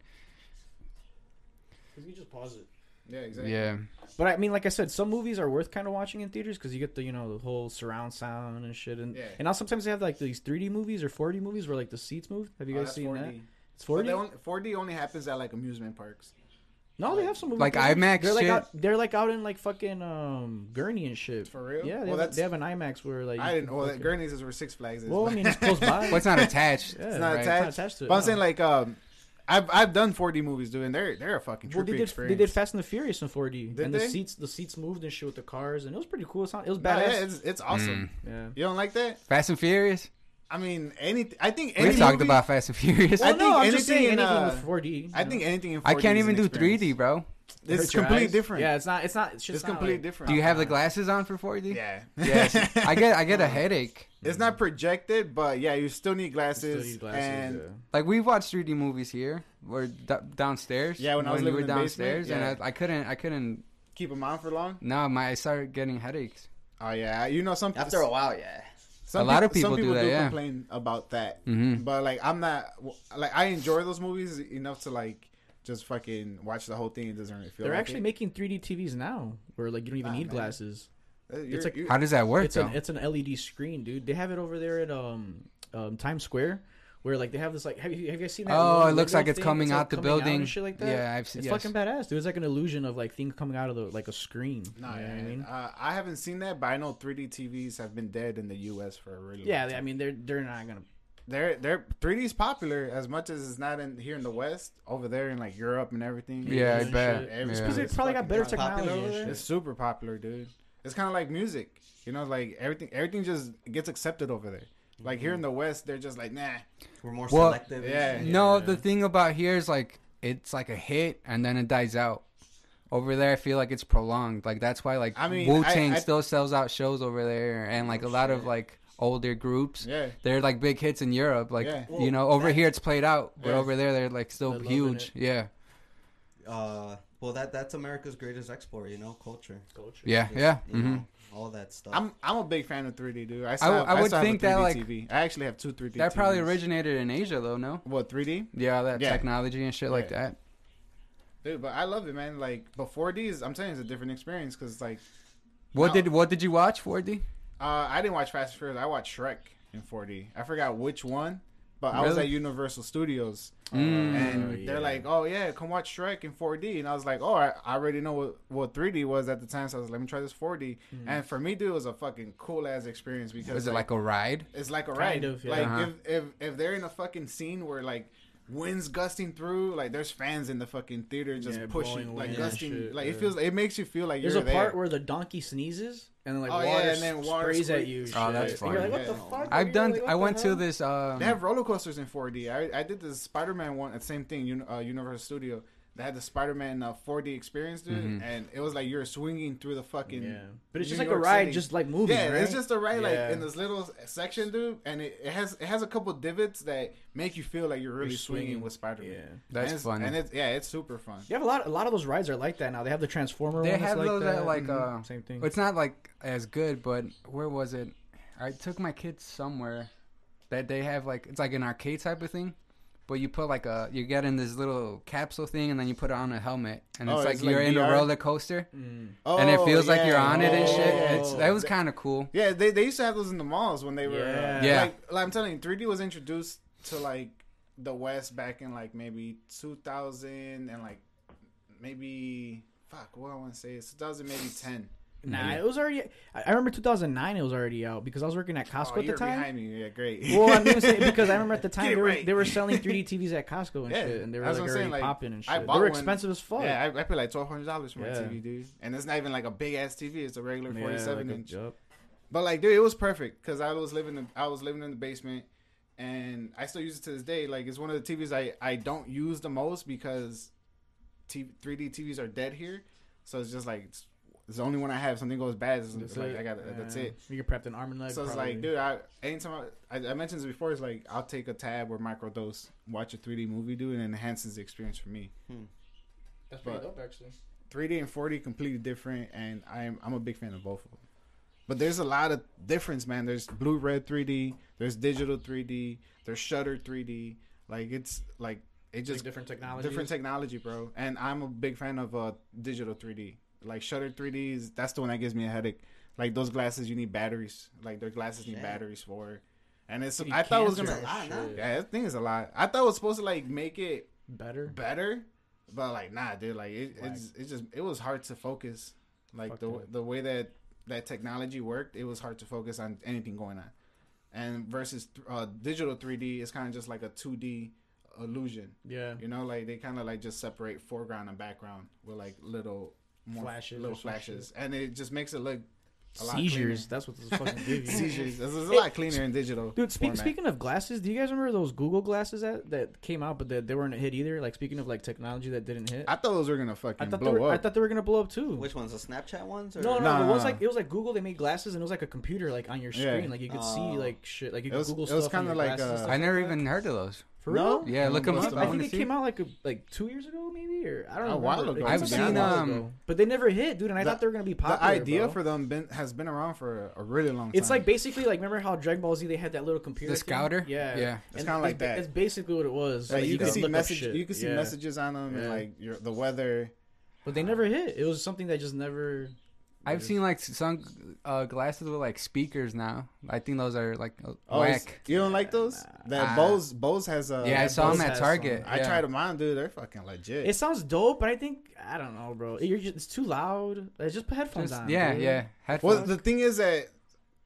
Speaker 3: You just pause it.
Speaker 1: Yeah, exactly.
Speaker 4: Yeah,
Speaker 3: But I mean, like I said, some movies are worth kind of watching in theaters because you get the you know the whole surround sound and shit, and
Speaker 1: Yeah.
Speaker 3: and now sometimes they have like these 3D movies or 4D movies where like the seats move. Have you
Speaker 1: Oh,
Speaker 3: guys
Speaker 1: that's
Speaker 3: seen that?
Speaker 1: 4D.
Speaker 3: It's
Speaker 1: But
Speaker 3: 4D.
Speaker 1: they only- 4D only happens at like amusement parks.
Speaker 3: no, they have some movies
Speaker 4: Like IMAX
Speaker 3: They're like
Speaker 4: shit?
Speaker 3: out, they're like out in like fucking um Gurney and shit.
Speaker 1: For real?
Speaker 3: Yeah,
Speaker 1: Well,
Speaker 3: they, have,
Speaker 1: that's-
Speaker 3: they have an IMAX where like
Speaker 1: I
Speaker 3: you
Speaker 1: didn't.
Speaker 3: can
Speaker 1: Well, that
Speaker 3: fucking-
Speaker 1: Gurney's is where Six Flags is.
Speaker 3: Well, I mean, it's close by.
Speaker 4: well, it's not attached.
Speaker 3: Yeah.
Speaker 1: it's not
Speaker 4: right.
Speaker 1: attached.
Speaker 3: attached to it,
Speaker 1: But I'm saying
Speaker 3: no.
Speaker 1: like um, I've I've done 4D movies, dude, and they're they're a fucking
Speaker 3: Well,
Speaker 1: trippy
Speaker 3: they did, they
Speaker 1: experience.
Speaker 3: did Fast and the Furious in 4D,
Speaker 1: Did
Speaker 3: and
Speaker 1: they?
Speaker 3: the seats the seats moved and shit with the cars, and it was pretty cool. It, sound, it was
Speaker 1: Nah, yeah,
Speaker 3: badass.
Speaker 1: it's, it's awesome.
Speaker 3: yeah.
Speaker 1: You don't like that?
Speaker 4: Fast and Furious.
Speaker 1: I mean, any. I think
Speaker 4: We
Speaker 1: any
Speaker 4: talked
Speaker 1: movie-
Speaker 4: about Fast and Furious.
Speaker 1: I
Speaker 3: Well,
Speaker 1: think
Speaker 3: no, I'm just
Speaker 1: anything
Speaker 3: saying
Speaker 1: in,
Speaker 3: anything
Speaker 1: uh,
Speaker 3: with 4D. you
Speaker 1: I
Speaker 3: know.
Speaker 1: think anything in 4D.
Speaker 4: I
Speaker 1: is
Speaker 4: can't
Speaker 1: an
Speaker 4: even do
Speaker 1: experience.
Speaker 4: 3D, bro.
Speaker 1: It's
Speaker 3: Hurt your
Speaker 1: completely
Speaker 3: eyes.
Speaker 1: different.
Speaker 3: Yeah, it's not. It's not. It's just
Speaker 1: it's
Speaker 3: not,
Speaker 1: completely
Speaker 3: like- Uh-huh.
Speaker 1: different.
Speaker 4: Do you have the glasses on for 4D?
Speaker 1: Yeah.
Speaker 4: Yes. I get I get a headache.
Speaker 1: It's not projected, but yeah, you still need
Speaker 3: You still
Speaker 1: glasses.
Speaker 3: need glasses,
Speaker 1: and
Speaker 3: yeah.
Speaker 4: Like we watched 3D movies here, or d- downstairs.
Speaker 1: Yeah, when I was
Speaker 4: we
Speaker 1: living
Speaker 4: were
Speaker 1: in the basement,
Speaker 4: downstairs, and
Speaker 1: yeah.
Speaker 4: I, I couldn't, I couldn't.
Speaker 1: keep them on for long.
Speaker 4: No, my I started getting headaches.
Speaker 1: Oh yeah, you know some
Speaker 5: After a while, yeah.
Speaker 1: some
Speaker 4: a lot of
Speaker 1: peop- some
Speaker 4: people do
Speaker 1: people
Speaker 4: that, yeah.
Speaker 1: complain about that,
Speaker 4: Mhm.
Speaker 1: but like I'm not like I enjoy those movies enough to like just fucking watch the whole thing. It doesn't really feel.
Speaker 3: They're
Speaker 1: like
Speaker 3: actually
Speaker 1: it.
Speaker 3: making 3D TVs now, where like you don't even
Speaker 1: Ah,
Speaker 3: need
Speaker 1: man.
Speaker 3: glasses.
Speaker 1: Uh,
Speaker 3: it's
Speaker 1: you're-
Speaker 3: a-
Speaker 1: you-
Speaker 4: How does that work
Speaker 3: It's
Speaker 4: though?
Speaker 3: an it's an LED screen, dude. They have it over there at um, um Times Square, where like they have this like have you have you guys seen that?
Speaker 4: oh,
Speaker 3: little
Speaker 4: it looks
Speaker 3: window
Speaker 4: like it's
Speaker 3: thing
Speaker 4: coming
Speaker 3: that's, like,
Speaker 4: out the
Speaker 3: coming
Speaker 4: building.
Speaker 3: and shit like that?
Speaker 4: Yeah, I've seen.
Speaker 3: It's
Speaker 4: Yes.
Speaker 3: fucking badass, dude. It's like an illusion of like things coming out of the like a screen.
Speaker 1: Nah,
Speaker 3: you know
Speaker 1: yeah,
Speaker 3: what I mean?
Speaker 1: uh, I haven't seen that, but I know 3D TVs have been dead in the U.S. for a really.
Speaker 3: Yeah,
Speaker 1: long
Speaker 3: they- I
Speaker 1: time.
Speaker 3: mean they're they're not gonna.
Speaker 1: they're they're 3D is popular as much as it's not in here in the West. Over there in like Europe and everything.
Speaker 4: Yeah, I
Speaker 1: It's-
Speaker 4: bet.
Speaker 1: shit, every-
Speaker 4: Yeah.
Speaker 3: Because
Speaker 1: it's
Speaker 3: they probably got
Speaker 1: fucking
Speaker 3: better
Speaker 1: popular.
Speaker 3: technology.
Speaker 5: popular
Speaker 3: and
Speaker 5: over
Speaker 3: shit.
Speaker 5: there?
Speaker 1: It's super popular, dude. It's kind of like music, you know, like everything everything just gets accepted over there. Like here in the West, they're just like, nah.
Speaker 5: We're more
Speaker 4: Well,
Speaker 5: selective. and
Speaker 1: yeah.
Speaker 5: shit.
Speaker 4: No,
Speaker 3: Yeah.
Speaker 4: the thing about here is like it's like a hit and then it dies out. Over there, I feel like it's prolonged. Like that's why like
Speaker 1: I mean,
Speaker 4: Wu Tang
Speaker 1: I- I-
Speaker 4: still sells out shows over there, and like a lot of like older groups.
Speaker 1: Yeah.
Speaker 4: They're like big hits in Europe, like
Speaker 1: Yeah.
Speaker 4: you know. Over
Speaker 5: Well,
Speaker 4: here, it's played out, but
Speaker 1: Yeah.
Speaker 4: over there, they're like still
Speaker 3: They're loving
Speaker 4: huge.
Speaker 3: it.
Speaker 4: Yeah,
Speaker 5: Uh, well, that that's America's greatest export, you know, culture.
Speaker 4: yeah, yeah.
Speaker 5: You
Speaker 4: hmm
Speaker 5: know, all that stuff.
Speaker 1: I'm I'm a big fan of 3D, dude. I,
Speaker 4: I
Speaker 1: still,
Speaker 4: would
Speaker 1: still have
Speaker 4: think
Speaker 1: a 3D
Speaker 4: that, like,
Speaker 1: TV. I actually have two 3D.
Speaker 4: That probably
Speaker 1: TVs.
Speaker 4: originated in Asia, though. No,
Speaker 1: What 3D?
Speaker 4: yeah, that
Speaker 1: Yeah.
Speaker 4: technology and shit like
Speaker 1: Yeah.
Speaker 4: that.
Speaker 1: Dude, but I love it, man. Like, but 4D is, I'm saying, it's a different experience because it's like,
Speaker 4: What
Speaker 1: Now-
Speaker 4: did what did you watch, 4D?
Speaker 1: uh, I didn't watch Fast and Furious. I watched Shrek in 4D. I forgot which one, but I was
Speaker 4: Really?
Speaker 1: at Universal Studios,
Speaker 4: Mm.
Speaker 1: and
Speaker 3: Oh,
Speaker 1: they're
Speaker 3: yeah.
Speaker 1: like, "Oh yeah, come watch Shrek in 4D." And I was like, "Oh, I, I already know what, what 3D was at the time, so I was like, let me try this 4D." And for me, dude, it was a fucking cool ass experience because
Speaker 4: Was it Mm. like a ride?
Speaker 1: it's like a
Speaker 3: Kind
Speaker 1: ride.
Speaker 3: of, yeah.
Speaker 1: Like
Speaker 4: Uh-huh.
Speaker 1: if, if if they're in a fucking scene where like winds gusting through. Like there's fans in the fucking theater just
Speaker 3: Yeah, blowing
Speaker 1: pushing, like
Speaker 3: wind and
Speaker 1: gusting.
Speaker 3: shit,
Speaker 1: like it
Speaker 3: yeah.
Speaker 1: feels. It makes you feel like
Speaker 3: There's
Speaker 1: you're
Speaker 3: a
Speaker 1: there.
Speaker 3: part where the donkey sneezes and then like
Speaker 1: Oh,
Speaker 3: water,
Speaker 1: yeah, and then water
Speaker 3: sprays at
Speaker 1: squirts.
Speaker 3: you. and
Speaker 4: Oh,
Speaker 3: shit.
Speaker 4: that's
Speaker 3: And you're
Speaker 4: funny.
Speaker 3: like, what the
Speaker 1: Yeah.
Speaker 3: fuck?
Speaker 4: I've
Speaker 3: nigga?
Speaker 4: done.
Speaker 3: Like, what
Speaker 4: I
Speaker 3: the
Speaker 4: went to
Speaker 3: hell?
Speaker 4: this. Um,
Speaker 1: They have roller coasters in 4D. I, I did the Spider Man one at same thing, Un- uh, Universal Studio. They had the Spider Man uh, 4D experience, dude,
Speaker 4: Mm-hmm.
Speaker 1: and it was like you're swinging through the fucking.
Speaker 3: Yeah, but it's just
Speaker 1: New
Speaker 3: like a
Speaker 1: York
Speaker 3: ride,
Speaker 1: City.
Speaker 3: just like moving.
Speaker 1: Yeah,
Speaker 3: right?
Speaker 1: it's just a ride like
Speaker 3: Yeah.
Speaker 1: in this little section, dude, and it, it has it has a couple divots that make you feel like you're really
Speaker 3: You're
Speaker 1: swinging,
Speaker 3: swinging.
Speaker 1: with Spider Man.
Speaker 3: Yeah.
Speaker 4: That's
Speaker 1: and it's,
Speaker 4: funny.
Speaker 1: and it's yeah, it's super fun.
Speaker 3: You have a lot. A lot of those rides are like that now. They have the Transformer.
Speaker 4: they
Speaker 3: ones
Speaker 4: have
Speaker 3: like
Speaker 4: those
Speaker 3: that.
Speaker 4: that like
Speaker 3: Mhm.
Speaker 4: uh,
Speaker 3: same thing.
Speaker 4: It's not like as good, but where was it? I took my kids somewhere that they have like it's like an arcade type of thing, but you put like a you get in this little capsule thing and then you put it on a helmet and
Speaker 1: Oh,
Speaker 4: it's like
Speaker 1: it's like
Speaker 4: you're in a
Speaker 1: VR?
Speaker 4: roller coaster
Speaker 3: Mm.
Speaker 1: Oh,
Speaker 4: and it feels like
Speaker 1: yeah.
Speaker 4: you're on it and shit.
Speaker 1: Oh.
Speaker 4: It's that was kind of cool.
Speaker 1: Yeah, they, they used to have those in the malls when they were. uh,
Speaker 3: Yeah.
Speaker 4: Yeah.
Speaker 1: Like, like I'm telling you, 3D was introduced to like the West back in like maybe 2000 and like maybe fuck what I want to say is 2000 maybe 10.
Speaker 3: Nah, it was already. I I remember 2009. It was already out because I was working at Costco
Speaker 1: oh,
Speaker 3: at the
Speaker 1: you're
Speaker 3: time.
Speaker 1: behind me. Yeah, great.
Speaker 3: well, I'm gonna say because I remember at the time
Speaker 1: Get it
Speaker 3: they were,
Speaker 1: right.
Speaker 3: they were selling 3D TVs at Costco and
Speaker 1: Yeah,
Speaker 3: shit, and they were
Speaker 1: that's what I'm
Speaker 3: like already
Speaker 1: saying, like,
Speaker 3: popping and
Speaker 1: I
Speaker 3: shit. They
Speaker 1: bought
Speaker 3: were
Speaker 1: one-
Speaker 3: expensive as fuck.
Speaker 1: Yeah, I, I paid like twelve hundred dollars for my
Speaker 3: Yeah.
Speaker 1: TV, dude, and it's not even like a big ass TV; it's a regular
Speaker 3: Yeah,
Speaker 1: forty-seven
Speaker 3: like a
Speaker 1: inch.
Speaker 3: job.
Speaker 1: But like, dude, it was perfect because I was living in I was living in the basement, and I still use it to this day. Like, it's one of the TVs I I don't use the most because T- 3D TVs are dead here, so it's just like it's, it's the only one I have. If something goes bad, it's,
Speaker 3: That's
Speaker 1: like
Speaker 3: it.
Speaker 1: I got that's
Speaker 3: Yeah.
Speaker 1: it.
Speaker 3: You get prepped an arm and leg.
Speaker 1: So it's
Speaker 3: probably.
Speaker 1: like, dude, I anytime I, I, I mentioned this before, it's like I'll take a tab or microdose, watch a 3D movie, dude, and it enhances the experience for me.
Speaker 3: that's
Speaker 1: pretty
Speaker 3: dope actually.
Speaker 1: 3D and 4D completely different, and I'm I'm a big fan of both of them. But there's a lot of difference, man. There's blue red 3D, there's digital 3D, there's shutter 3D. Like it's like it just
Speaker 3: different technology.
Speaker 1: different technology, bro. And I'm a big fan of uh digital 3D. Like shutter 3D is that's the one that gives me a headache. Like those glasses, you need batteries. Like their glasses need
Speaker 5: Shit.
Speaker 1: batteries for. And it's
Speaker 3: Dude,
Speaker 1: I thought it was
Speaker 3: cancer
Speaker 1: gonna
Speaker 3: and shit.
Speaker 1: yeah, that thing is a lot. I thought it was supposed to like make it
Speaker 3: Better.
Speaker 1: better, but like nah, dude. Like it,
Speaker 3: Whack.
Speaker 1: it's it's just it was hard to focus. Like
Speaker 3: Fucked
Speaker 1: the
Speaker 3: up.
Speaker 1: the way that that technology worked, it was hard to focus on anything going on. And versus uh, digital 3D, it's kind of just like a 2D illusion.
Speaker 3: Yeah.
Speaker 1: You know, like they kind of like just separate foreground and background with like little more
Speaker 3: Flashes or
Speaker 1: little
Speaker 3: some
Speaker 1: flashes, and it just makes it look a lot
Speaker 3: Seizures. That's what this fucking
Speaker 1: cleaner.
Speaker 3: give you.
Speaker 1: Seizures. It's it's a lot cleaner in digital.
Speaker 3: Dude, speak,
Speaker 1: format.
Speaker 3: speaking of glasses, do you guys remember those Google glasses that, that came out, but that they weren't a hit either? Like speaking of like technology that didn't hit,
Speaker 1: I thought those were gonna
Speaker 3: I
Speaker 1: fucking
Speaker 3: thought
Speaker 1: blow
Speaker 3: they were,
Speaker 1: up.
Speaker 3: I thought they were gonna blow up too.
Speaker 5: Which ones? The Snapchat ones? Or?
Speaker 3: no, no,
Speaker 1: No,
Speaker 3: but
Speaker 1: no,
Speaker 3: it was
Speaker 1: no.
Speaker 3: like it was like Google. They made glasses, and it was like a computer, like on your
Speaker 1: Yeah.
Speaker 3: screen, like you could
Speaker 5: Oh.
Speaker 3: see like shit, like you
Speaker 1: It
Speaker 3: could
Speaker 1: was-
Speaker 3: Google
Speaker 1: it was
Speaker 3: stuff. on
Speaker 1: kinda
Speaker 3: your
Speaker 1: like,
Speaker 3: glasses and
Speaker 1: uh,
Speaker 3: stuff
Speaker 4: I never
Speaker 3: like that.
Speaker 4: even heard of those.
Speaker 3: For
Speaker 1: No?
Speaker 3: real?
Speaker 4: Yeah,
Speaker 1: I'm
Speaker 4: look them
Speaker 1: gonna
Speaker 4: up.
Speaker 1: bust
Speaker 4: I
Speaker 3: I
Speaker 1: them
Speaker 4: want
Speaker 3: think
Speaker 4: to
Speaker 3: it
Speaker 4: see.
Speaker 3: came out like a, like two years ago, maybe, or I don't
Speaker 1: A
Speaker 3: know.
Speaker 1: while ago.
Speaker 4: I've seen, um,
Speaker 3: but they never hit, dude. And I
Speaker 1: the-
Speaker 3: thought they were gonna be
Speaker 1: the
Speaker 3: popular.
Speaker 1: idea
Speaker 3: bro.
Speaker 1: for them been, has been around for a, a really long time.
Speaker 3: It's like basically like remember how Dragon Ball Z they had that little computer.
Speaker 4: The
Speaker 3: thing?
Speaker 4: scouter?
Speaker 3: Yeah,
Speaker 4: Yeah.
Speaker 1: It's kinda like
Speaker 3: ba-
Speaker 1: that.
Speaker 3: It's basically what it was.
Speaker 1: Like,
Speaker 3: Like,
Speaker 1: you, can
Speaker 3: could
Speaker 1: see
Speaker 3: look up
Speaker 1: message.
Speaker 3: shit.
Speaker 1: You can see
Speaker 3: Yeah.
Speaker 1: messages on them and
Speaker 3: Yeah.
Speaker 1: like your, the weather.
Speaker 3: but they never hit. It was something that just never.
Speaker 4: I've seen like some uh, glasses with like speakers now. I think those are like uh,
Speaker 1: Oh, it's-
Speaker 4: whack.
Speaker 1: you don't like those? That
Speaker 4: Ah.
Speaker 1: Bose Bose has a.
Speaker 4: Yeah, I
Speaker 1: that
Speaker 4: saw them
Speaker 1: Bose
Speaker 4: at
Speaker 1: has-
Speaker 3: has
Speaker 4: Target.
Speaker 1: I
Speaker 4: yeah.
Speaker 1: tried them on, dude. They're fucking legit.
Speaker 3: It sounds dope, but I think I don't know, bro. You're just, it's too loud. Like, just put headphones
Speaker 4: Just-
Speaker 3: on.
Speaker 4: yeah,
Speaker 3: dude.
Speaker 4: yeah.
Speaker 1: well,
Speaker 4: Headphones.
Speaker 1: the thing is that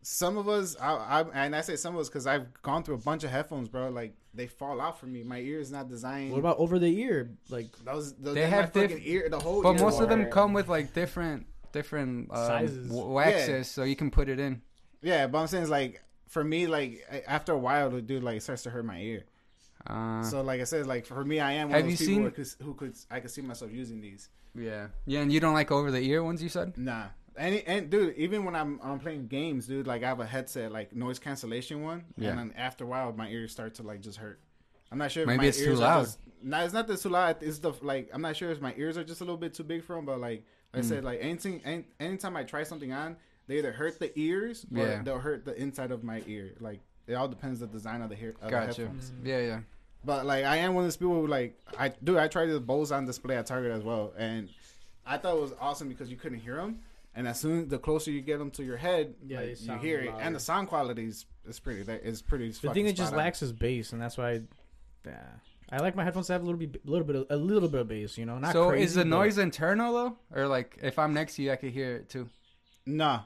Speaker 1: some of us, I, I and I say some of us because I've gone through a bunch of headphones, bro. Like they fall out for me. My ear is not designed.
Speaker 3: What about over the ear? Like
Speaker 1: those? those
Speaker 4: They
Speaker 1: they
Speaker 4: have
Speaker 1: have
Speaker 4: diff-
Speaker 1: fucking ear. The whole.
Speaker 4: But
Speaker 1: ear
Speaker 4: most of them
Speaker 1: part.
Speaker 4: come with like different different um,
Speaker 3: Sizes.
Speaker 4: w-
Speaker 1: Yeah.
Speaker 4: waxes, so you can put it in.
Speaker 1: Yeah, but I'm saying it's like for me, like a- after a while, dude, like it starts to hurt my ear.
Speaker 4: Uh,
Speaker 1: So like I said, like for me, I am one
Speaker 4: Have
Speaker 1: of
Speaker 4: you
Speaker 1: those people
Speaker 4: seen-
Speaker 1: who, could, who could I could see myself using these.
Speaker 4: yeah, yeah, and you don't like over the ear ones. You said
Speaker 1: Nah, and and dude, even when I'm I'm playing games, dude, like I have a headset, like noise cancellation one,
Speaker 4: Yeah.
Speaker 1: and then after a while, my ears start to like just hurt. I'm not sure. If
Speaker 4: Maybe
Speaker 1: my
Speaker 4: it's too
Speaker 1: ears are
Speaker 4: loud.
Speaker 1: Just, nah, it's not that it's too loud. It's the like I'm not sure if my ears are just a little bit too big for them, but like, like I
Speaker 4: Mm.
Speaker 1: said, like anything, any, anytime I try something on, they either hurt the ears or
Speaker 4: Yeah.
Speaker 1: they'll hurt the inside of my ear. Like it all depends the design of the hair. Of The
Speaker 4: gotcha.
Speaker 1: headphone.
Speaker 3: Mm.
Speaker 4: Yeah, yeah.
Speaker 1: But like I am one of those people who like I do. I tried the Bose on display at Target as well, and I thought it was awesome because you couldn't hear them. And as soon the closer you get them to your head,
Speaker 3: Yeah,
Speaker 1: like,
Speaker 3: they
Speaker 1: you
Speaker 3: sound
Speaker 1: hear it,
Speaker 3: louder.
Speaker 1: and the sound quality is, is pretty. That is pretty.
Speaker 3: the thing that just lacks is bass, and that's why. I, yeah, I like my headphones to have a little bit, little bit, of, a little bit of bass. You know, not
Speaker 4: so
Speaker 3: crazy,
Speaker 4: is the
Speaker 3: but-
Speaker 4: noise internal though, or like if I'm next to you, I could hear it too?
Speaker 1: Nah,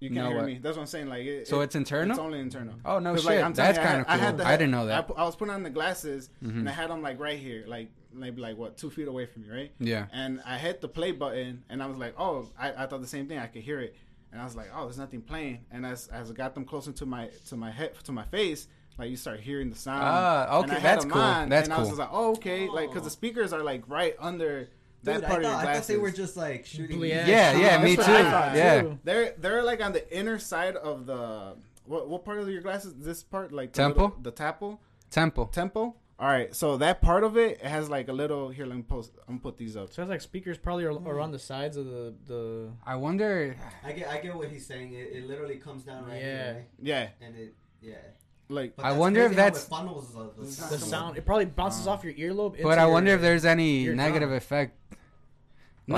Speaker 1: You can't
Speaker 4: No,
Speaker 1: hear
Speaker 4: what?
Speaker 1: me. That's what I'm saying. Like, it,
Speaker 4: So
Speaker 1: it-
Speaker 4: it's internal?
Speaker 1: It's only internal.
Speaker 4: Oh, no
Speaker 1: 'Cause,
Speaker 4: shit.
Speaker 1: I'm telling
Speaker 4: That's
Speaker 1: you, I-
Speaker 4: kinda
Speaker 1: I had
Speaker 4: cool.
Speaker 1: the
Speaker 4: I
Speaker 1: head-
Speaker 4: didn't know that. Mm-hmm.
Speaker 1: pu- I was putting on the glasses and I had them like right here, like maybe like what two feet away from me, right?
Speaker 4: Yeah.
Speaker 1: And I hit the play button, and I was like, oh, I, I thought the same thing. I could hear it, and I was like, oh, there's nothing playing. And as as I got them closer to my to my head to my face. Like you start hearing the sound.
Speaker 4: Ah,
Speaker 1: And I
Speaker 4: okay,
Speaker 1: had
Speaker 4: that's
Speaker 1: 'em
Speaker 4: cool. That's
Speaker 1: and I was
Speaker 4: cool.
Speaker 1: just like, oh, okay, like because the speakers are like right under that
Speaker 5: Dude, I,
Speaker 1: part
Speaker 5: thought,
Speaker 1: of your
Speaker 5: I
Speaker 1: glasses.
Speaker 5: thought they were just like shooting.
Speaker 3: Blue ass.
Speaker 4: Yeah, yeah,
Speaker 1: Oh,
Speaker 4: me too.
Speaker 1: that's what I thought,
Speaker 4: Yeah.
Speaker 3: too.
Speaker 1: They're they're like on the inner side of the what what part of your glasses? This part like the
Speaker 4: Temple?
Speaker 1: little- the tapo
Speaker 4: Temple.
Speaker 1: temple. All right, so that part of it, it has like a little here. Let me post. I'm gonna put these up.
Speaker 3: Sounds like speakers probably are, are on the sides of the the.
Speaker 4: I wonder.
Speaker 5: I get, I get what he's saying. It, it literally comes down right
Speaker 3: Yeah.
Speaker 5: here, right?
Speaker 1: Yeah,
Speaker 5: and it, yeah.
Speaker 1: like
Speaker 5: But
Speaker 4: I wonder if
Speaker 5: crazy how
Speaker 4: that's-
Speaker 5: it funnels the, the
Speaker 3: The
Speaker 5: sound.
Speaker 3: sound it probably bounces off your earlobe. into
Speaker 4: But I
Speaker 3: your-
Speaker 4: wonder if there's any
Speaker 3: your
Speaker 4: negative
Speaker 3: drum.
Speaker 4: effect.
Speaker 1: not-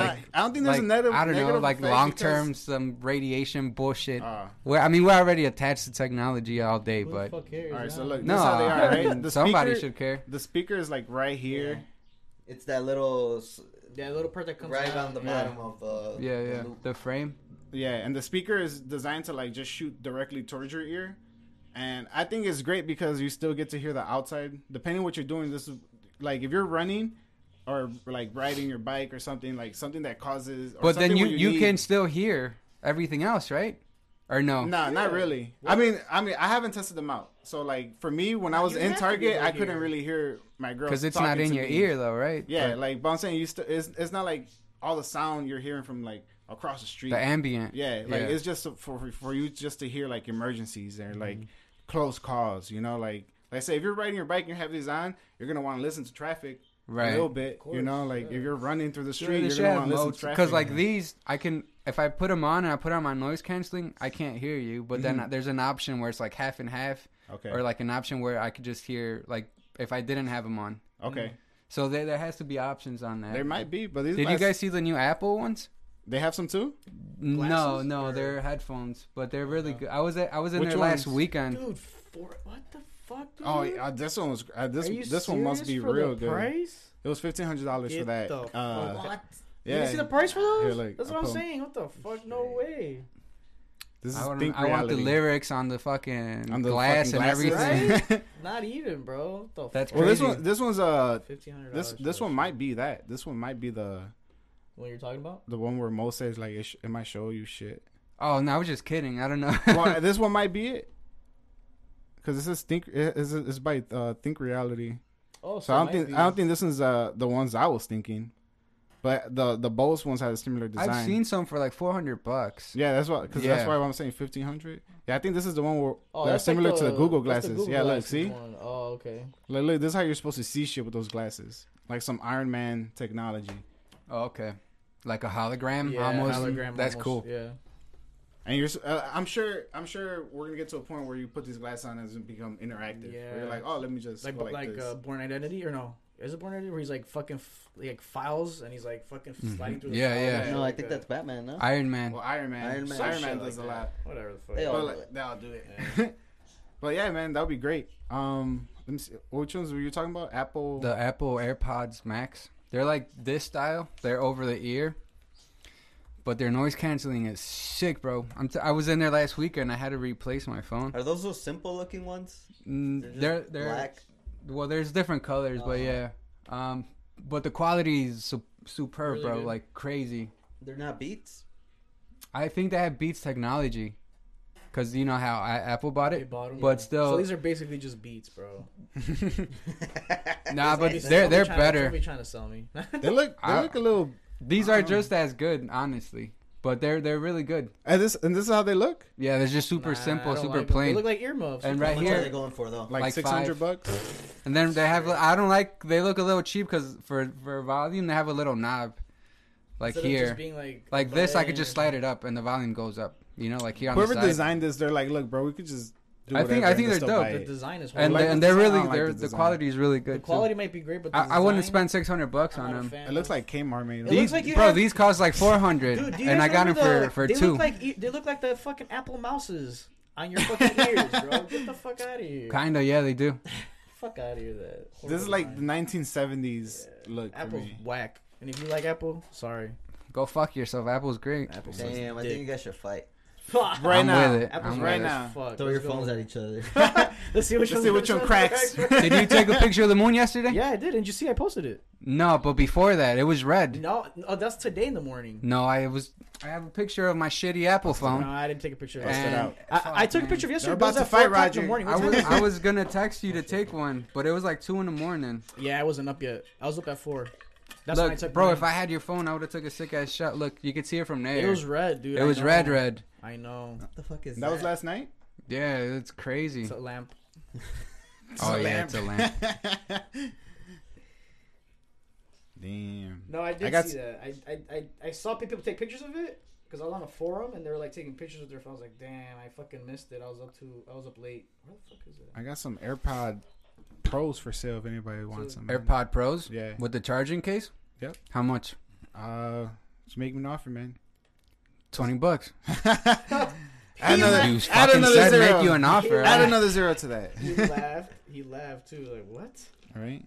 Speaker 4: Like,
Speaker 1: I don't think there's
Speaker 4: like,
Speaker 1: a negative.
Speaker 4: I don't know,
Speaker 1: negative
Speaker 4: like
Speaker 1: effect
Speaker 4: long
Speaker 1: because-
Speaker 4: term, some radiation bullshit.
Speaker 1: Ah.
Speaker 4: Where I mean, we're already attached to technology all day,
Speaker 3: Who
Speaker 4: but
Speaker 3: the fuck cares?
Speaker 1: All right, so
Speaker 3: now?
Speaker 1: look, this
Speaker 4: no,
Speaker 1: is how they are.
Speaker 4: I
Speaker 1: Right?
Speaker 4: mean,
Speaker 1: The
Speaker 4: somebody
Speaker 1: speaker-
Speaker 4: should care.
Speaker 1: The speaker is like right here.
Speaker 5: It's that little s-
Speaker 3: that little part that comes
Speaker 5: right
Speaker 3: out.
Speaker 5: on the
Speaker 1: Yeah.
Speaker 5: bottom of the
Speaker 4: Yeah,
Speaker 5: the
Speaker 4: yeah.
Speaker 5: loop.
Speaker 4: The frame.
Speaker 1: Yeah, and the speaker is designed to like just shoot directly towards your ear, and I think it's great because you still get to hear the outside. Depending what you're doing, this is like if you're running or like riding your bike or something like something that causes. Or
Speaker 4: But then
Speaker 1: something
Speaker 4: you
Speaker 1: where
Speaker 4: you,
Speaker 1: need-
Speaker 4: can still hear everything else, right? Or no?
Speaker 1: Nah, not really. I mean, I mean, I haven't tested them out. So like for me, when I was
Speaker 3: you
Speaker 1: in
Speaker 3: have to be
Speaker 1: Target,
Speaker 3: able to
Speaker 1: I couldn't
Speaker 3: hear.
Speaker 1: really hear my girl
Speaker 4: Because it's not
Speaker 1: talking
Speaker 4: in
Speaker 1: to
Speaker 4: your
Speaker 1: me.
Speaker 4: ear, though, right?
Speaker 1: Yeah,
Speaker 4: But
Speaker 1: like but I'm saying, you still it's it's not like all the sound you're hearing from like across the street.
Speaker 4: the ambient.
Speaker 1: Yeah, like
Speaker 4: Yeah.
Speaker 1: it's just for for you just to hear like emergencies or like
Speaker 4: Mm-hmm.
Speaker 1: close calls. You know, like like I say, if you're riding your bike and you have these on, you're gonna want to listen to traffic
Speaker 4: Right.
Speaker 1: a little bit.
Speaker 3: course,
Speaker 1: You know, like
Speaker 3: yeah.
Speaker 1: if you're running through the
Speaker 4: Sure,
Speaker 1: street,
Speaker 4: they
Speaker 1: you're
Speaker 4: should
Speaker 1: gonna
Speaker 4: have
Speaker 1: want to listen to
Speaker 4: modes
Speaker 1: traffic.
Speaker 4: because like these i can if i put them on and i put on my noise canceling i can't hear you but then there's an option where it's like half and half
Speaker 1: Mm-hmm. okay,
Speaker 4: or like an option where i could just hear like if i didn't have them on
Speaker 1: okay,
Speaker 4: so there, there has to be options on that
Speaker 1: there might be, but these
Speaker 4: did you
Speaker 1: might-
Speaker 4: guys see the new apple ones
Speaker 1: They have some too.
Speaker 4: no
Speaker 3: Glasses
Speaker 4: no
Speaker 3: or-
Speaker 4: they're headphones but they're really good i was at, i was in
Speaker 1: Oh. Which
Speaker 4: there last
Speaker 1: ones?
Speaker 4: weekend
Speaker 3: dude, for what the fuck?
Speaker 4: Mm-hmm.
Speaker 3: Dude?
Speaker 1: Oh, yeah, this one was uh, this
Speaker 3: Are you
Speaker 1: this one must be
Speaker 3: serious for the
Speaker 1: real good.
Speaker 3: Price?
Speaker 1: It was fifteen hundred dollars for
Speaker 3: Get
Speaker 1: that.
Speaker 3: the
Speaker 1: Uh,
Speaker 3: fuck out.
Speaker 1: yeah,
Speaker 3: You see the price for those?
Speaker 1: Here, like,
Speaker 3: That's
Speaker 1: I
Speaker 3: what I'm
Speaker 1: put 'em-
Speaker 3: saying. What the fuck? No way.
Speaker 1: This is
Speaker 4: I, want,
Speaker 1: think
Speaker 4: I want the
Speaker 1: reality.
Speaker 4: lyrics on the fucking
Speaker 1: On the
Speaker 4: glass
Speaker 1: fucking
Speaker 4: and
Speaker 1: glasses.
Speaker 4: everything
Speaker 3: Not even, bro. What the
Speaker 4: That's
Speaker 3: fuck?
Speaker 1: well, this
Speaker 4: Crazy.
Speaker 1: one this one's uh
Speaker 3: Fifteen hundred.
Speaker 1: this this one might be that. This one might be the
Speaker 3: What you're talking about?
Speaker 1: the one where Mo says like, it, sh- "It might show you shit."
Speaker 4: oh no i was just kidding i don't know
Speaker 1: well, this one might be it. Cause this is think is is by uh, Think Reality,
Speaker 3: Oh,
Speaker 1: so I don't think I don't think this is uh the ones I was thinking, but the the Bose ones had a similar design.
Speaker 4: i've seen some for like 400 bucks
Speaker 1: yeah, that's why cause that's
Speaker 4: Yeah.
Speaker 1: why I'm saying fifteen hundred. Yeah, I think this is the one where
Speaker 3: Oh,
Speaker 1: that's
Speaker 3: that's like
Speaker 1: similar to the Google
Speaker 3: that's
Speaker 1: glasses.
Speaker 3: the
Speaker 1: yeah,
Speaker 3: glasses
Speaker 1: look, see,
Speaker 3: one. Oh, okay.
Speaker 1: like look, this is how you're supposed to see shit with those glasses, like some Iron Man technology,
Speaker 4: Oh, okay. Like a hologram
Speaker 3: Yeah,
Speaker 4: almost.
Speaker 3: hologram
Speaker 4: That's
Speaker 3: almost,
Speaker 4: cool.
Speaker 3: Yeah.
Speaker 1: and you're. s- Uh, I'm sure. I'm sure we're gonna get to a point where you put these glasses on and become interactive. Where
Speaker 3: Yeah.
Speaker 1: you're like, oh, let me just
Speaker 3: Like
Speaker 1: go
Speaker 3: like,
Speaker 1: this.
Speaker 3: uh, Born Identity or no? Is it Born Identity where he's like fucking f- like files and he's like fucking
Speaker 1: Mm-hmm.
Speaker 3: sliding through? The
Speaker 4: Yeah,
Speaker 3: files and
Speaker 4: yeah.
Speaker 3: shit
Speaker 5: No, I
Speaker 3: like
Speaker 5: think
Speaker 3: that.
Speaker 5: that's Batman. No,
Speaker 4: Iron Man.
Speaker 1: well, Iron Man.
Speaker 5: Iron Man.
Speaker 1: Iron
Speaker 5: Some
Speaker 1: Man
Speaker 5: shit
Speaker 1: does
Speaker 5: like
Speaker 1: a
Speaker 5: that.
Speaker 1: lot.
Speaker 3: whatever the fuck.
Speaker 5: They all-
Speaker 1: But
Speaker 5: Oh,
Speaker 1: like,
Speaker 5: but-
Speaker 1: that'll do it. but yeah, man, that'll be great. Um, let me see. Which ones were you talking about? Apple.
Speaker 4: The Apple AirPods Max. They're like this style. They're over the ear. But their noise canceling is sick, bro. I'm t- I was in there last weekend. I had to replace my phone.
Speaker 5: are those those simple looking ones?
Speaker 4: Mm,
Speaker 5: just
Speaker 4: They're they're
Speaker 5: black.
Speaker 4: well. There's different colors,
Speaker 3: Oh.
Speaker 4: but yeah. Um, but the quality is su- superb,
Speaker 3: Really
Speaker 4: bro.
Speaker 3: good.
Speaker 4: Like crazy.
Speaker 5: They're not Beats.
Speaker 4: I think they have Beats technology, cause you know how I, Apple bought
Speaker 3: They
Speaker 4: it.
Speaker 3: bought 'em.
Speaker 4: But still-
Speaker 3: so these are basically just beats, bro.
Speaker 4: Nah, but
Speaker 3: Somebody- somebody
Speaker 4: they're
Speaker 3: trying
Speaker 4: they're
Speaker 3: to-
Speaker 4: better.
Speaker 3: somebody trying to sell me.
Speaker 1: they look. They
Speaker 4: I-
Speaker 1: look a little.
Speaker 4: These are just
Speaker 3: Um,
Speaker 4: as good, honestly. But they're they're really good.
Speaker 1: And this and this is how they look.
Speaker 4: Yeah, they're just super
Speaker 3: Nah, I
Speaker 4: simple,
Speaker 3: don't
Speaker 4: super
Speaker 3: like 'em. They
Speaker 4: plain.
Speaker 3: look like earmuffs.
Speaker 4: And
Speaker 5: How
Speaker 4: right
Speaker 5: much are they
Speaker 4: here,
Speaker 5: going for though?
Speaker 1: Like,
Speaker 4: Like
Speaker 1: six hundred
Speaker 4: five.
Speaker 1: bucks.
Speaker 4: and then they have. I don't like. They look a little cheap because for for volume they have a little knob, like
Speaker 3: Instead of
Speaker 4: here,
Speaker 3: just being like,
Speaker 4: like this. I could just
Speaker 3: bland.
Speaker 4: slide it up and the volume goes up. You know, like here on
Speaker 1: Whoever
Speaker 4: the side.
Speaker 1: designed this, they're like, look, bro, we could just. Do
Speaker 4: I
Speaker 1: whatever
Speaker 4: think- I think
Speaker 1: and
Speaker 4: they're
Speaker 1: still
Speaker 4: dope.
Speaker 1: buy
Speaker 4: The
Speaker 1: it.
Speaker 3: The design is
Speaker 4: and
Speaker 1: I like
Speaker 4: the, and
Speaker 1: the
Speaker 4: they're
Speaker 1: design. I
Speaker 4: really
Speaker 1: like
Speaker 4: they're,
Speaker 1: the
Speaker 4: the,
Speaker 1: design.
Speaker 4: quality is really good.
Speaker 3: The
Speaker 4: too.
Speaker 3: quality might be great, but the
Speaker 4: I, I wouldn't
Speaker 3: design-
Speaker 4: spend six hundred bucks
Speaker 3: I'm
Speaker 4: on
Speaker 3: not a
Speaker 4: them.
Speaker 3: fan
Speaker 1: It looks
Speaker 3: of-
Speaker 1: like Kmart made.
Speaker 3: It
Speaker 1: it.
Speaker 4: These
Speaker 3: looks like you
Speaker 4: bro,
Speaker 3: have-
Speaker 4: these cost like four
Speaker 3: Dude,
Speaker 4: hundred,
Speaker 3: do you
Speaker 4: and I
Speaker 3: guys
Speaker 4: got them
Speaker 3: remember
Speaker 4: for
Speaker 3: the-
Speaker 4: for
Speaker 3: they
Speaker 4: two.
Speaker 3: Look like, e- they look like the fucking Apple mouses on your fucking ears, bro. Get the fuck out of here.
Speaker 4: Kinda, yeah, they do.
Speaker 3: fuck out of here. That
Speaker 1: This is like the 1970s look. for
Speaker 3: Apple's
Speaker 1: me.
Speaker 3: whack. And if you like Apple, sorry,
Speaker 4: Go fuck yourself. Apple's great.
Speaker 3: Apple's
Speaker 5: Damn, I
Speaker 3: dick.
Speaker 5: think you guys should fight.
Speaker 1: Right
Speaker 4: I'm
Speaker 1: now.
Speaker 4: with it.
Speaker 3: Apple's
Speaker 4: I'm
Speaker 1: right
Speaker 3: right
Speaker 1: now.
Speaker 3: now. Fuck,
Speaker 2: Throw
Speaker 3: let's
Speaker 2: your
Speaker 3: go.
Speaker 2: phones at each other.
Speaker 3: Let's see which
Speaker 1: Let's see which one cracks.
Speaker 4: Did you take a picture of the moon yesterday?
Speaker 3: yeah, I did. And you see, I posted it.
Speaker 4: No, but before that, it was red.
Speaker 3: No, oh, that's today in the morning.
Speaker 4: No, I was. I have a picture of my shitty Apple
Speaker 3: No,
Speaker 4: phone.
Speaker 3: I didn't take a picture. of
Speaker 1: Bust it
Speaker 4: and-
Speaker 3: it.
Speaker 1: out.
Speaker 3: I, I
Speaker 4: Fuck,
Speaker 3: took a
Speaker 4: man.
Speaker 3: picture of yesterday.
Speaker 1: They're
Speaker 3: but it was
Speaker 1: about
Speaker 3: at
Speaker 1: to fight,
Speaker 3: 4 o'clock In
Speaker 1: Roger.
Speaker 3: the morning.
Speaker 4: I
Speaker 3: What
Speaker 4: was,
Speaker 3: time
Speaker 4: I
Speaker 3: is it?
Speaker 4: was gonna text you to take one, but it was like two in the morning.
Speaker 3: Yeah, I wasn't up yet. I was up at four. That's when I
Speaker 4: Look,
Speaker 3: took
Speaker 4: bro,
Speaker 3: mine.
Speaker 4: if I had your phone, I would have took a sick ass shot. Look, you could see it from there.
Speaker 3: It was red, dude.
Speaker 4: It
Speaker 3: I
Speaker 4: was
Speaker 3: know.
Speaker 4: red, red.
Speaker 3: I know.
Speaker 2: What the fuck is that?
Speaker 1: That was last night.
Speaker 4: Yeah, it's crazy.
Speaker 3: It's a lamp.
Speaker 4: oh
Speaker 1: a
Speaker 4: yeah,
Speaker 1: lamp.
Speaker 4: it's a lamp.
Speaker 1: Damn.
Speaker 3: No, I did
Speaker 1: I got
Speaker 3: see that. I, I, I, I saw people take pictures of it because I was on a forum and they were like taking pictures with their phones. Like, damn, I fucking missed it. I was up to, I was up late. Where the fuck is it?
Speaker 1: I got some AirPod Pros for sale if anybody wants them.
Speaker 4: AirPod Pros.
Speaker 1: Yeah.
Speaker 4: With the charging case.
Speaker 1: Yep.
Speaker 4: How much?
Speaker 1: Uh, just make me an offer, man.
Speaker 4: Twenty bucks.
Speaker 1: Add another,
Speaker 4: You
Speaker 1: add
Speaker 4: fucking
Speaker 1: another
Speaker 4: said
Speaker 1: zero.
Speaker 4: make you an offer.
Speaker 1: add
Speaker 4: right?
Speaker 1: another zero to that.
Speaker 3: He laughed. He laughed too. Like, what?
Speaker 1: All right.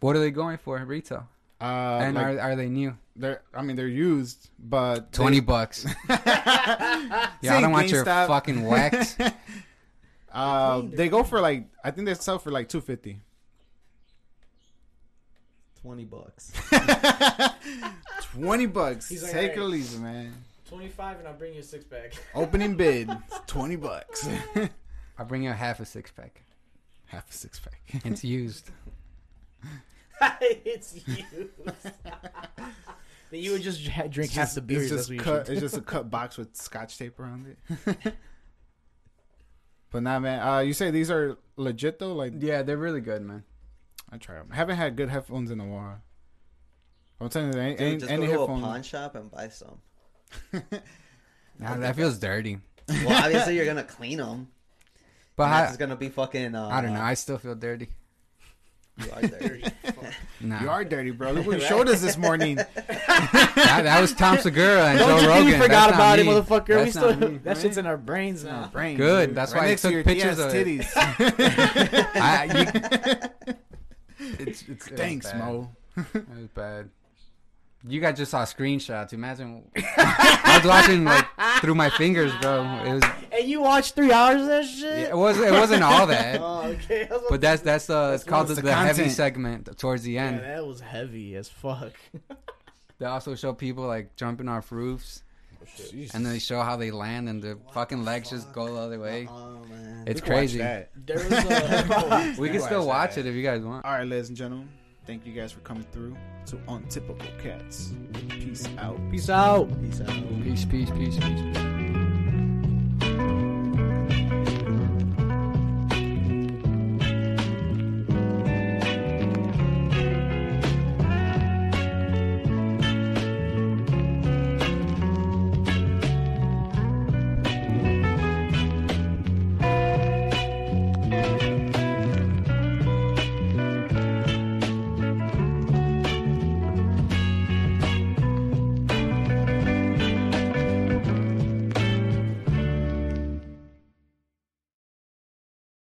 Speaker 4: What are they going for retail?
Speaker 1: Uh,
Speaker 4: and
Speaker 1: like,
Speaker 4: are are they new?
Speaker 1: they're, I mean, they're used, but they-
Speaker 4: Twenty bucks. Yeah, I
Speaker 1: Say
Speaker 4: don't want your
Speaker 1: GameStop.
Speaker 4: fucking wax.
Speaker 1: Uh,
Speaker 3: clean, they're
Speaker 1: they go for like I think they sell for like two fifty.
Speaker 2: Twenty bucks.
Speaker 1: Twenty bucks.
Speaker 3: He's like,
Speaker 1: Take or
Speaker 3: "All right."
Speaker 1: leave it, man.
Speaker 3: 25 and I'll bring you a six pack.
Speaker 1: Opening bid, twenty bucks.
Speaker 4: I'll bring you a half a six pack.
Speaker 1: Half a six pack.
Speaker 4: It's used.
Speaker 3: it's you. then you would just ha- drink half the beer.
Speaker 1: It's
Speaker 3: That's
Speaker 1: just
Speaker 3: what you
Speaker 1: cut.
Speaker 3: should
Speaker 1: It's just a cut box with scotch tape around it. but nah, man. Uh, you say these are legit though? Like
Speaker 4: Yeah, they're really good, man.
Speaker 1: I try them. I haven't had good headphones in a while. I'm telling you, any,
Speaker 5: Dude,
Speaker 1: any,
Speaker 5: just
Speaker 1: any
Speaker 5: go to a
Speaker 1: headphones.
Speaker 5: pawn shop and buy some.
Speaker 4: Nah, that feels dirty.
Speaker 5: Well, obviously you're gonna clean them.
Speaker 4: But
Speaker 5: But
Speaker 4: I,
Speaker 5: it's gonna be fucking. Uh,
Speaker 4: I don't know. I still feel dirty.
Speaker 5: You are dirty.
Speaker 4: Nah,
Speaker 1: You are dirty, bro. Look what you showed us this morning.
Speaker 4: that, that was Tom Segura and
Speaker 3: Don't
Speaker 4: Joe
Speaker 3: you
Speaker 4: Rogan.
Speaker 3: think we forgot
Speaker 4: That's
Speaker 3: about
Speaker 4: not
Speaker 3: it,
Speaker 4: me.
Speaker 3: motherfucker? we
Speaker 4: That's not
Speaker 3: still,
Speaker 4: me.
Speaker 3: that shit's in our brains now.
Speaker 1: Brain,
Speaker 4: Good,
Speaker 1: dude.
Speaker 4: that's
Speaker 1: Right
Speaker 4: why I
Speaker 1: next to
Speaker 4: took
Speaker 1: your
Speaker 4: pictures
Speaker 1: Tia's
Speaker 4: of it.
Speaker 1: titties.
Speaker 4: I, you- it's, it's, it was
Speaker 1: Thanks,
Speaker 4: bad.
Speaker 1: Mo.
Speaker 4: It was bad. You guys just saw screenshots. Imagine I was watching like through my fingers, bro. It was
Speaker 3: And you watched three hours of that shit?
Speaker 4: it was it wasn't all that,
Speaker 3: Oh, okay. I was
Speaker 4: but
Speaker 3: like,
Speaker 4: that's that's uh it's called the,
Speaker 1: the
Speaker 4: the heavy
Speaker 1: content.
Speaker 4: segment towards the
Speaker 3: yeah,
Speaker 4: end.
Speaker 3: that was heavy as fuck.
Speaker 4: They also show people like jumping off roofs, and then they show how they land and their fucking legs just go the other way.
Speaker 5: oh man.
Speaker 4: It's
Speaker 1: We can watch
Speaker 4: crazy.
Speaker 1: that.
Speaker 3: There was a.
Speaker 4: We can
Speaker 1: watch
Speaker 4: still watch
Speaker 1: that.
Speaker 4: it if you guys want.
Speaker 1: All right, ladies and gentlemen, thank you guys for coming through to Untypical Cats. Peace out.
Speaker 3: Peace out.
Speaker 2: Peace out.
Speaker 4: Peace, peace, peace, peace. peace.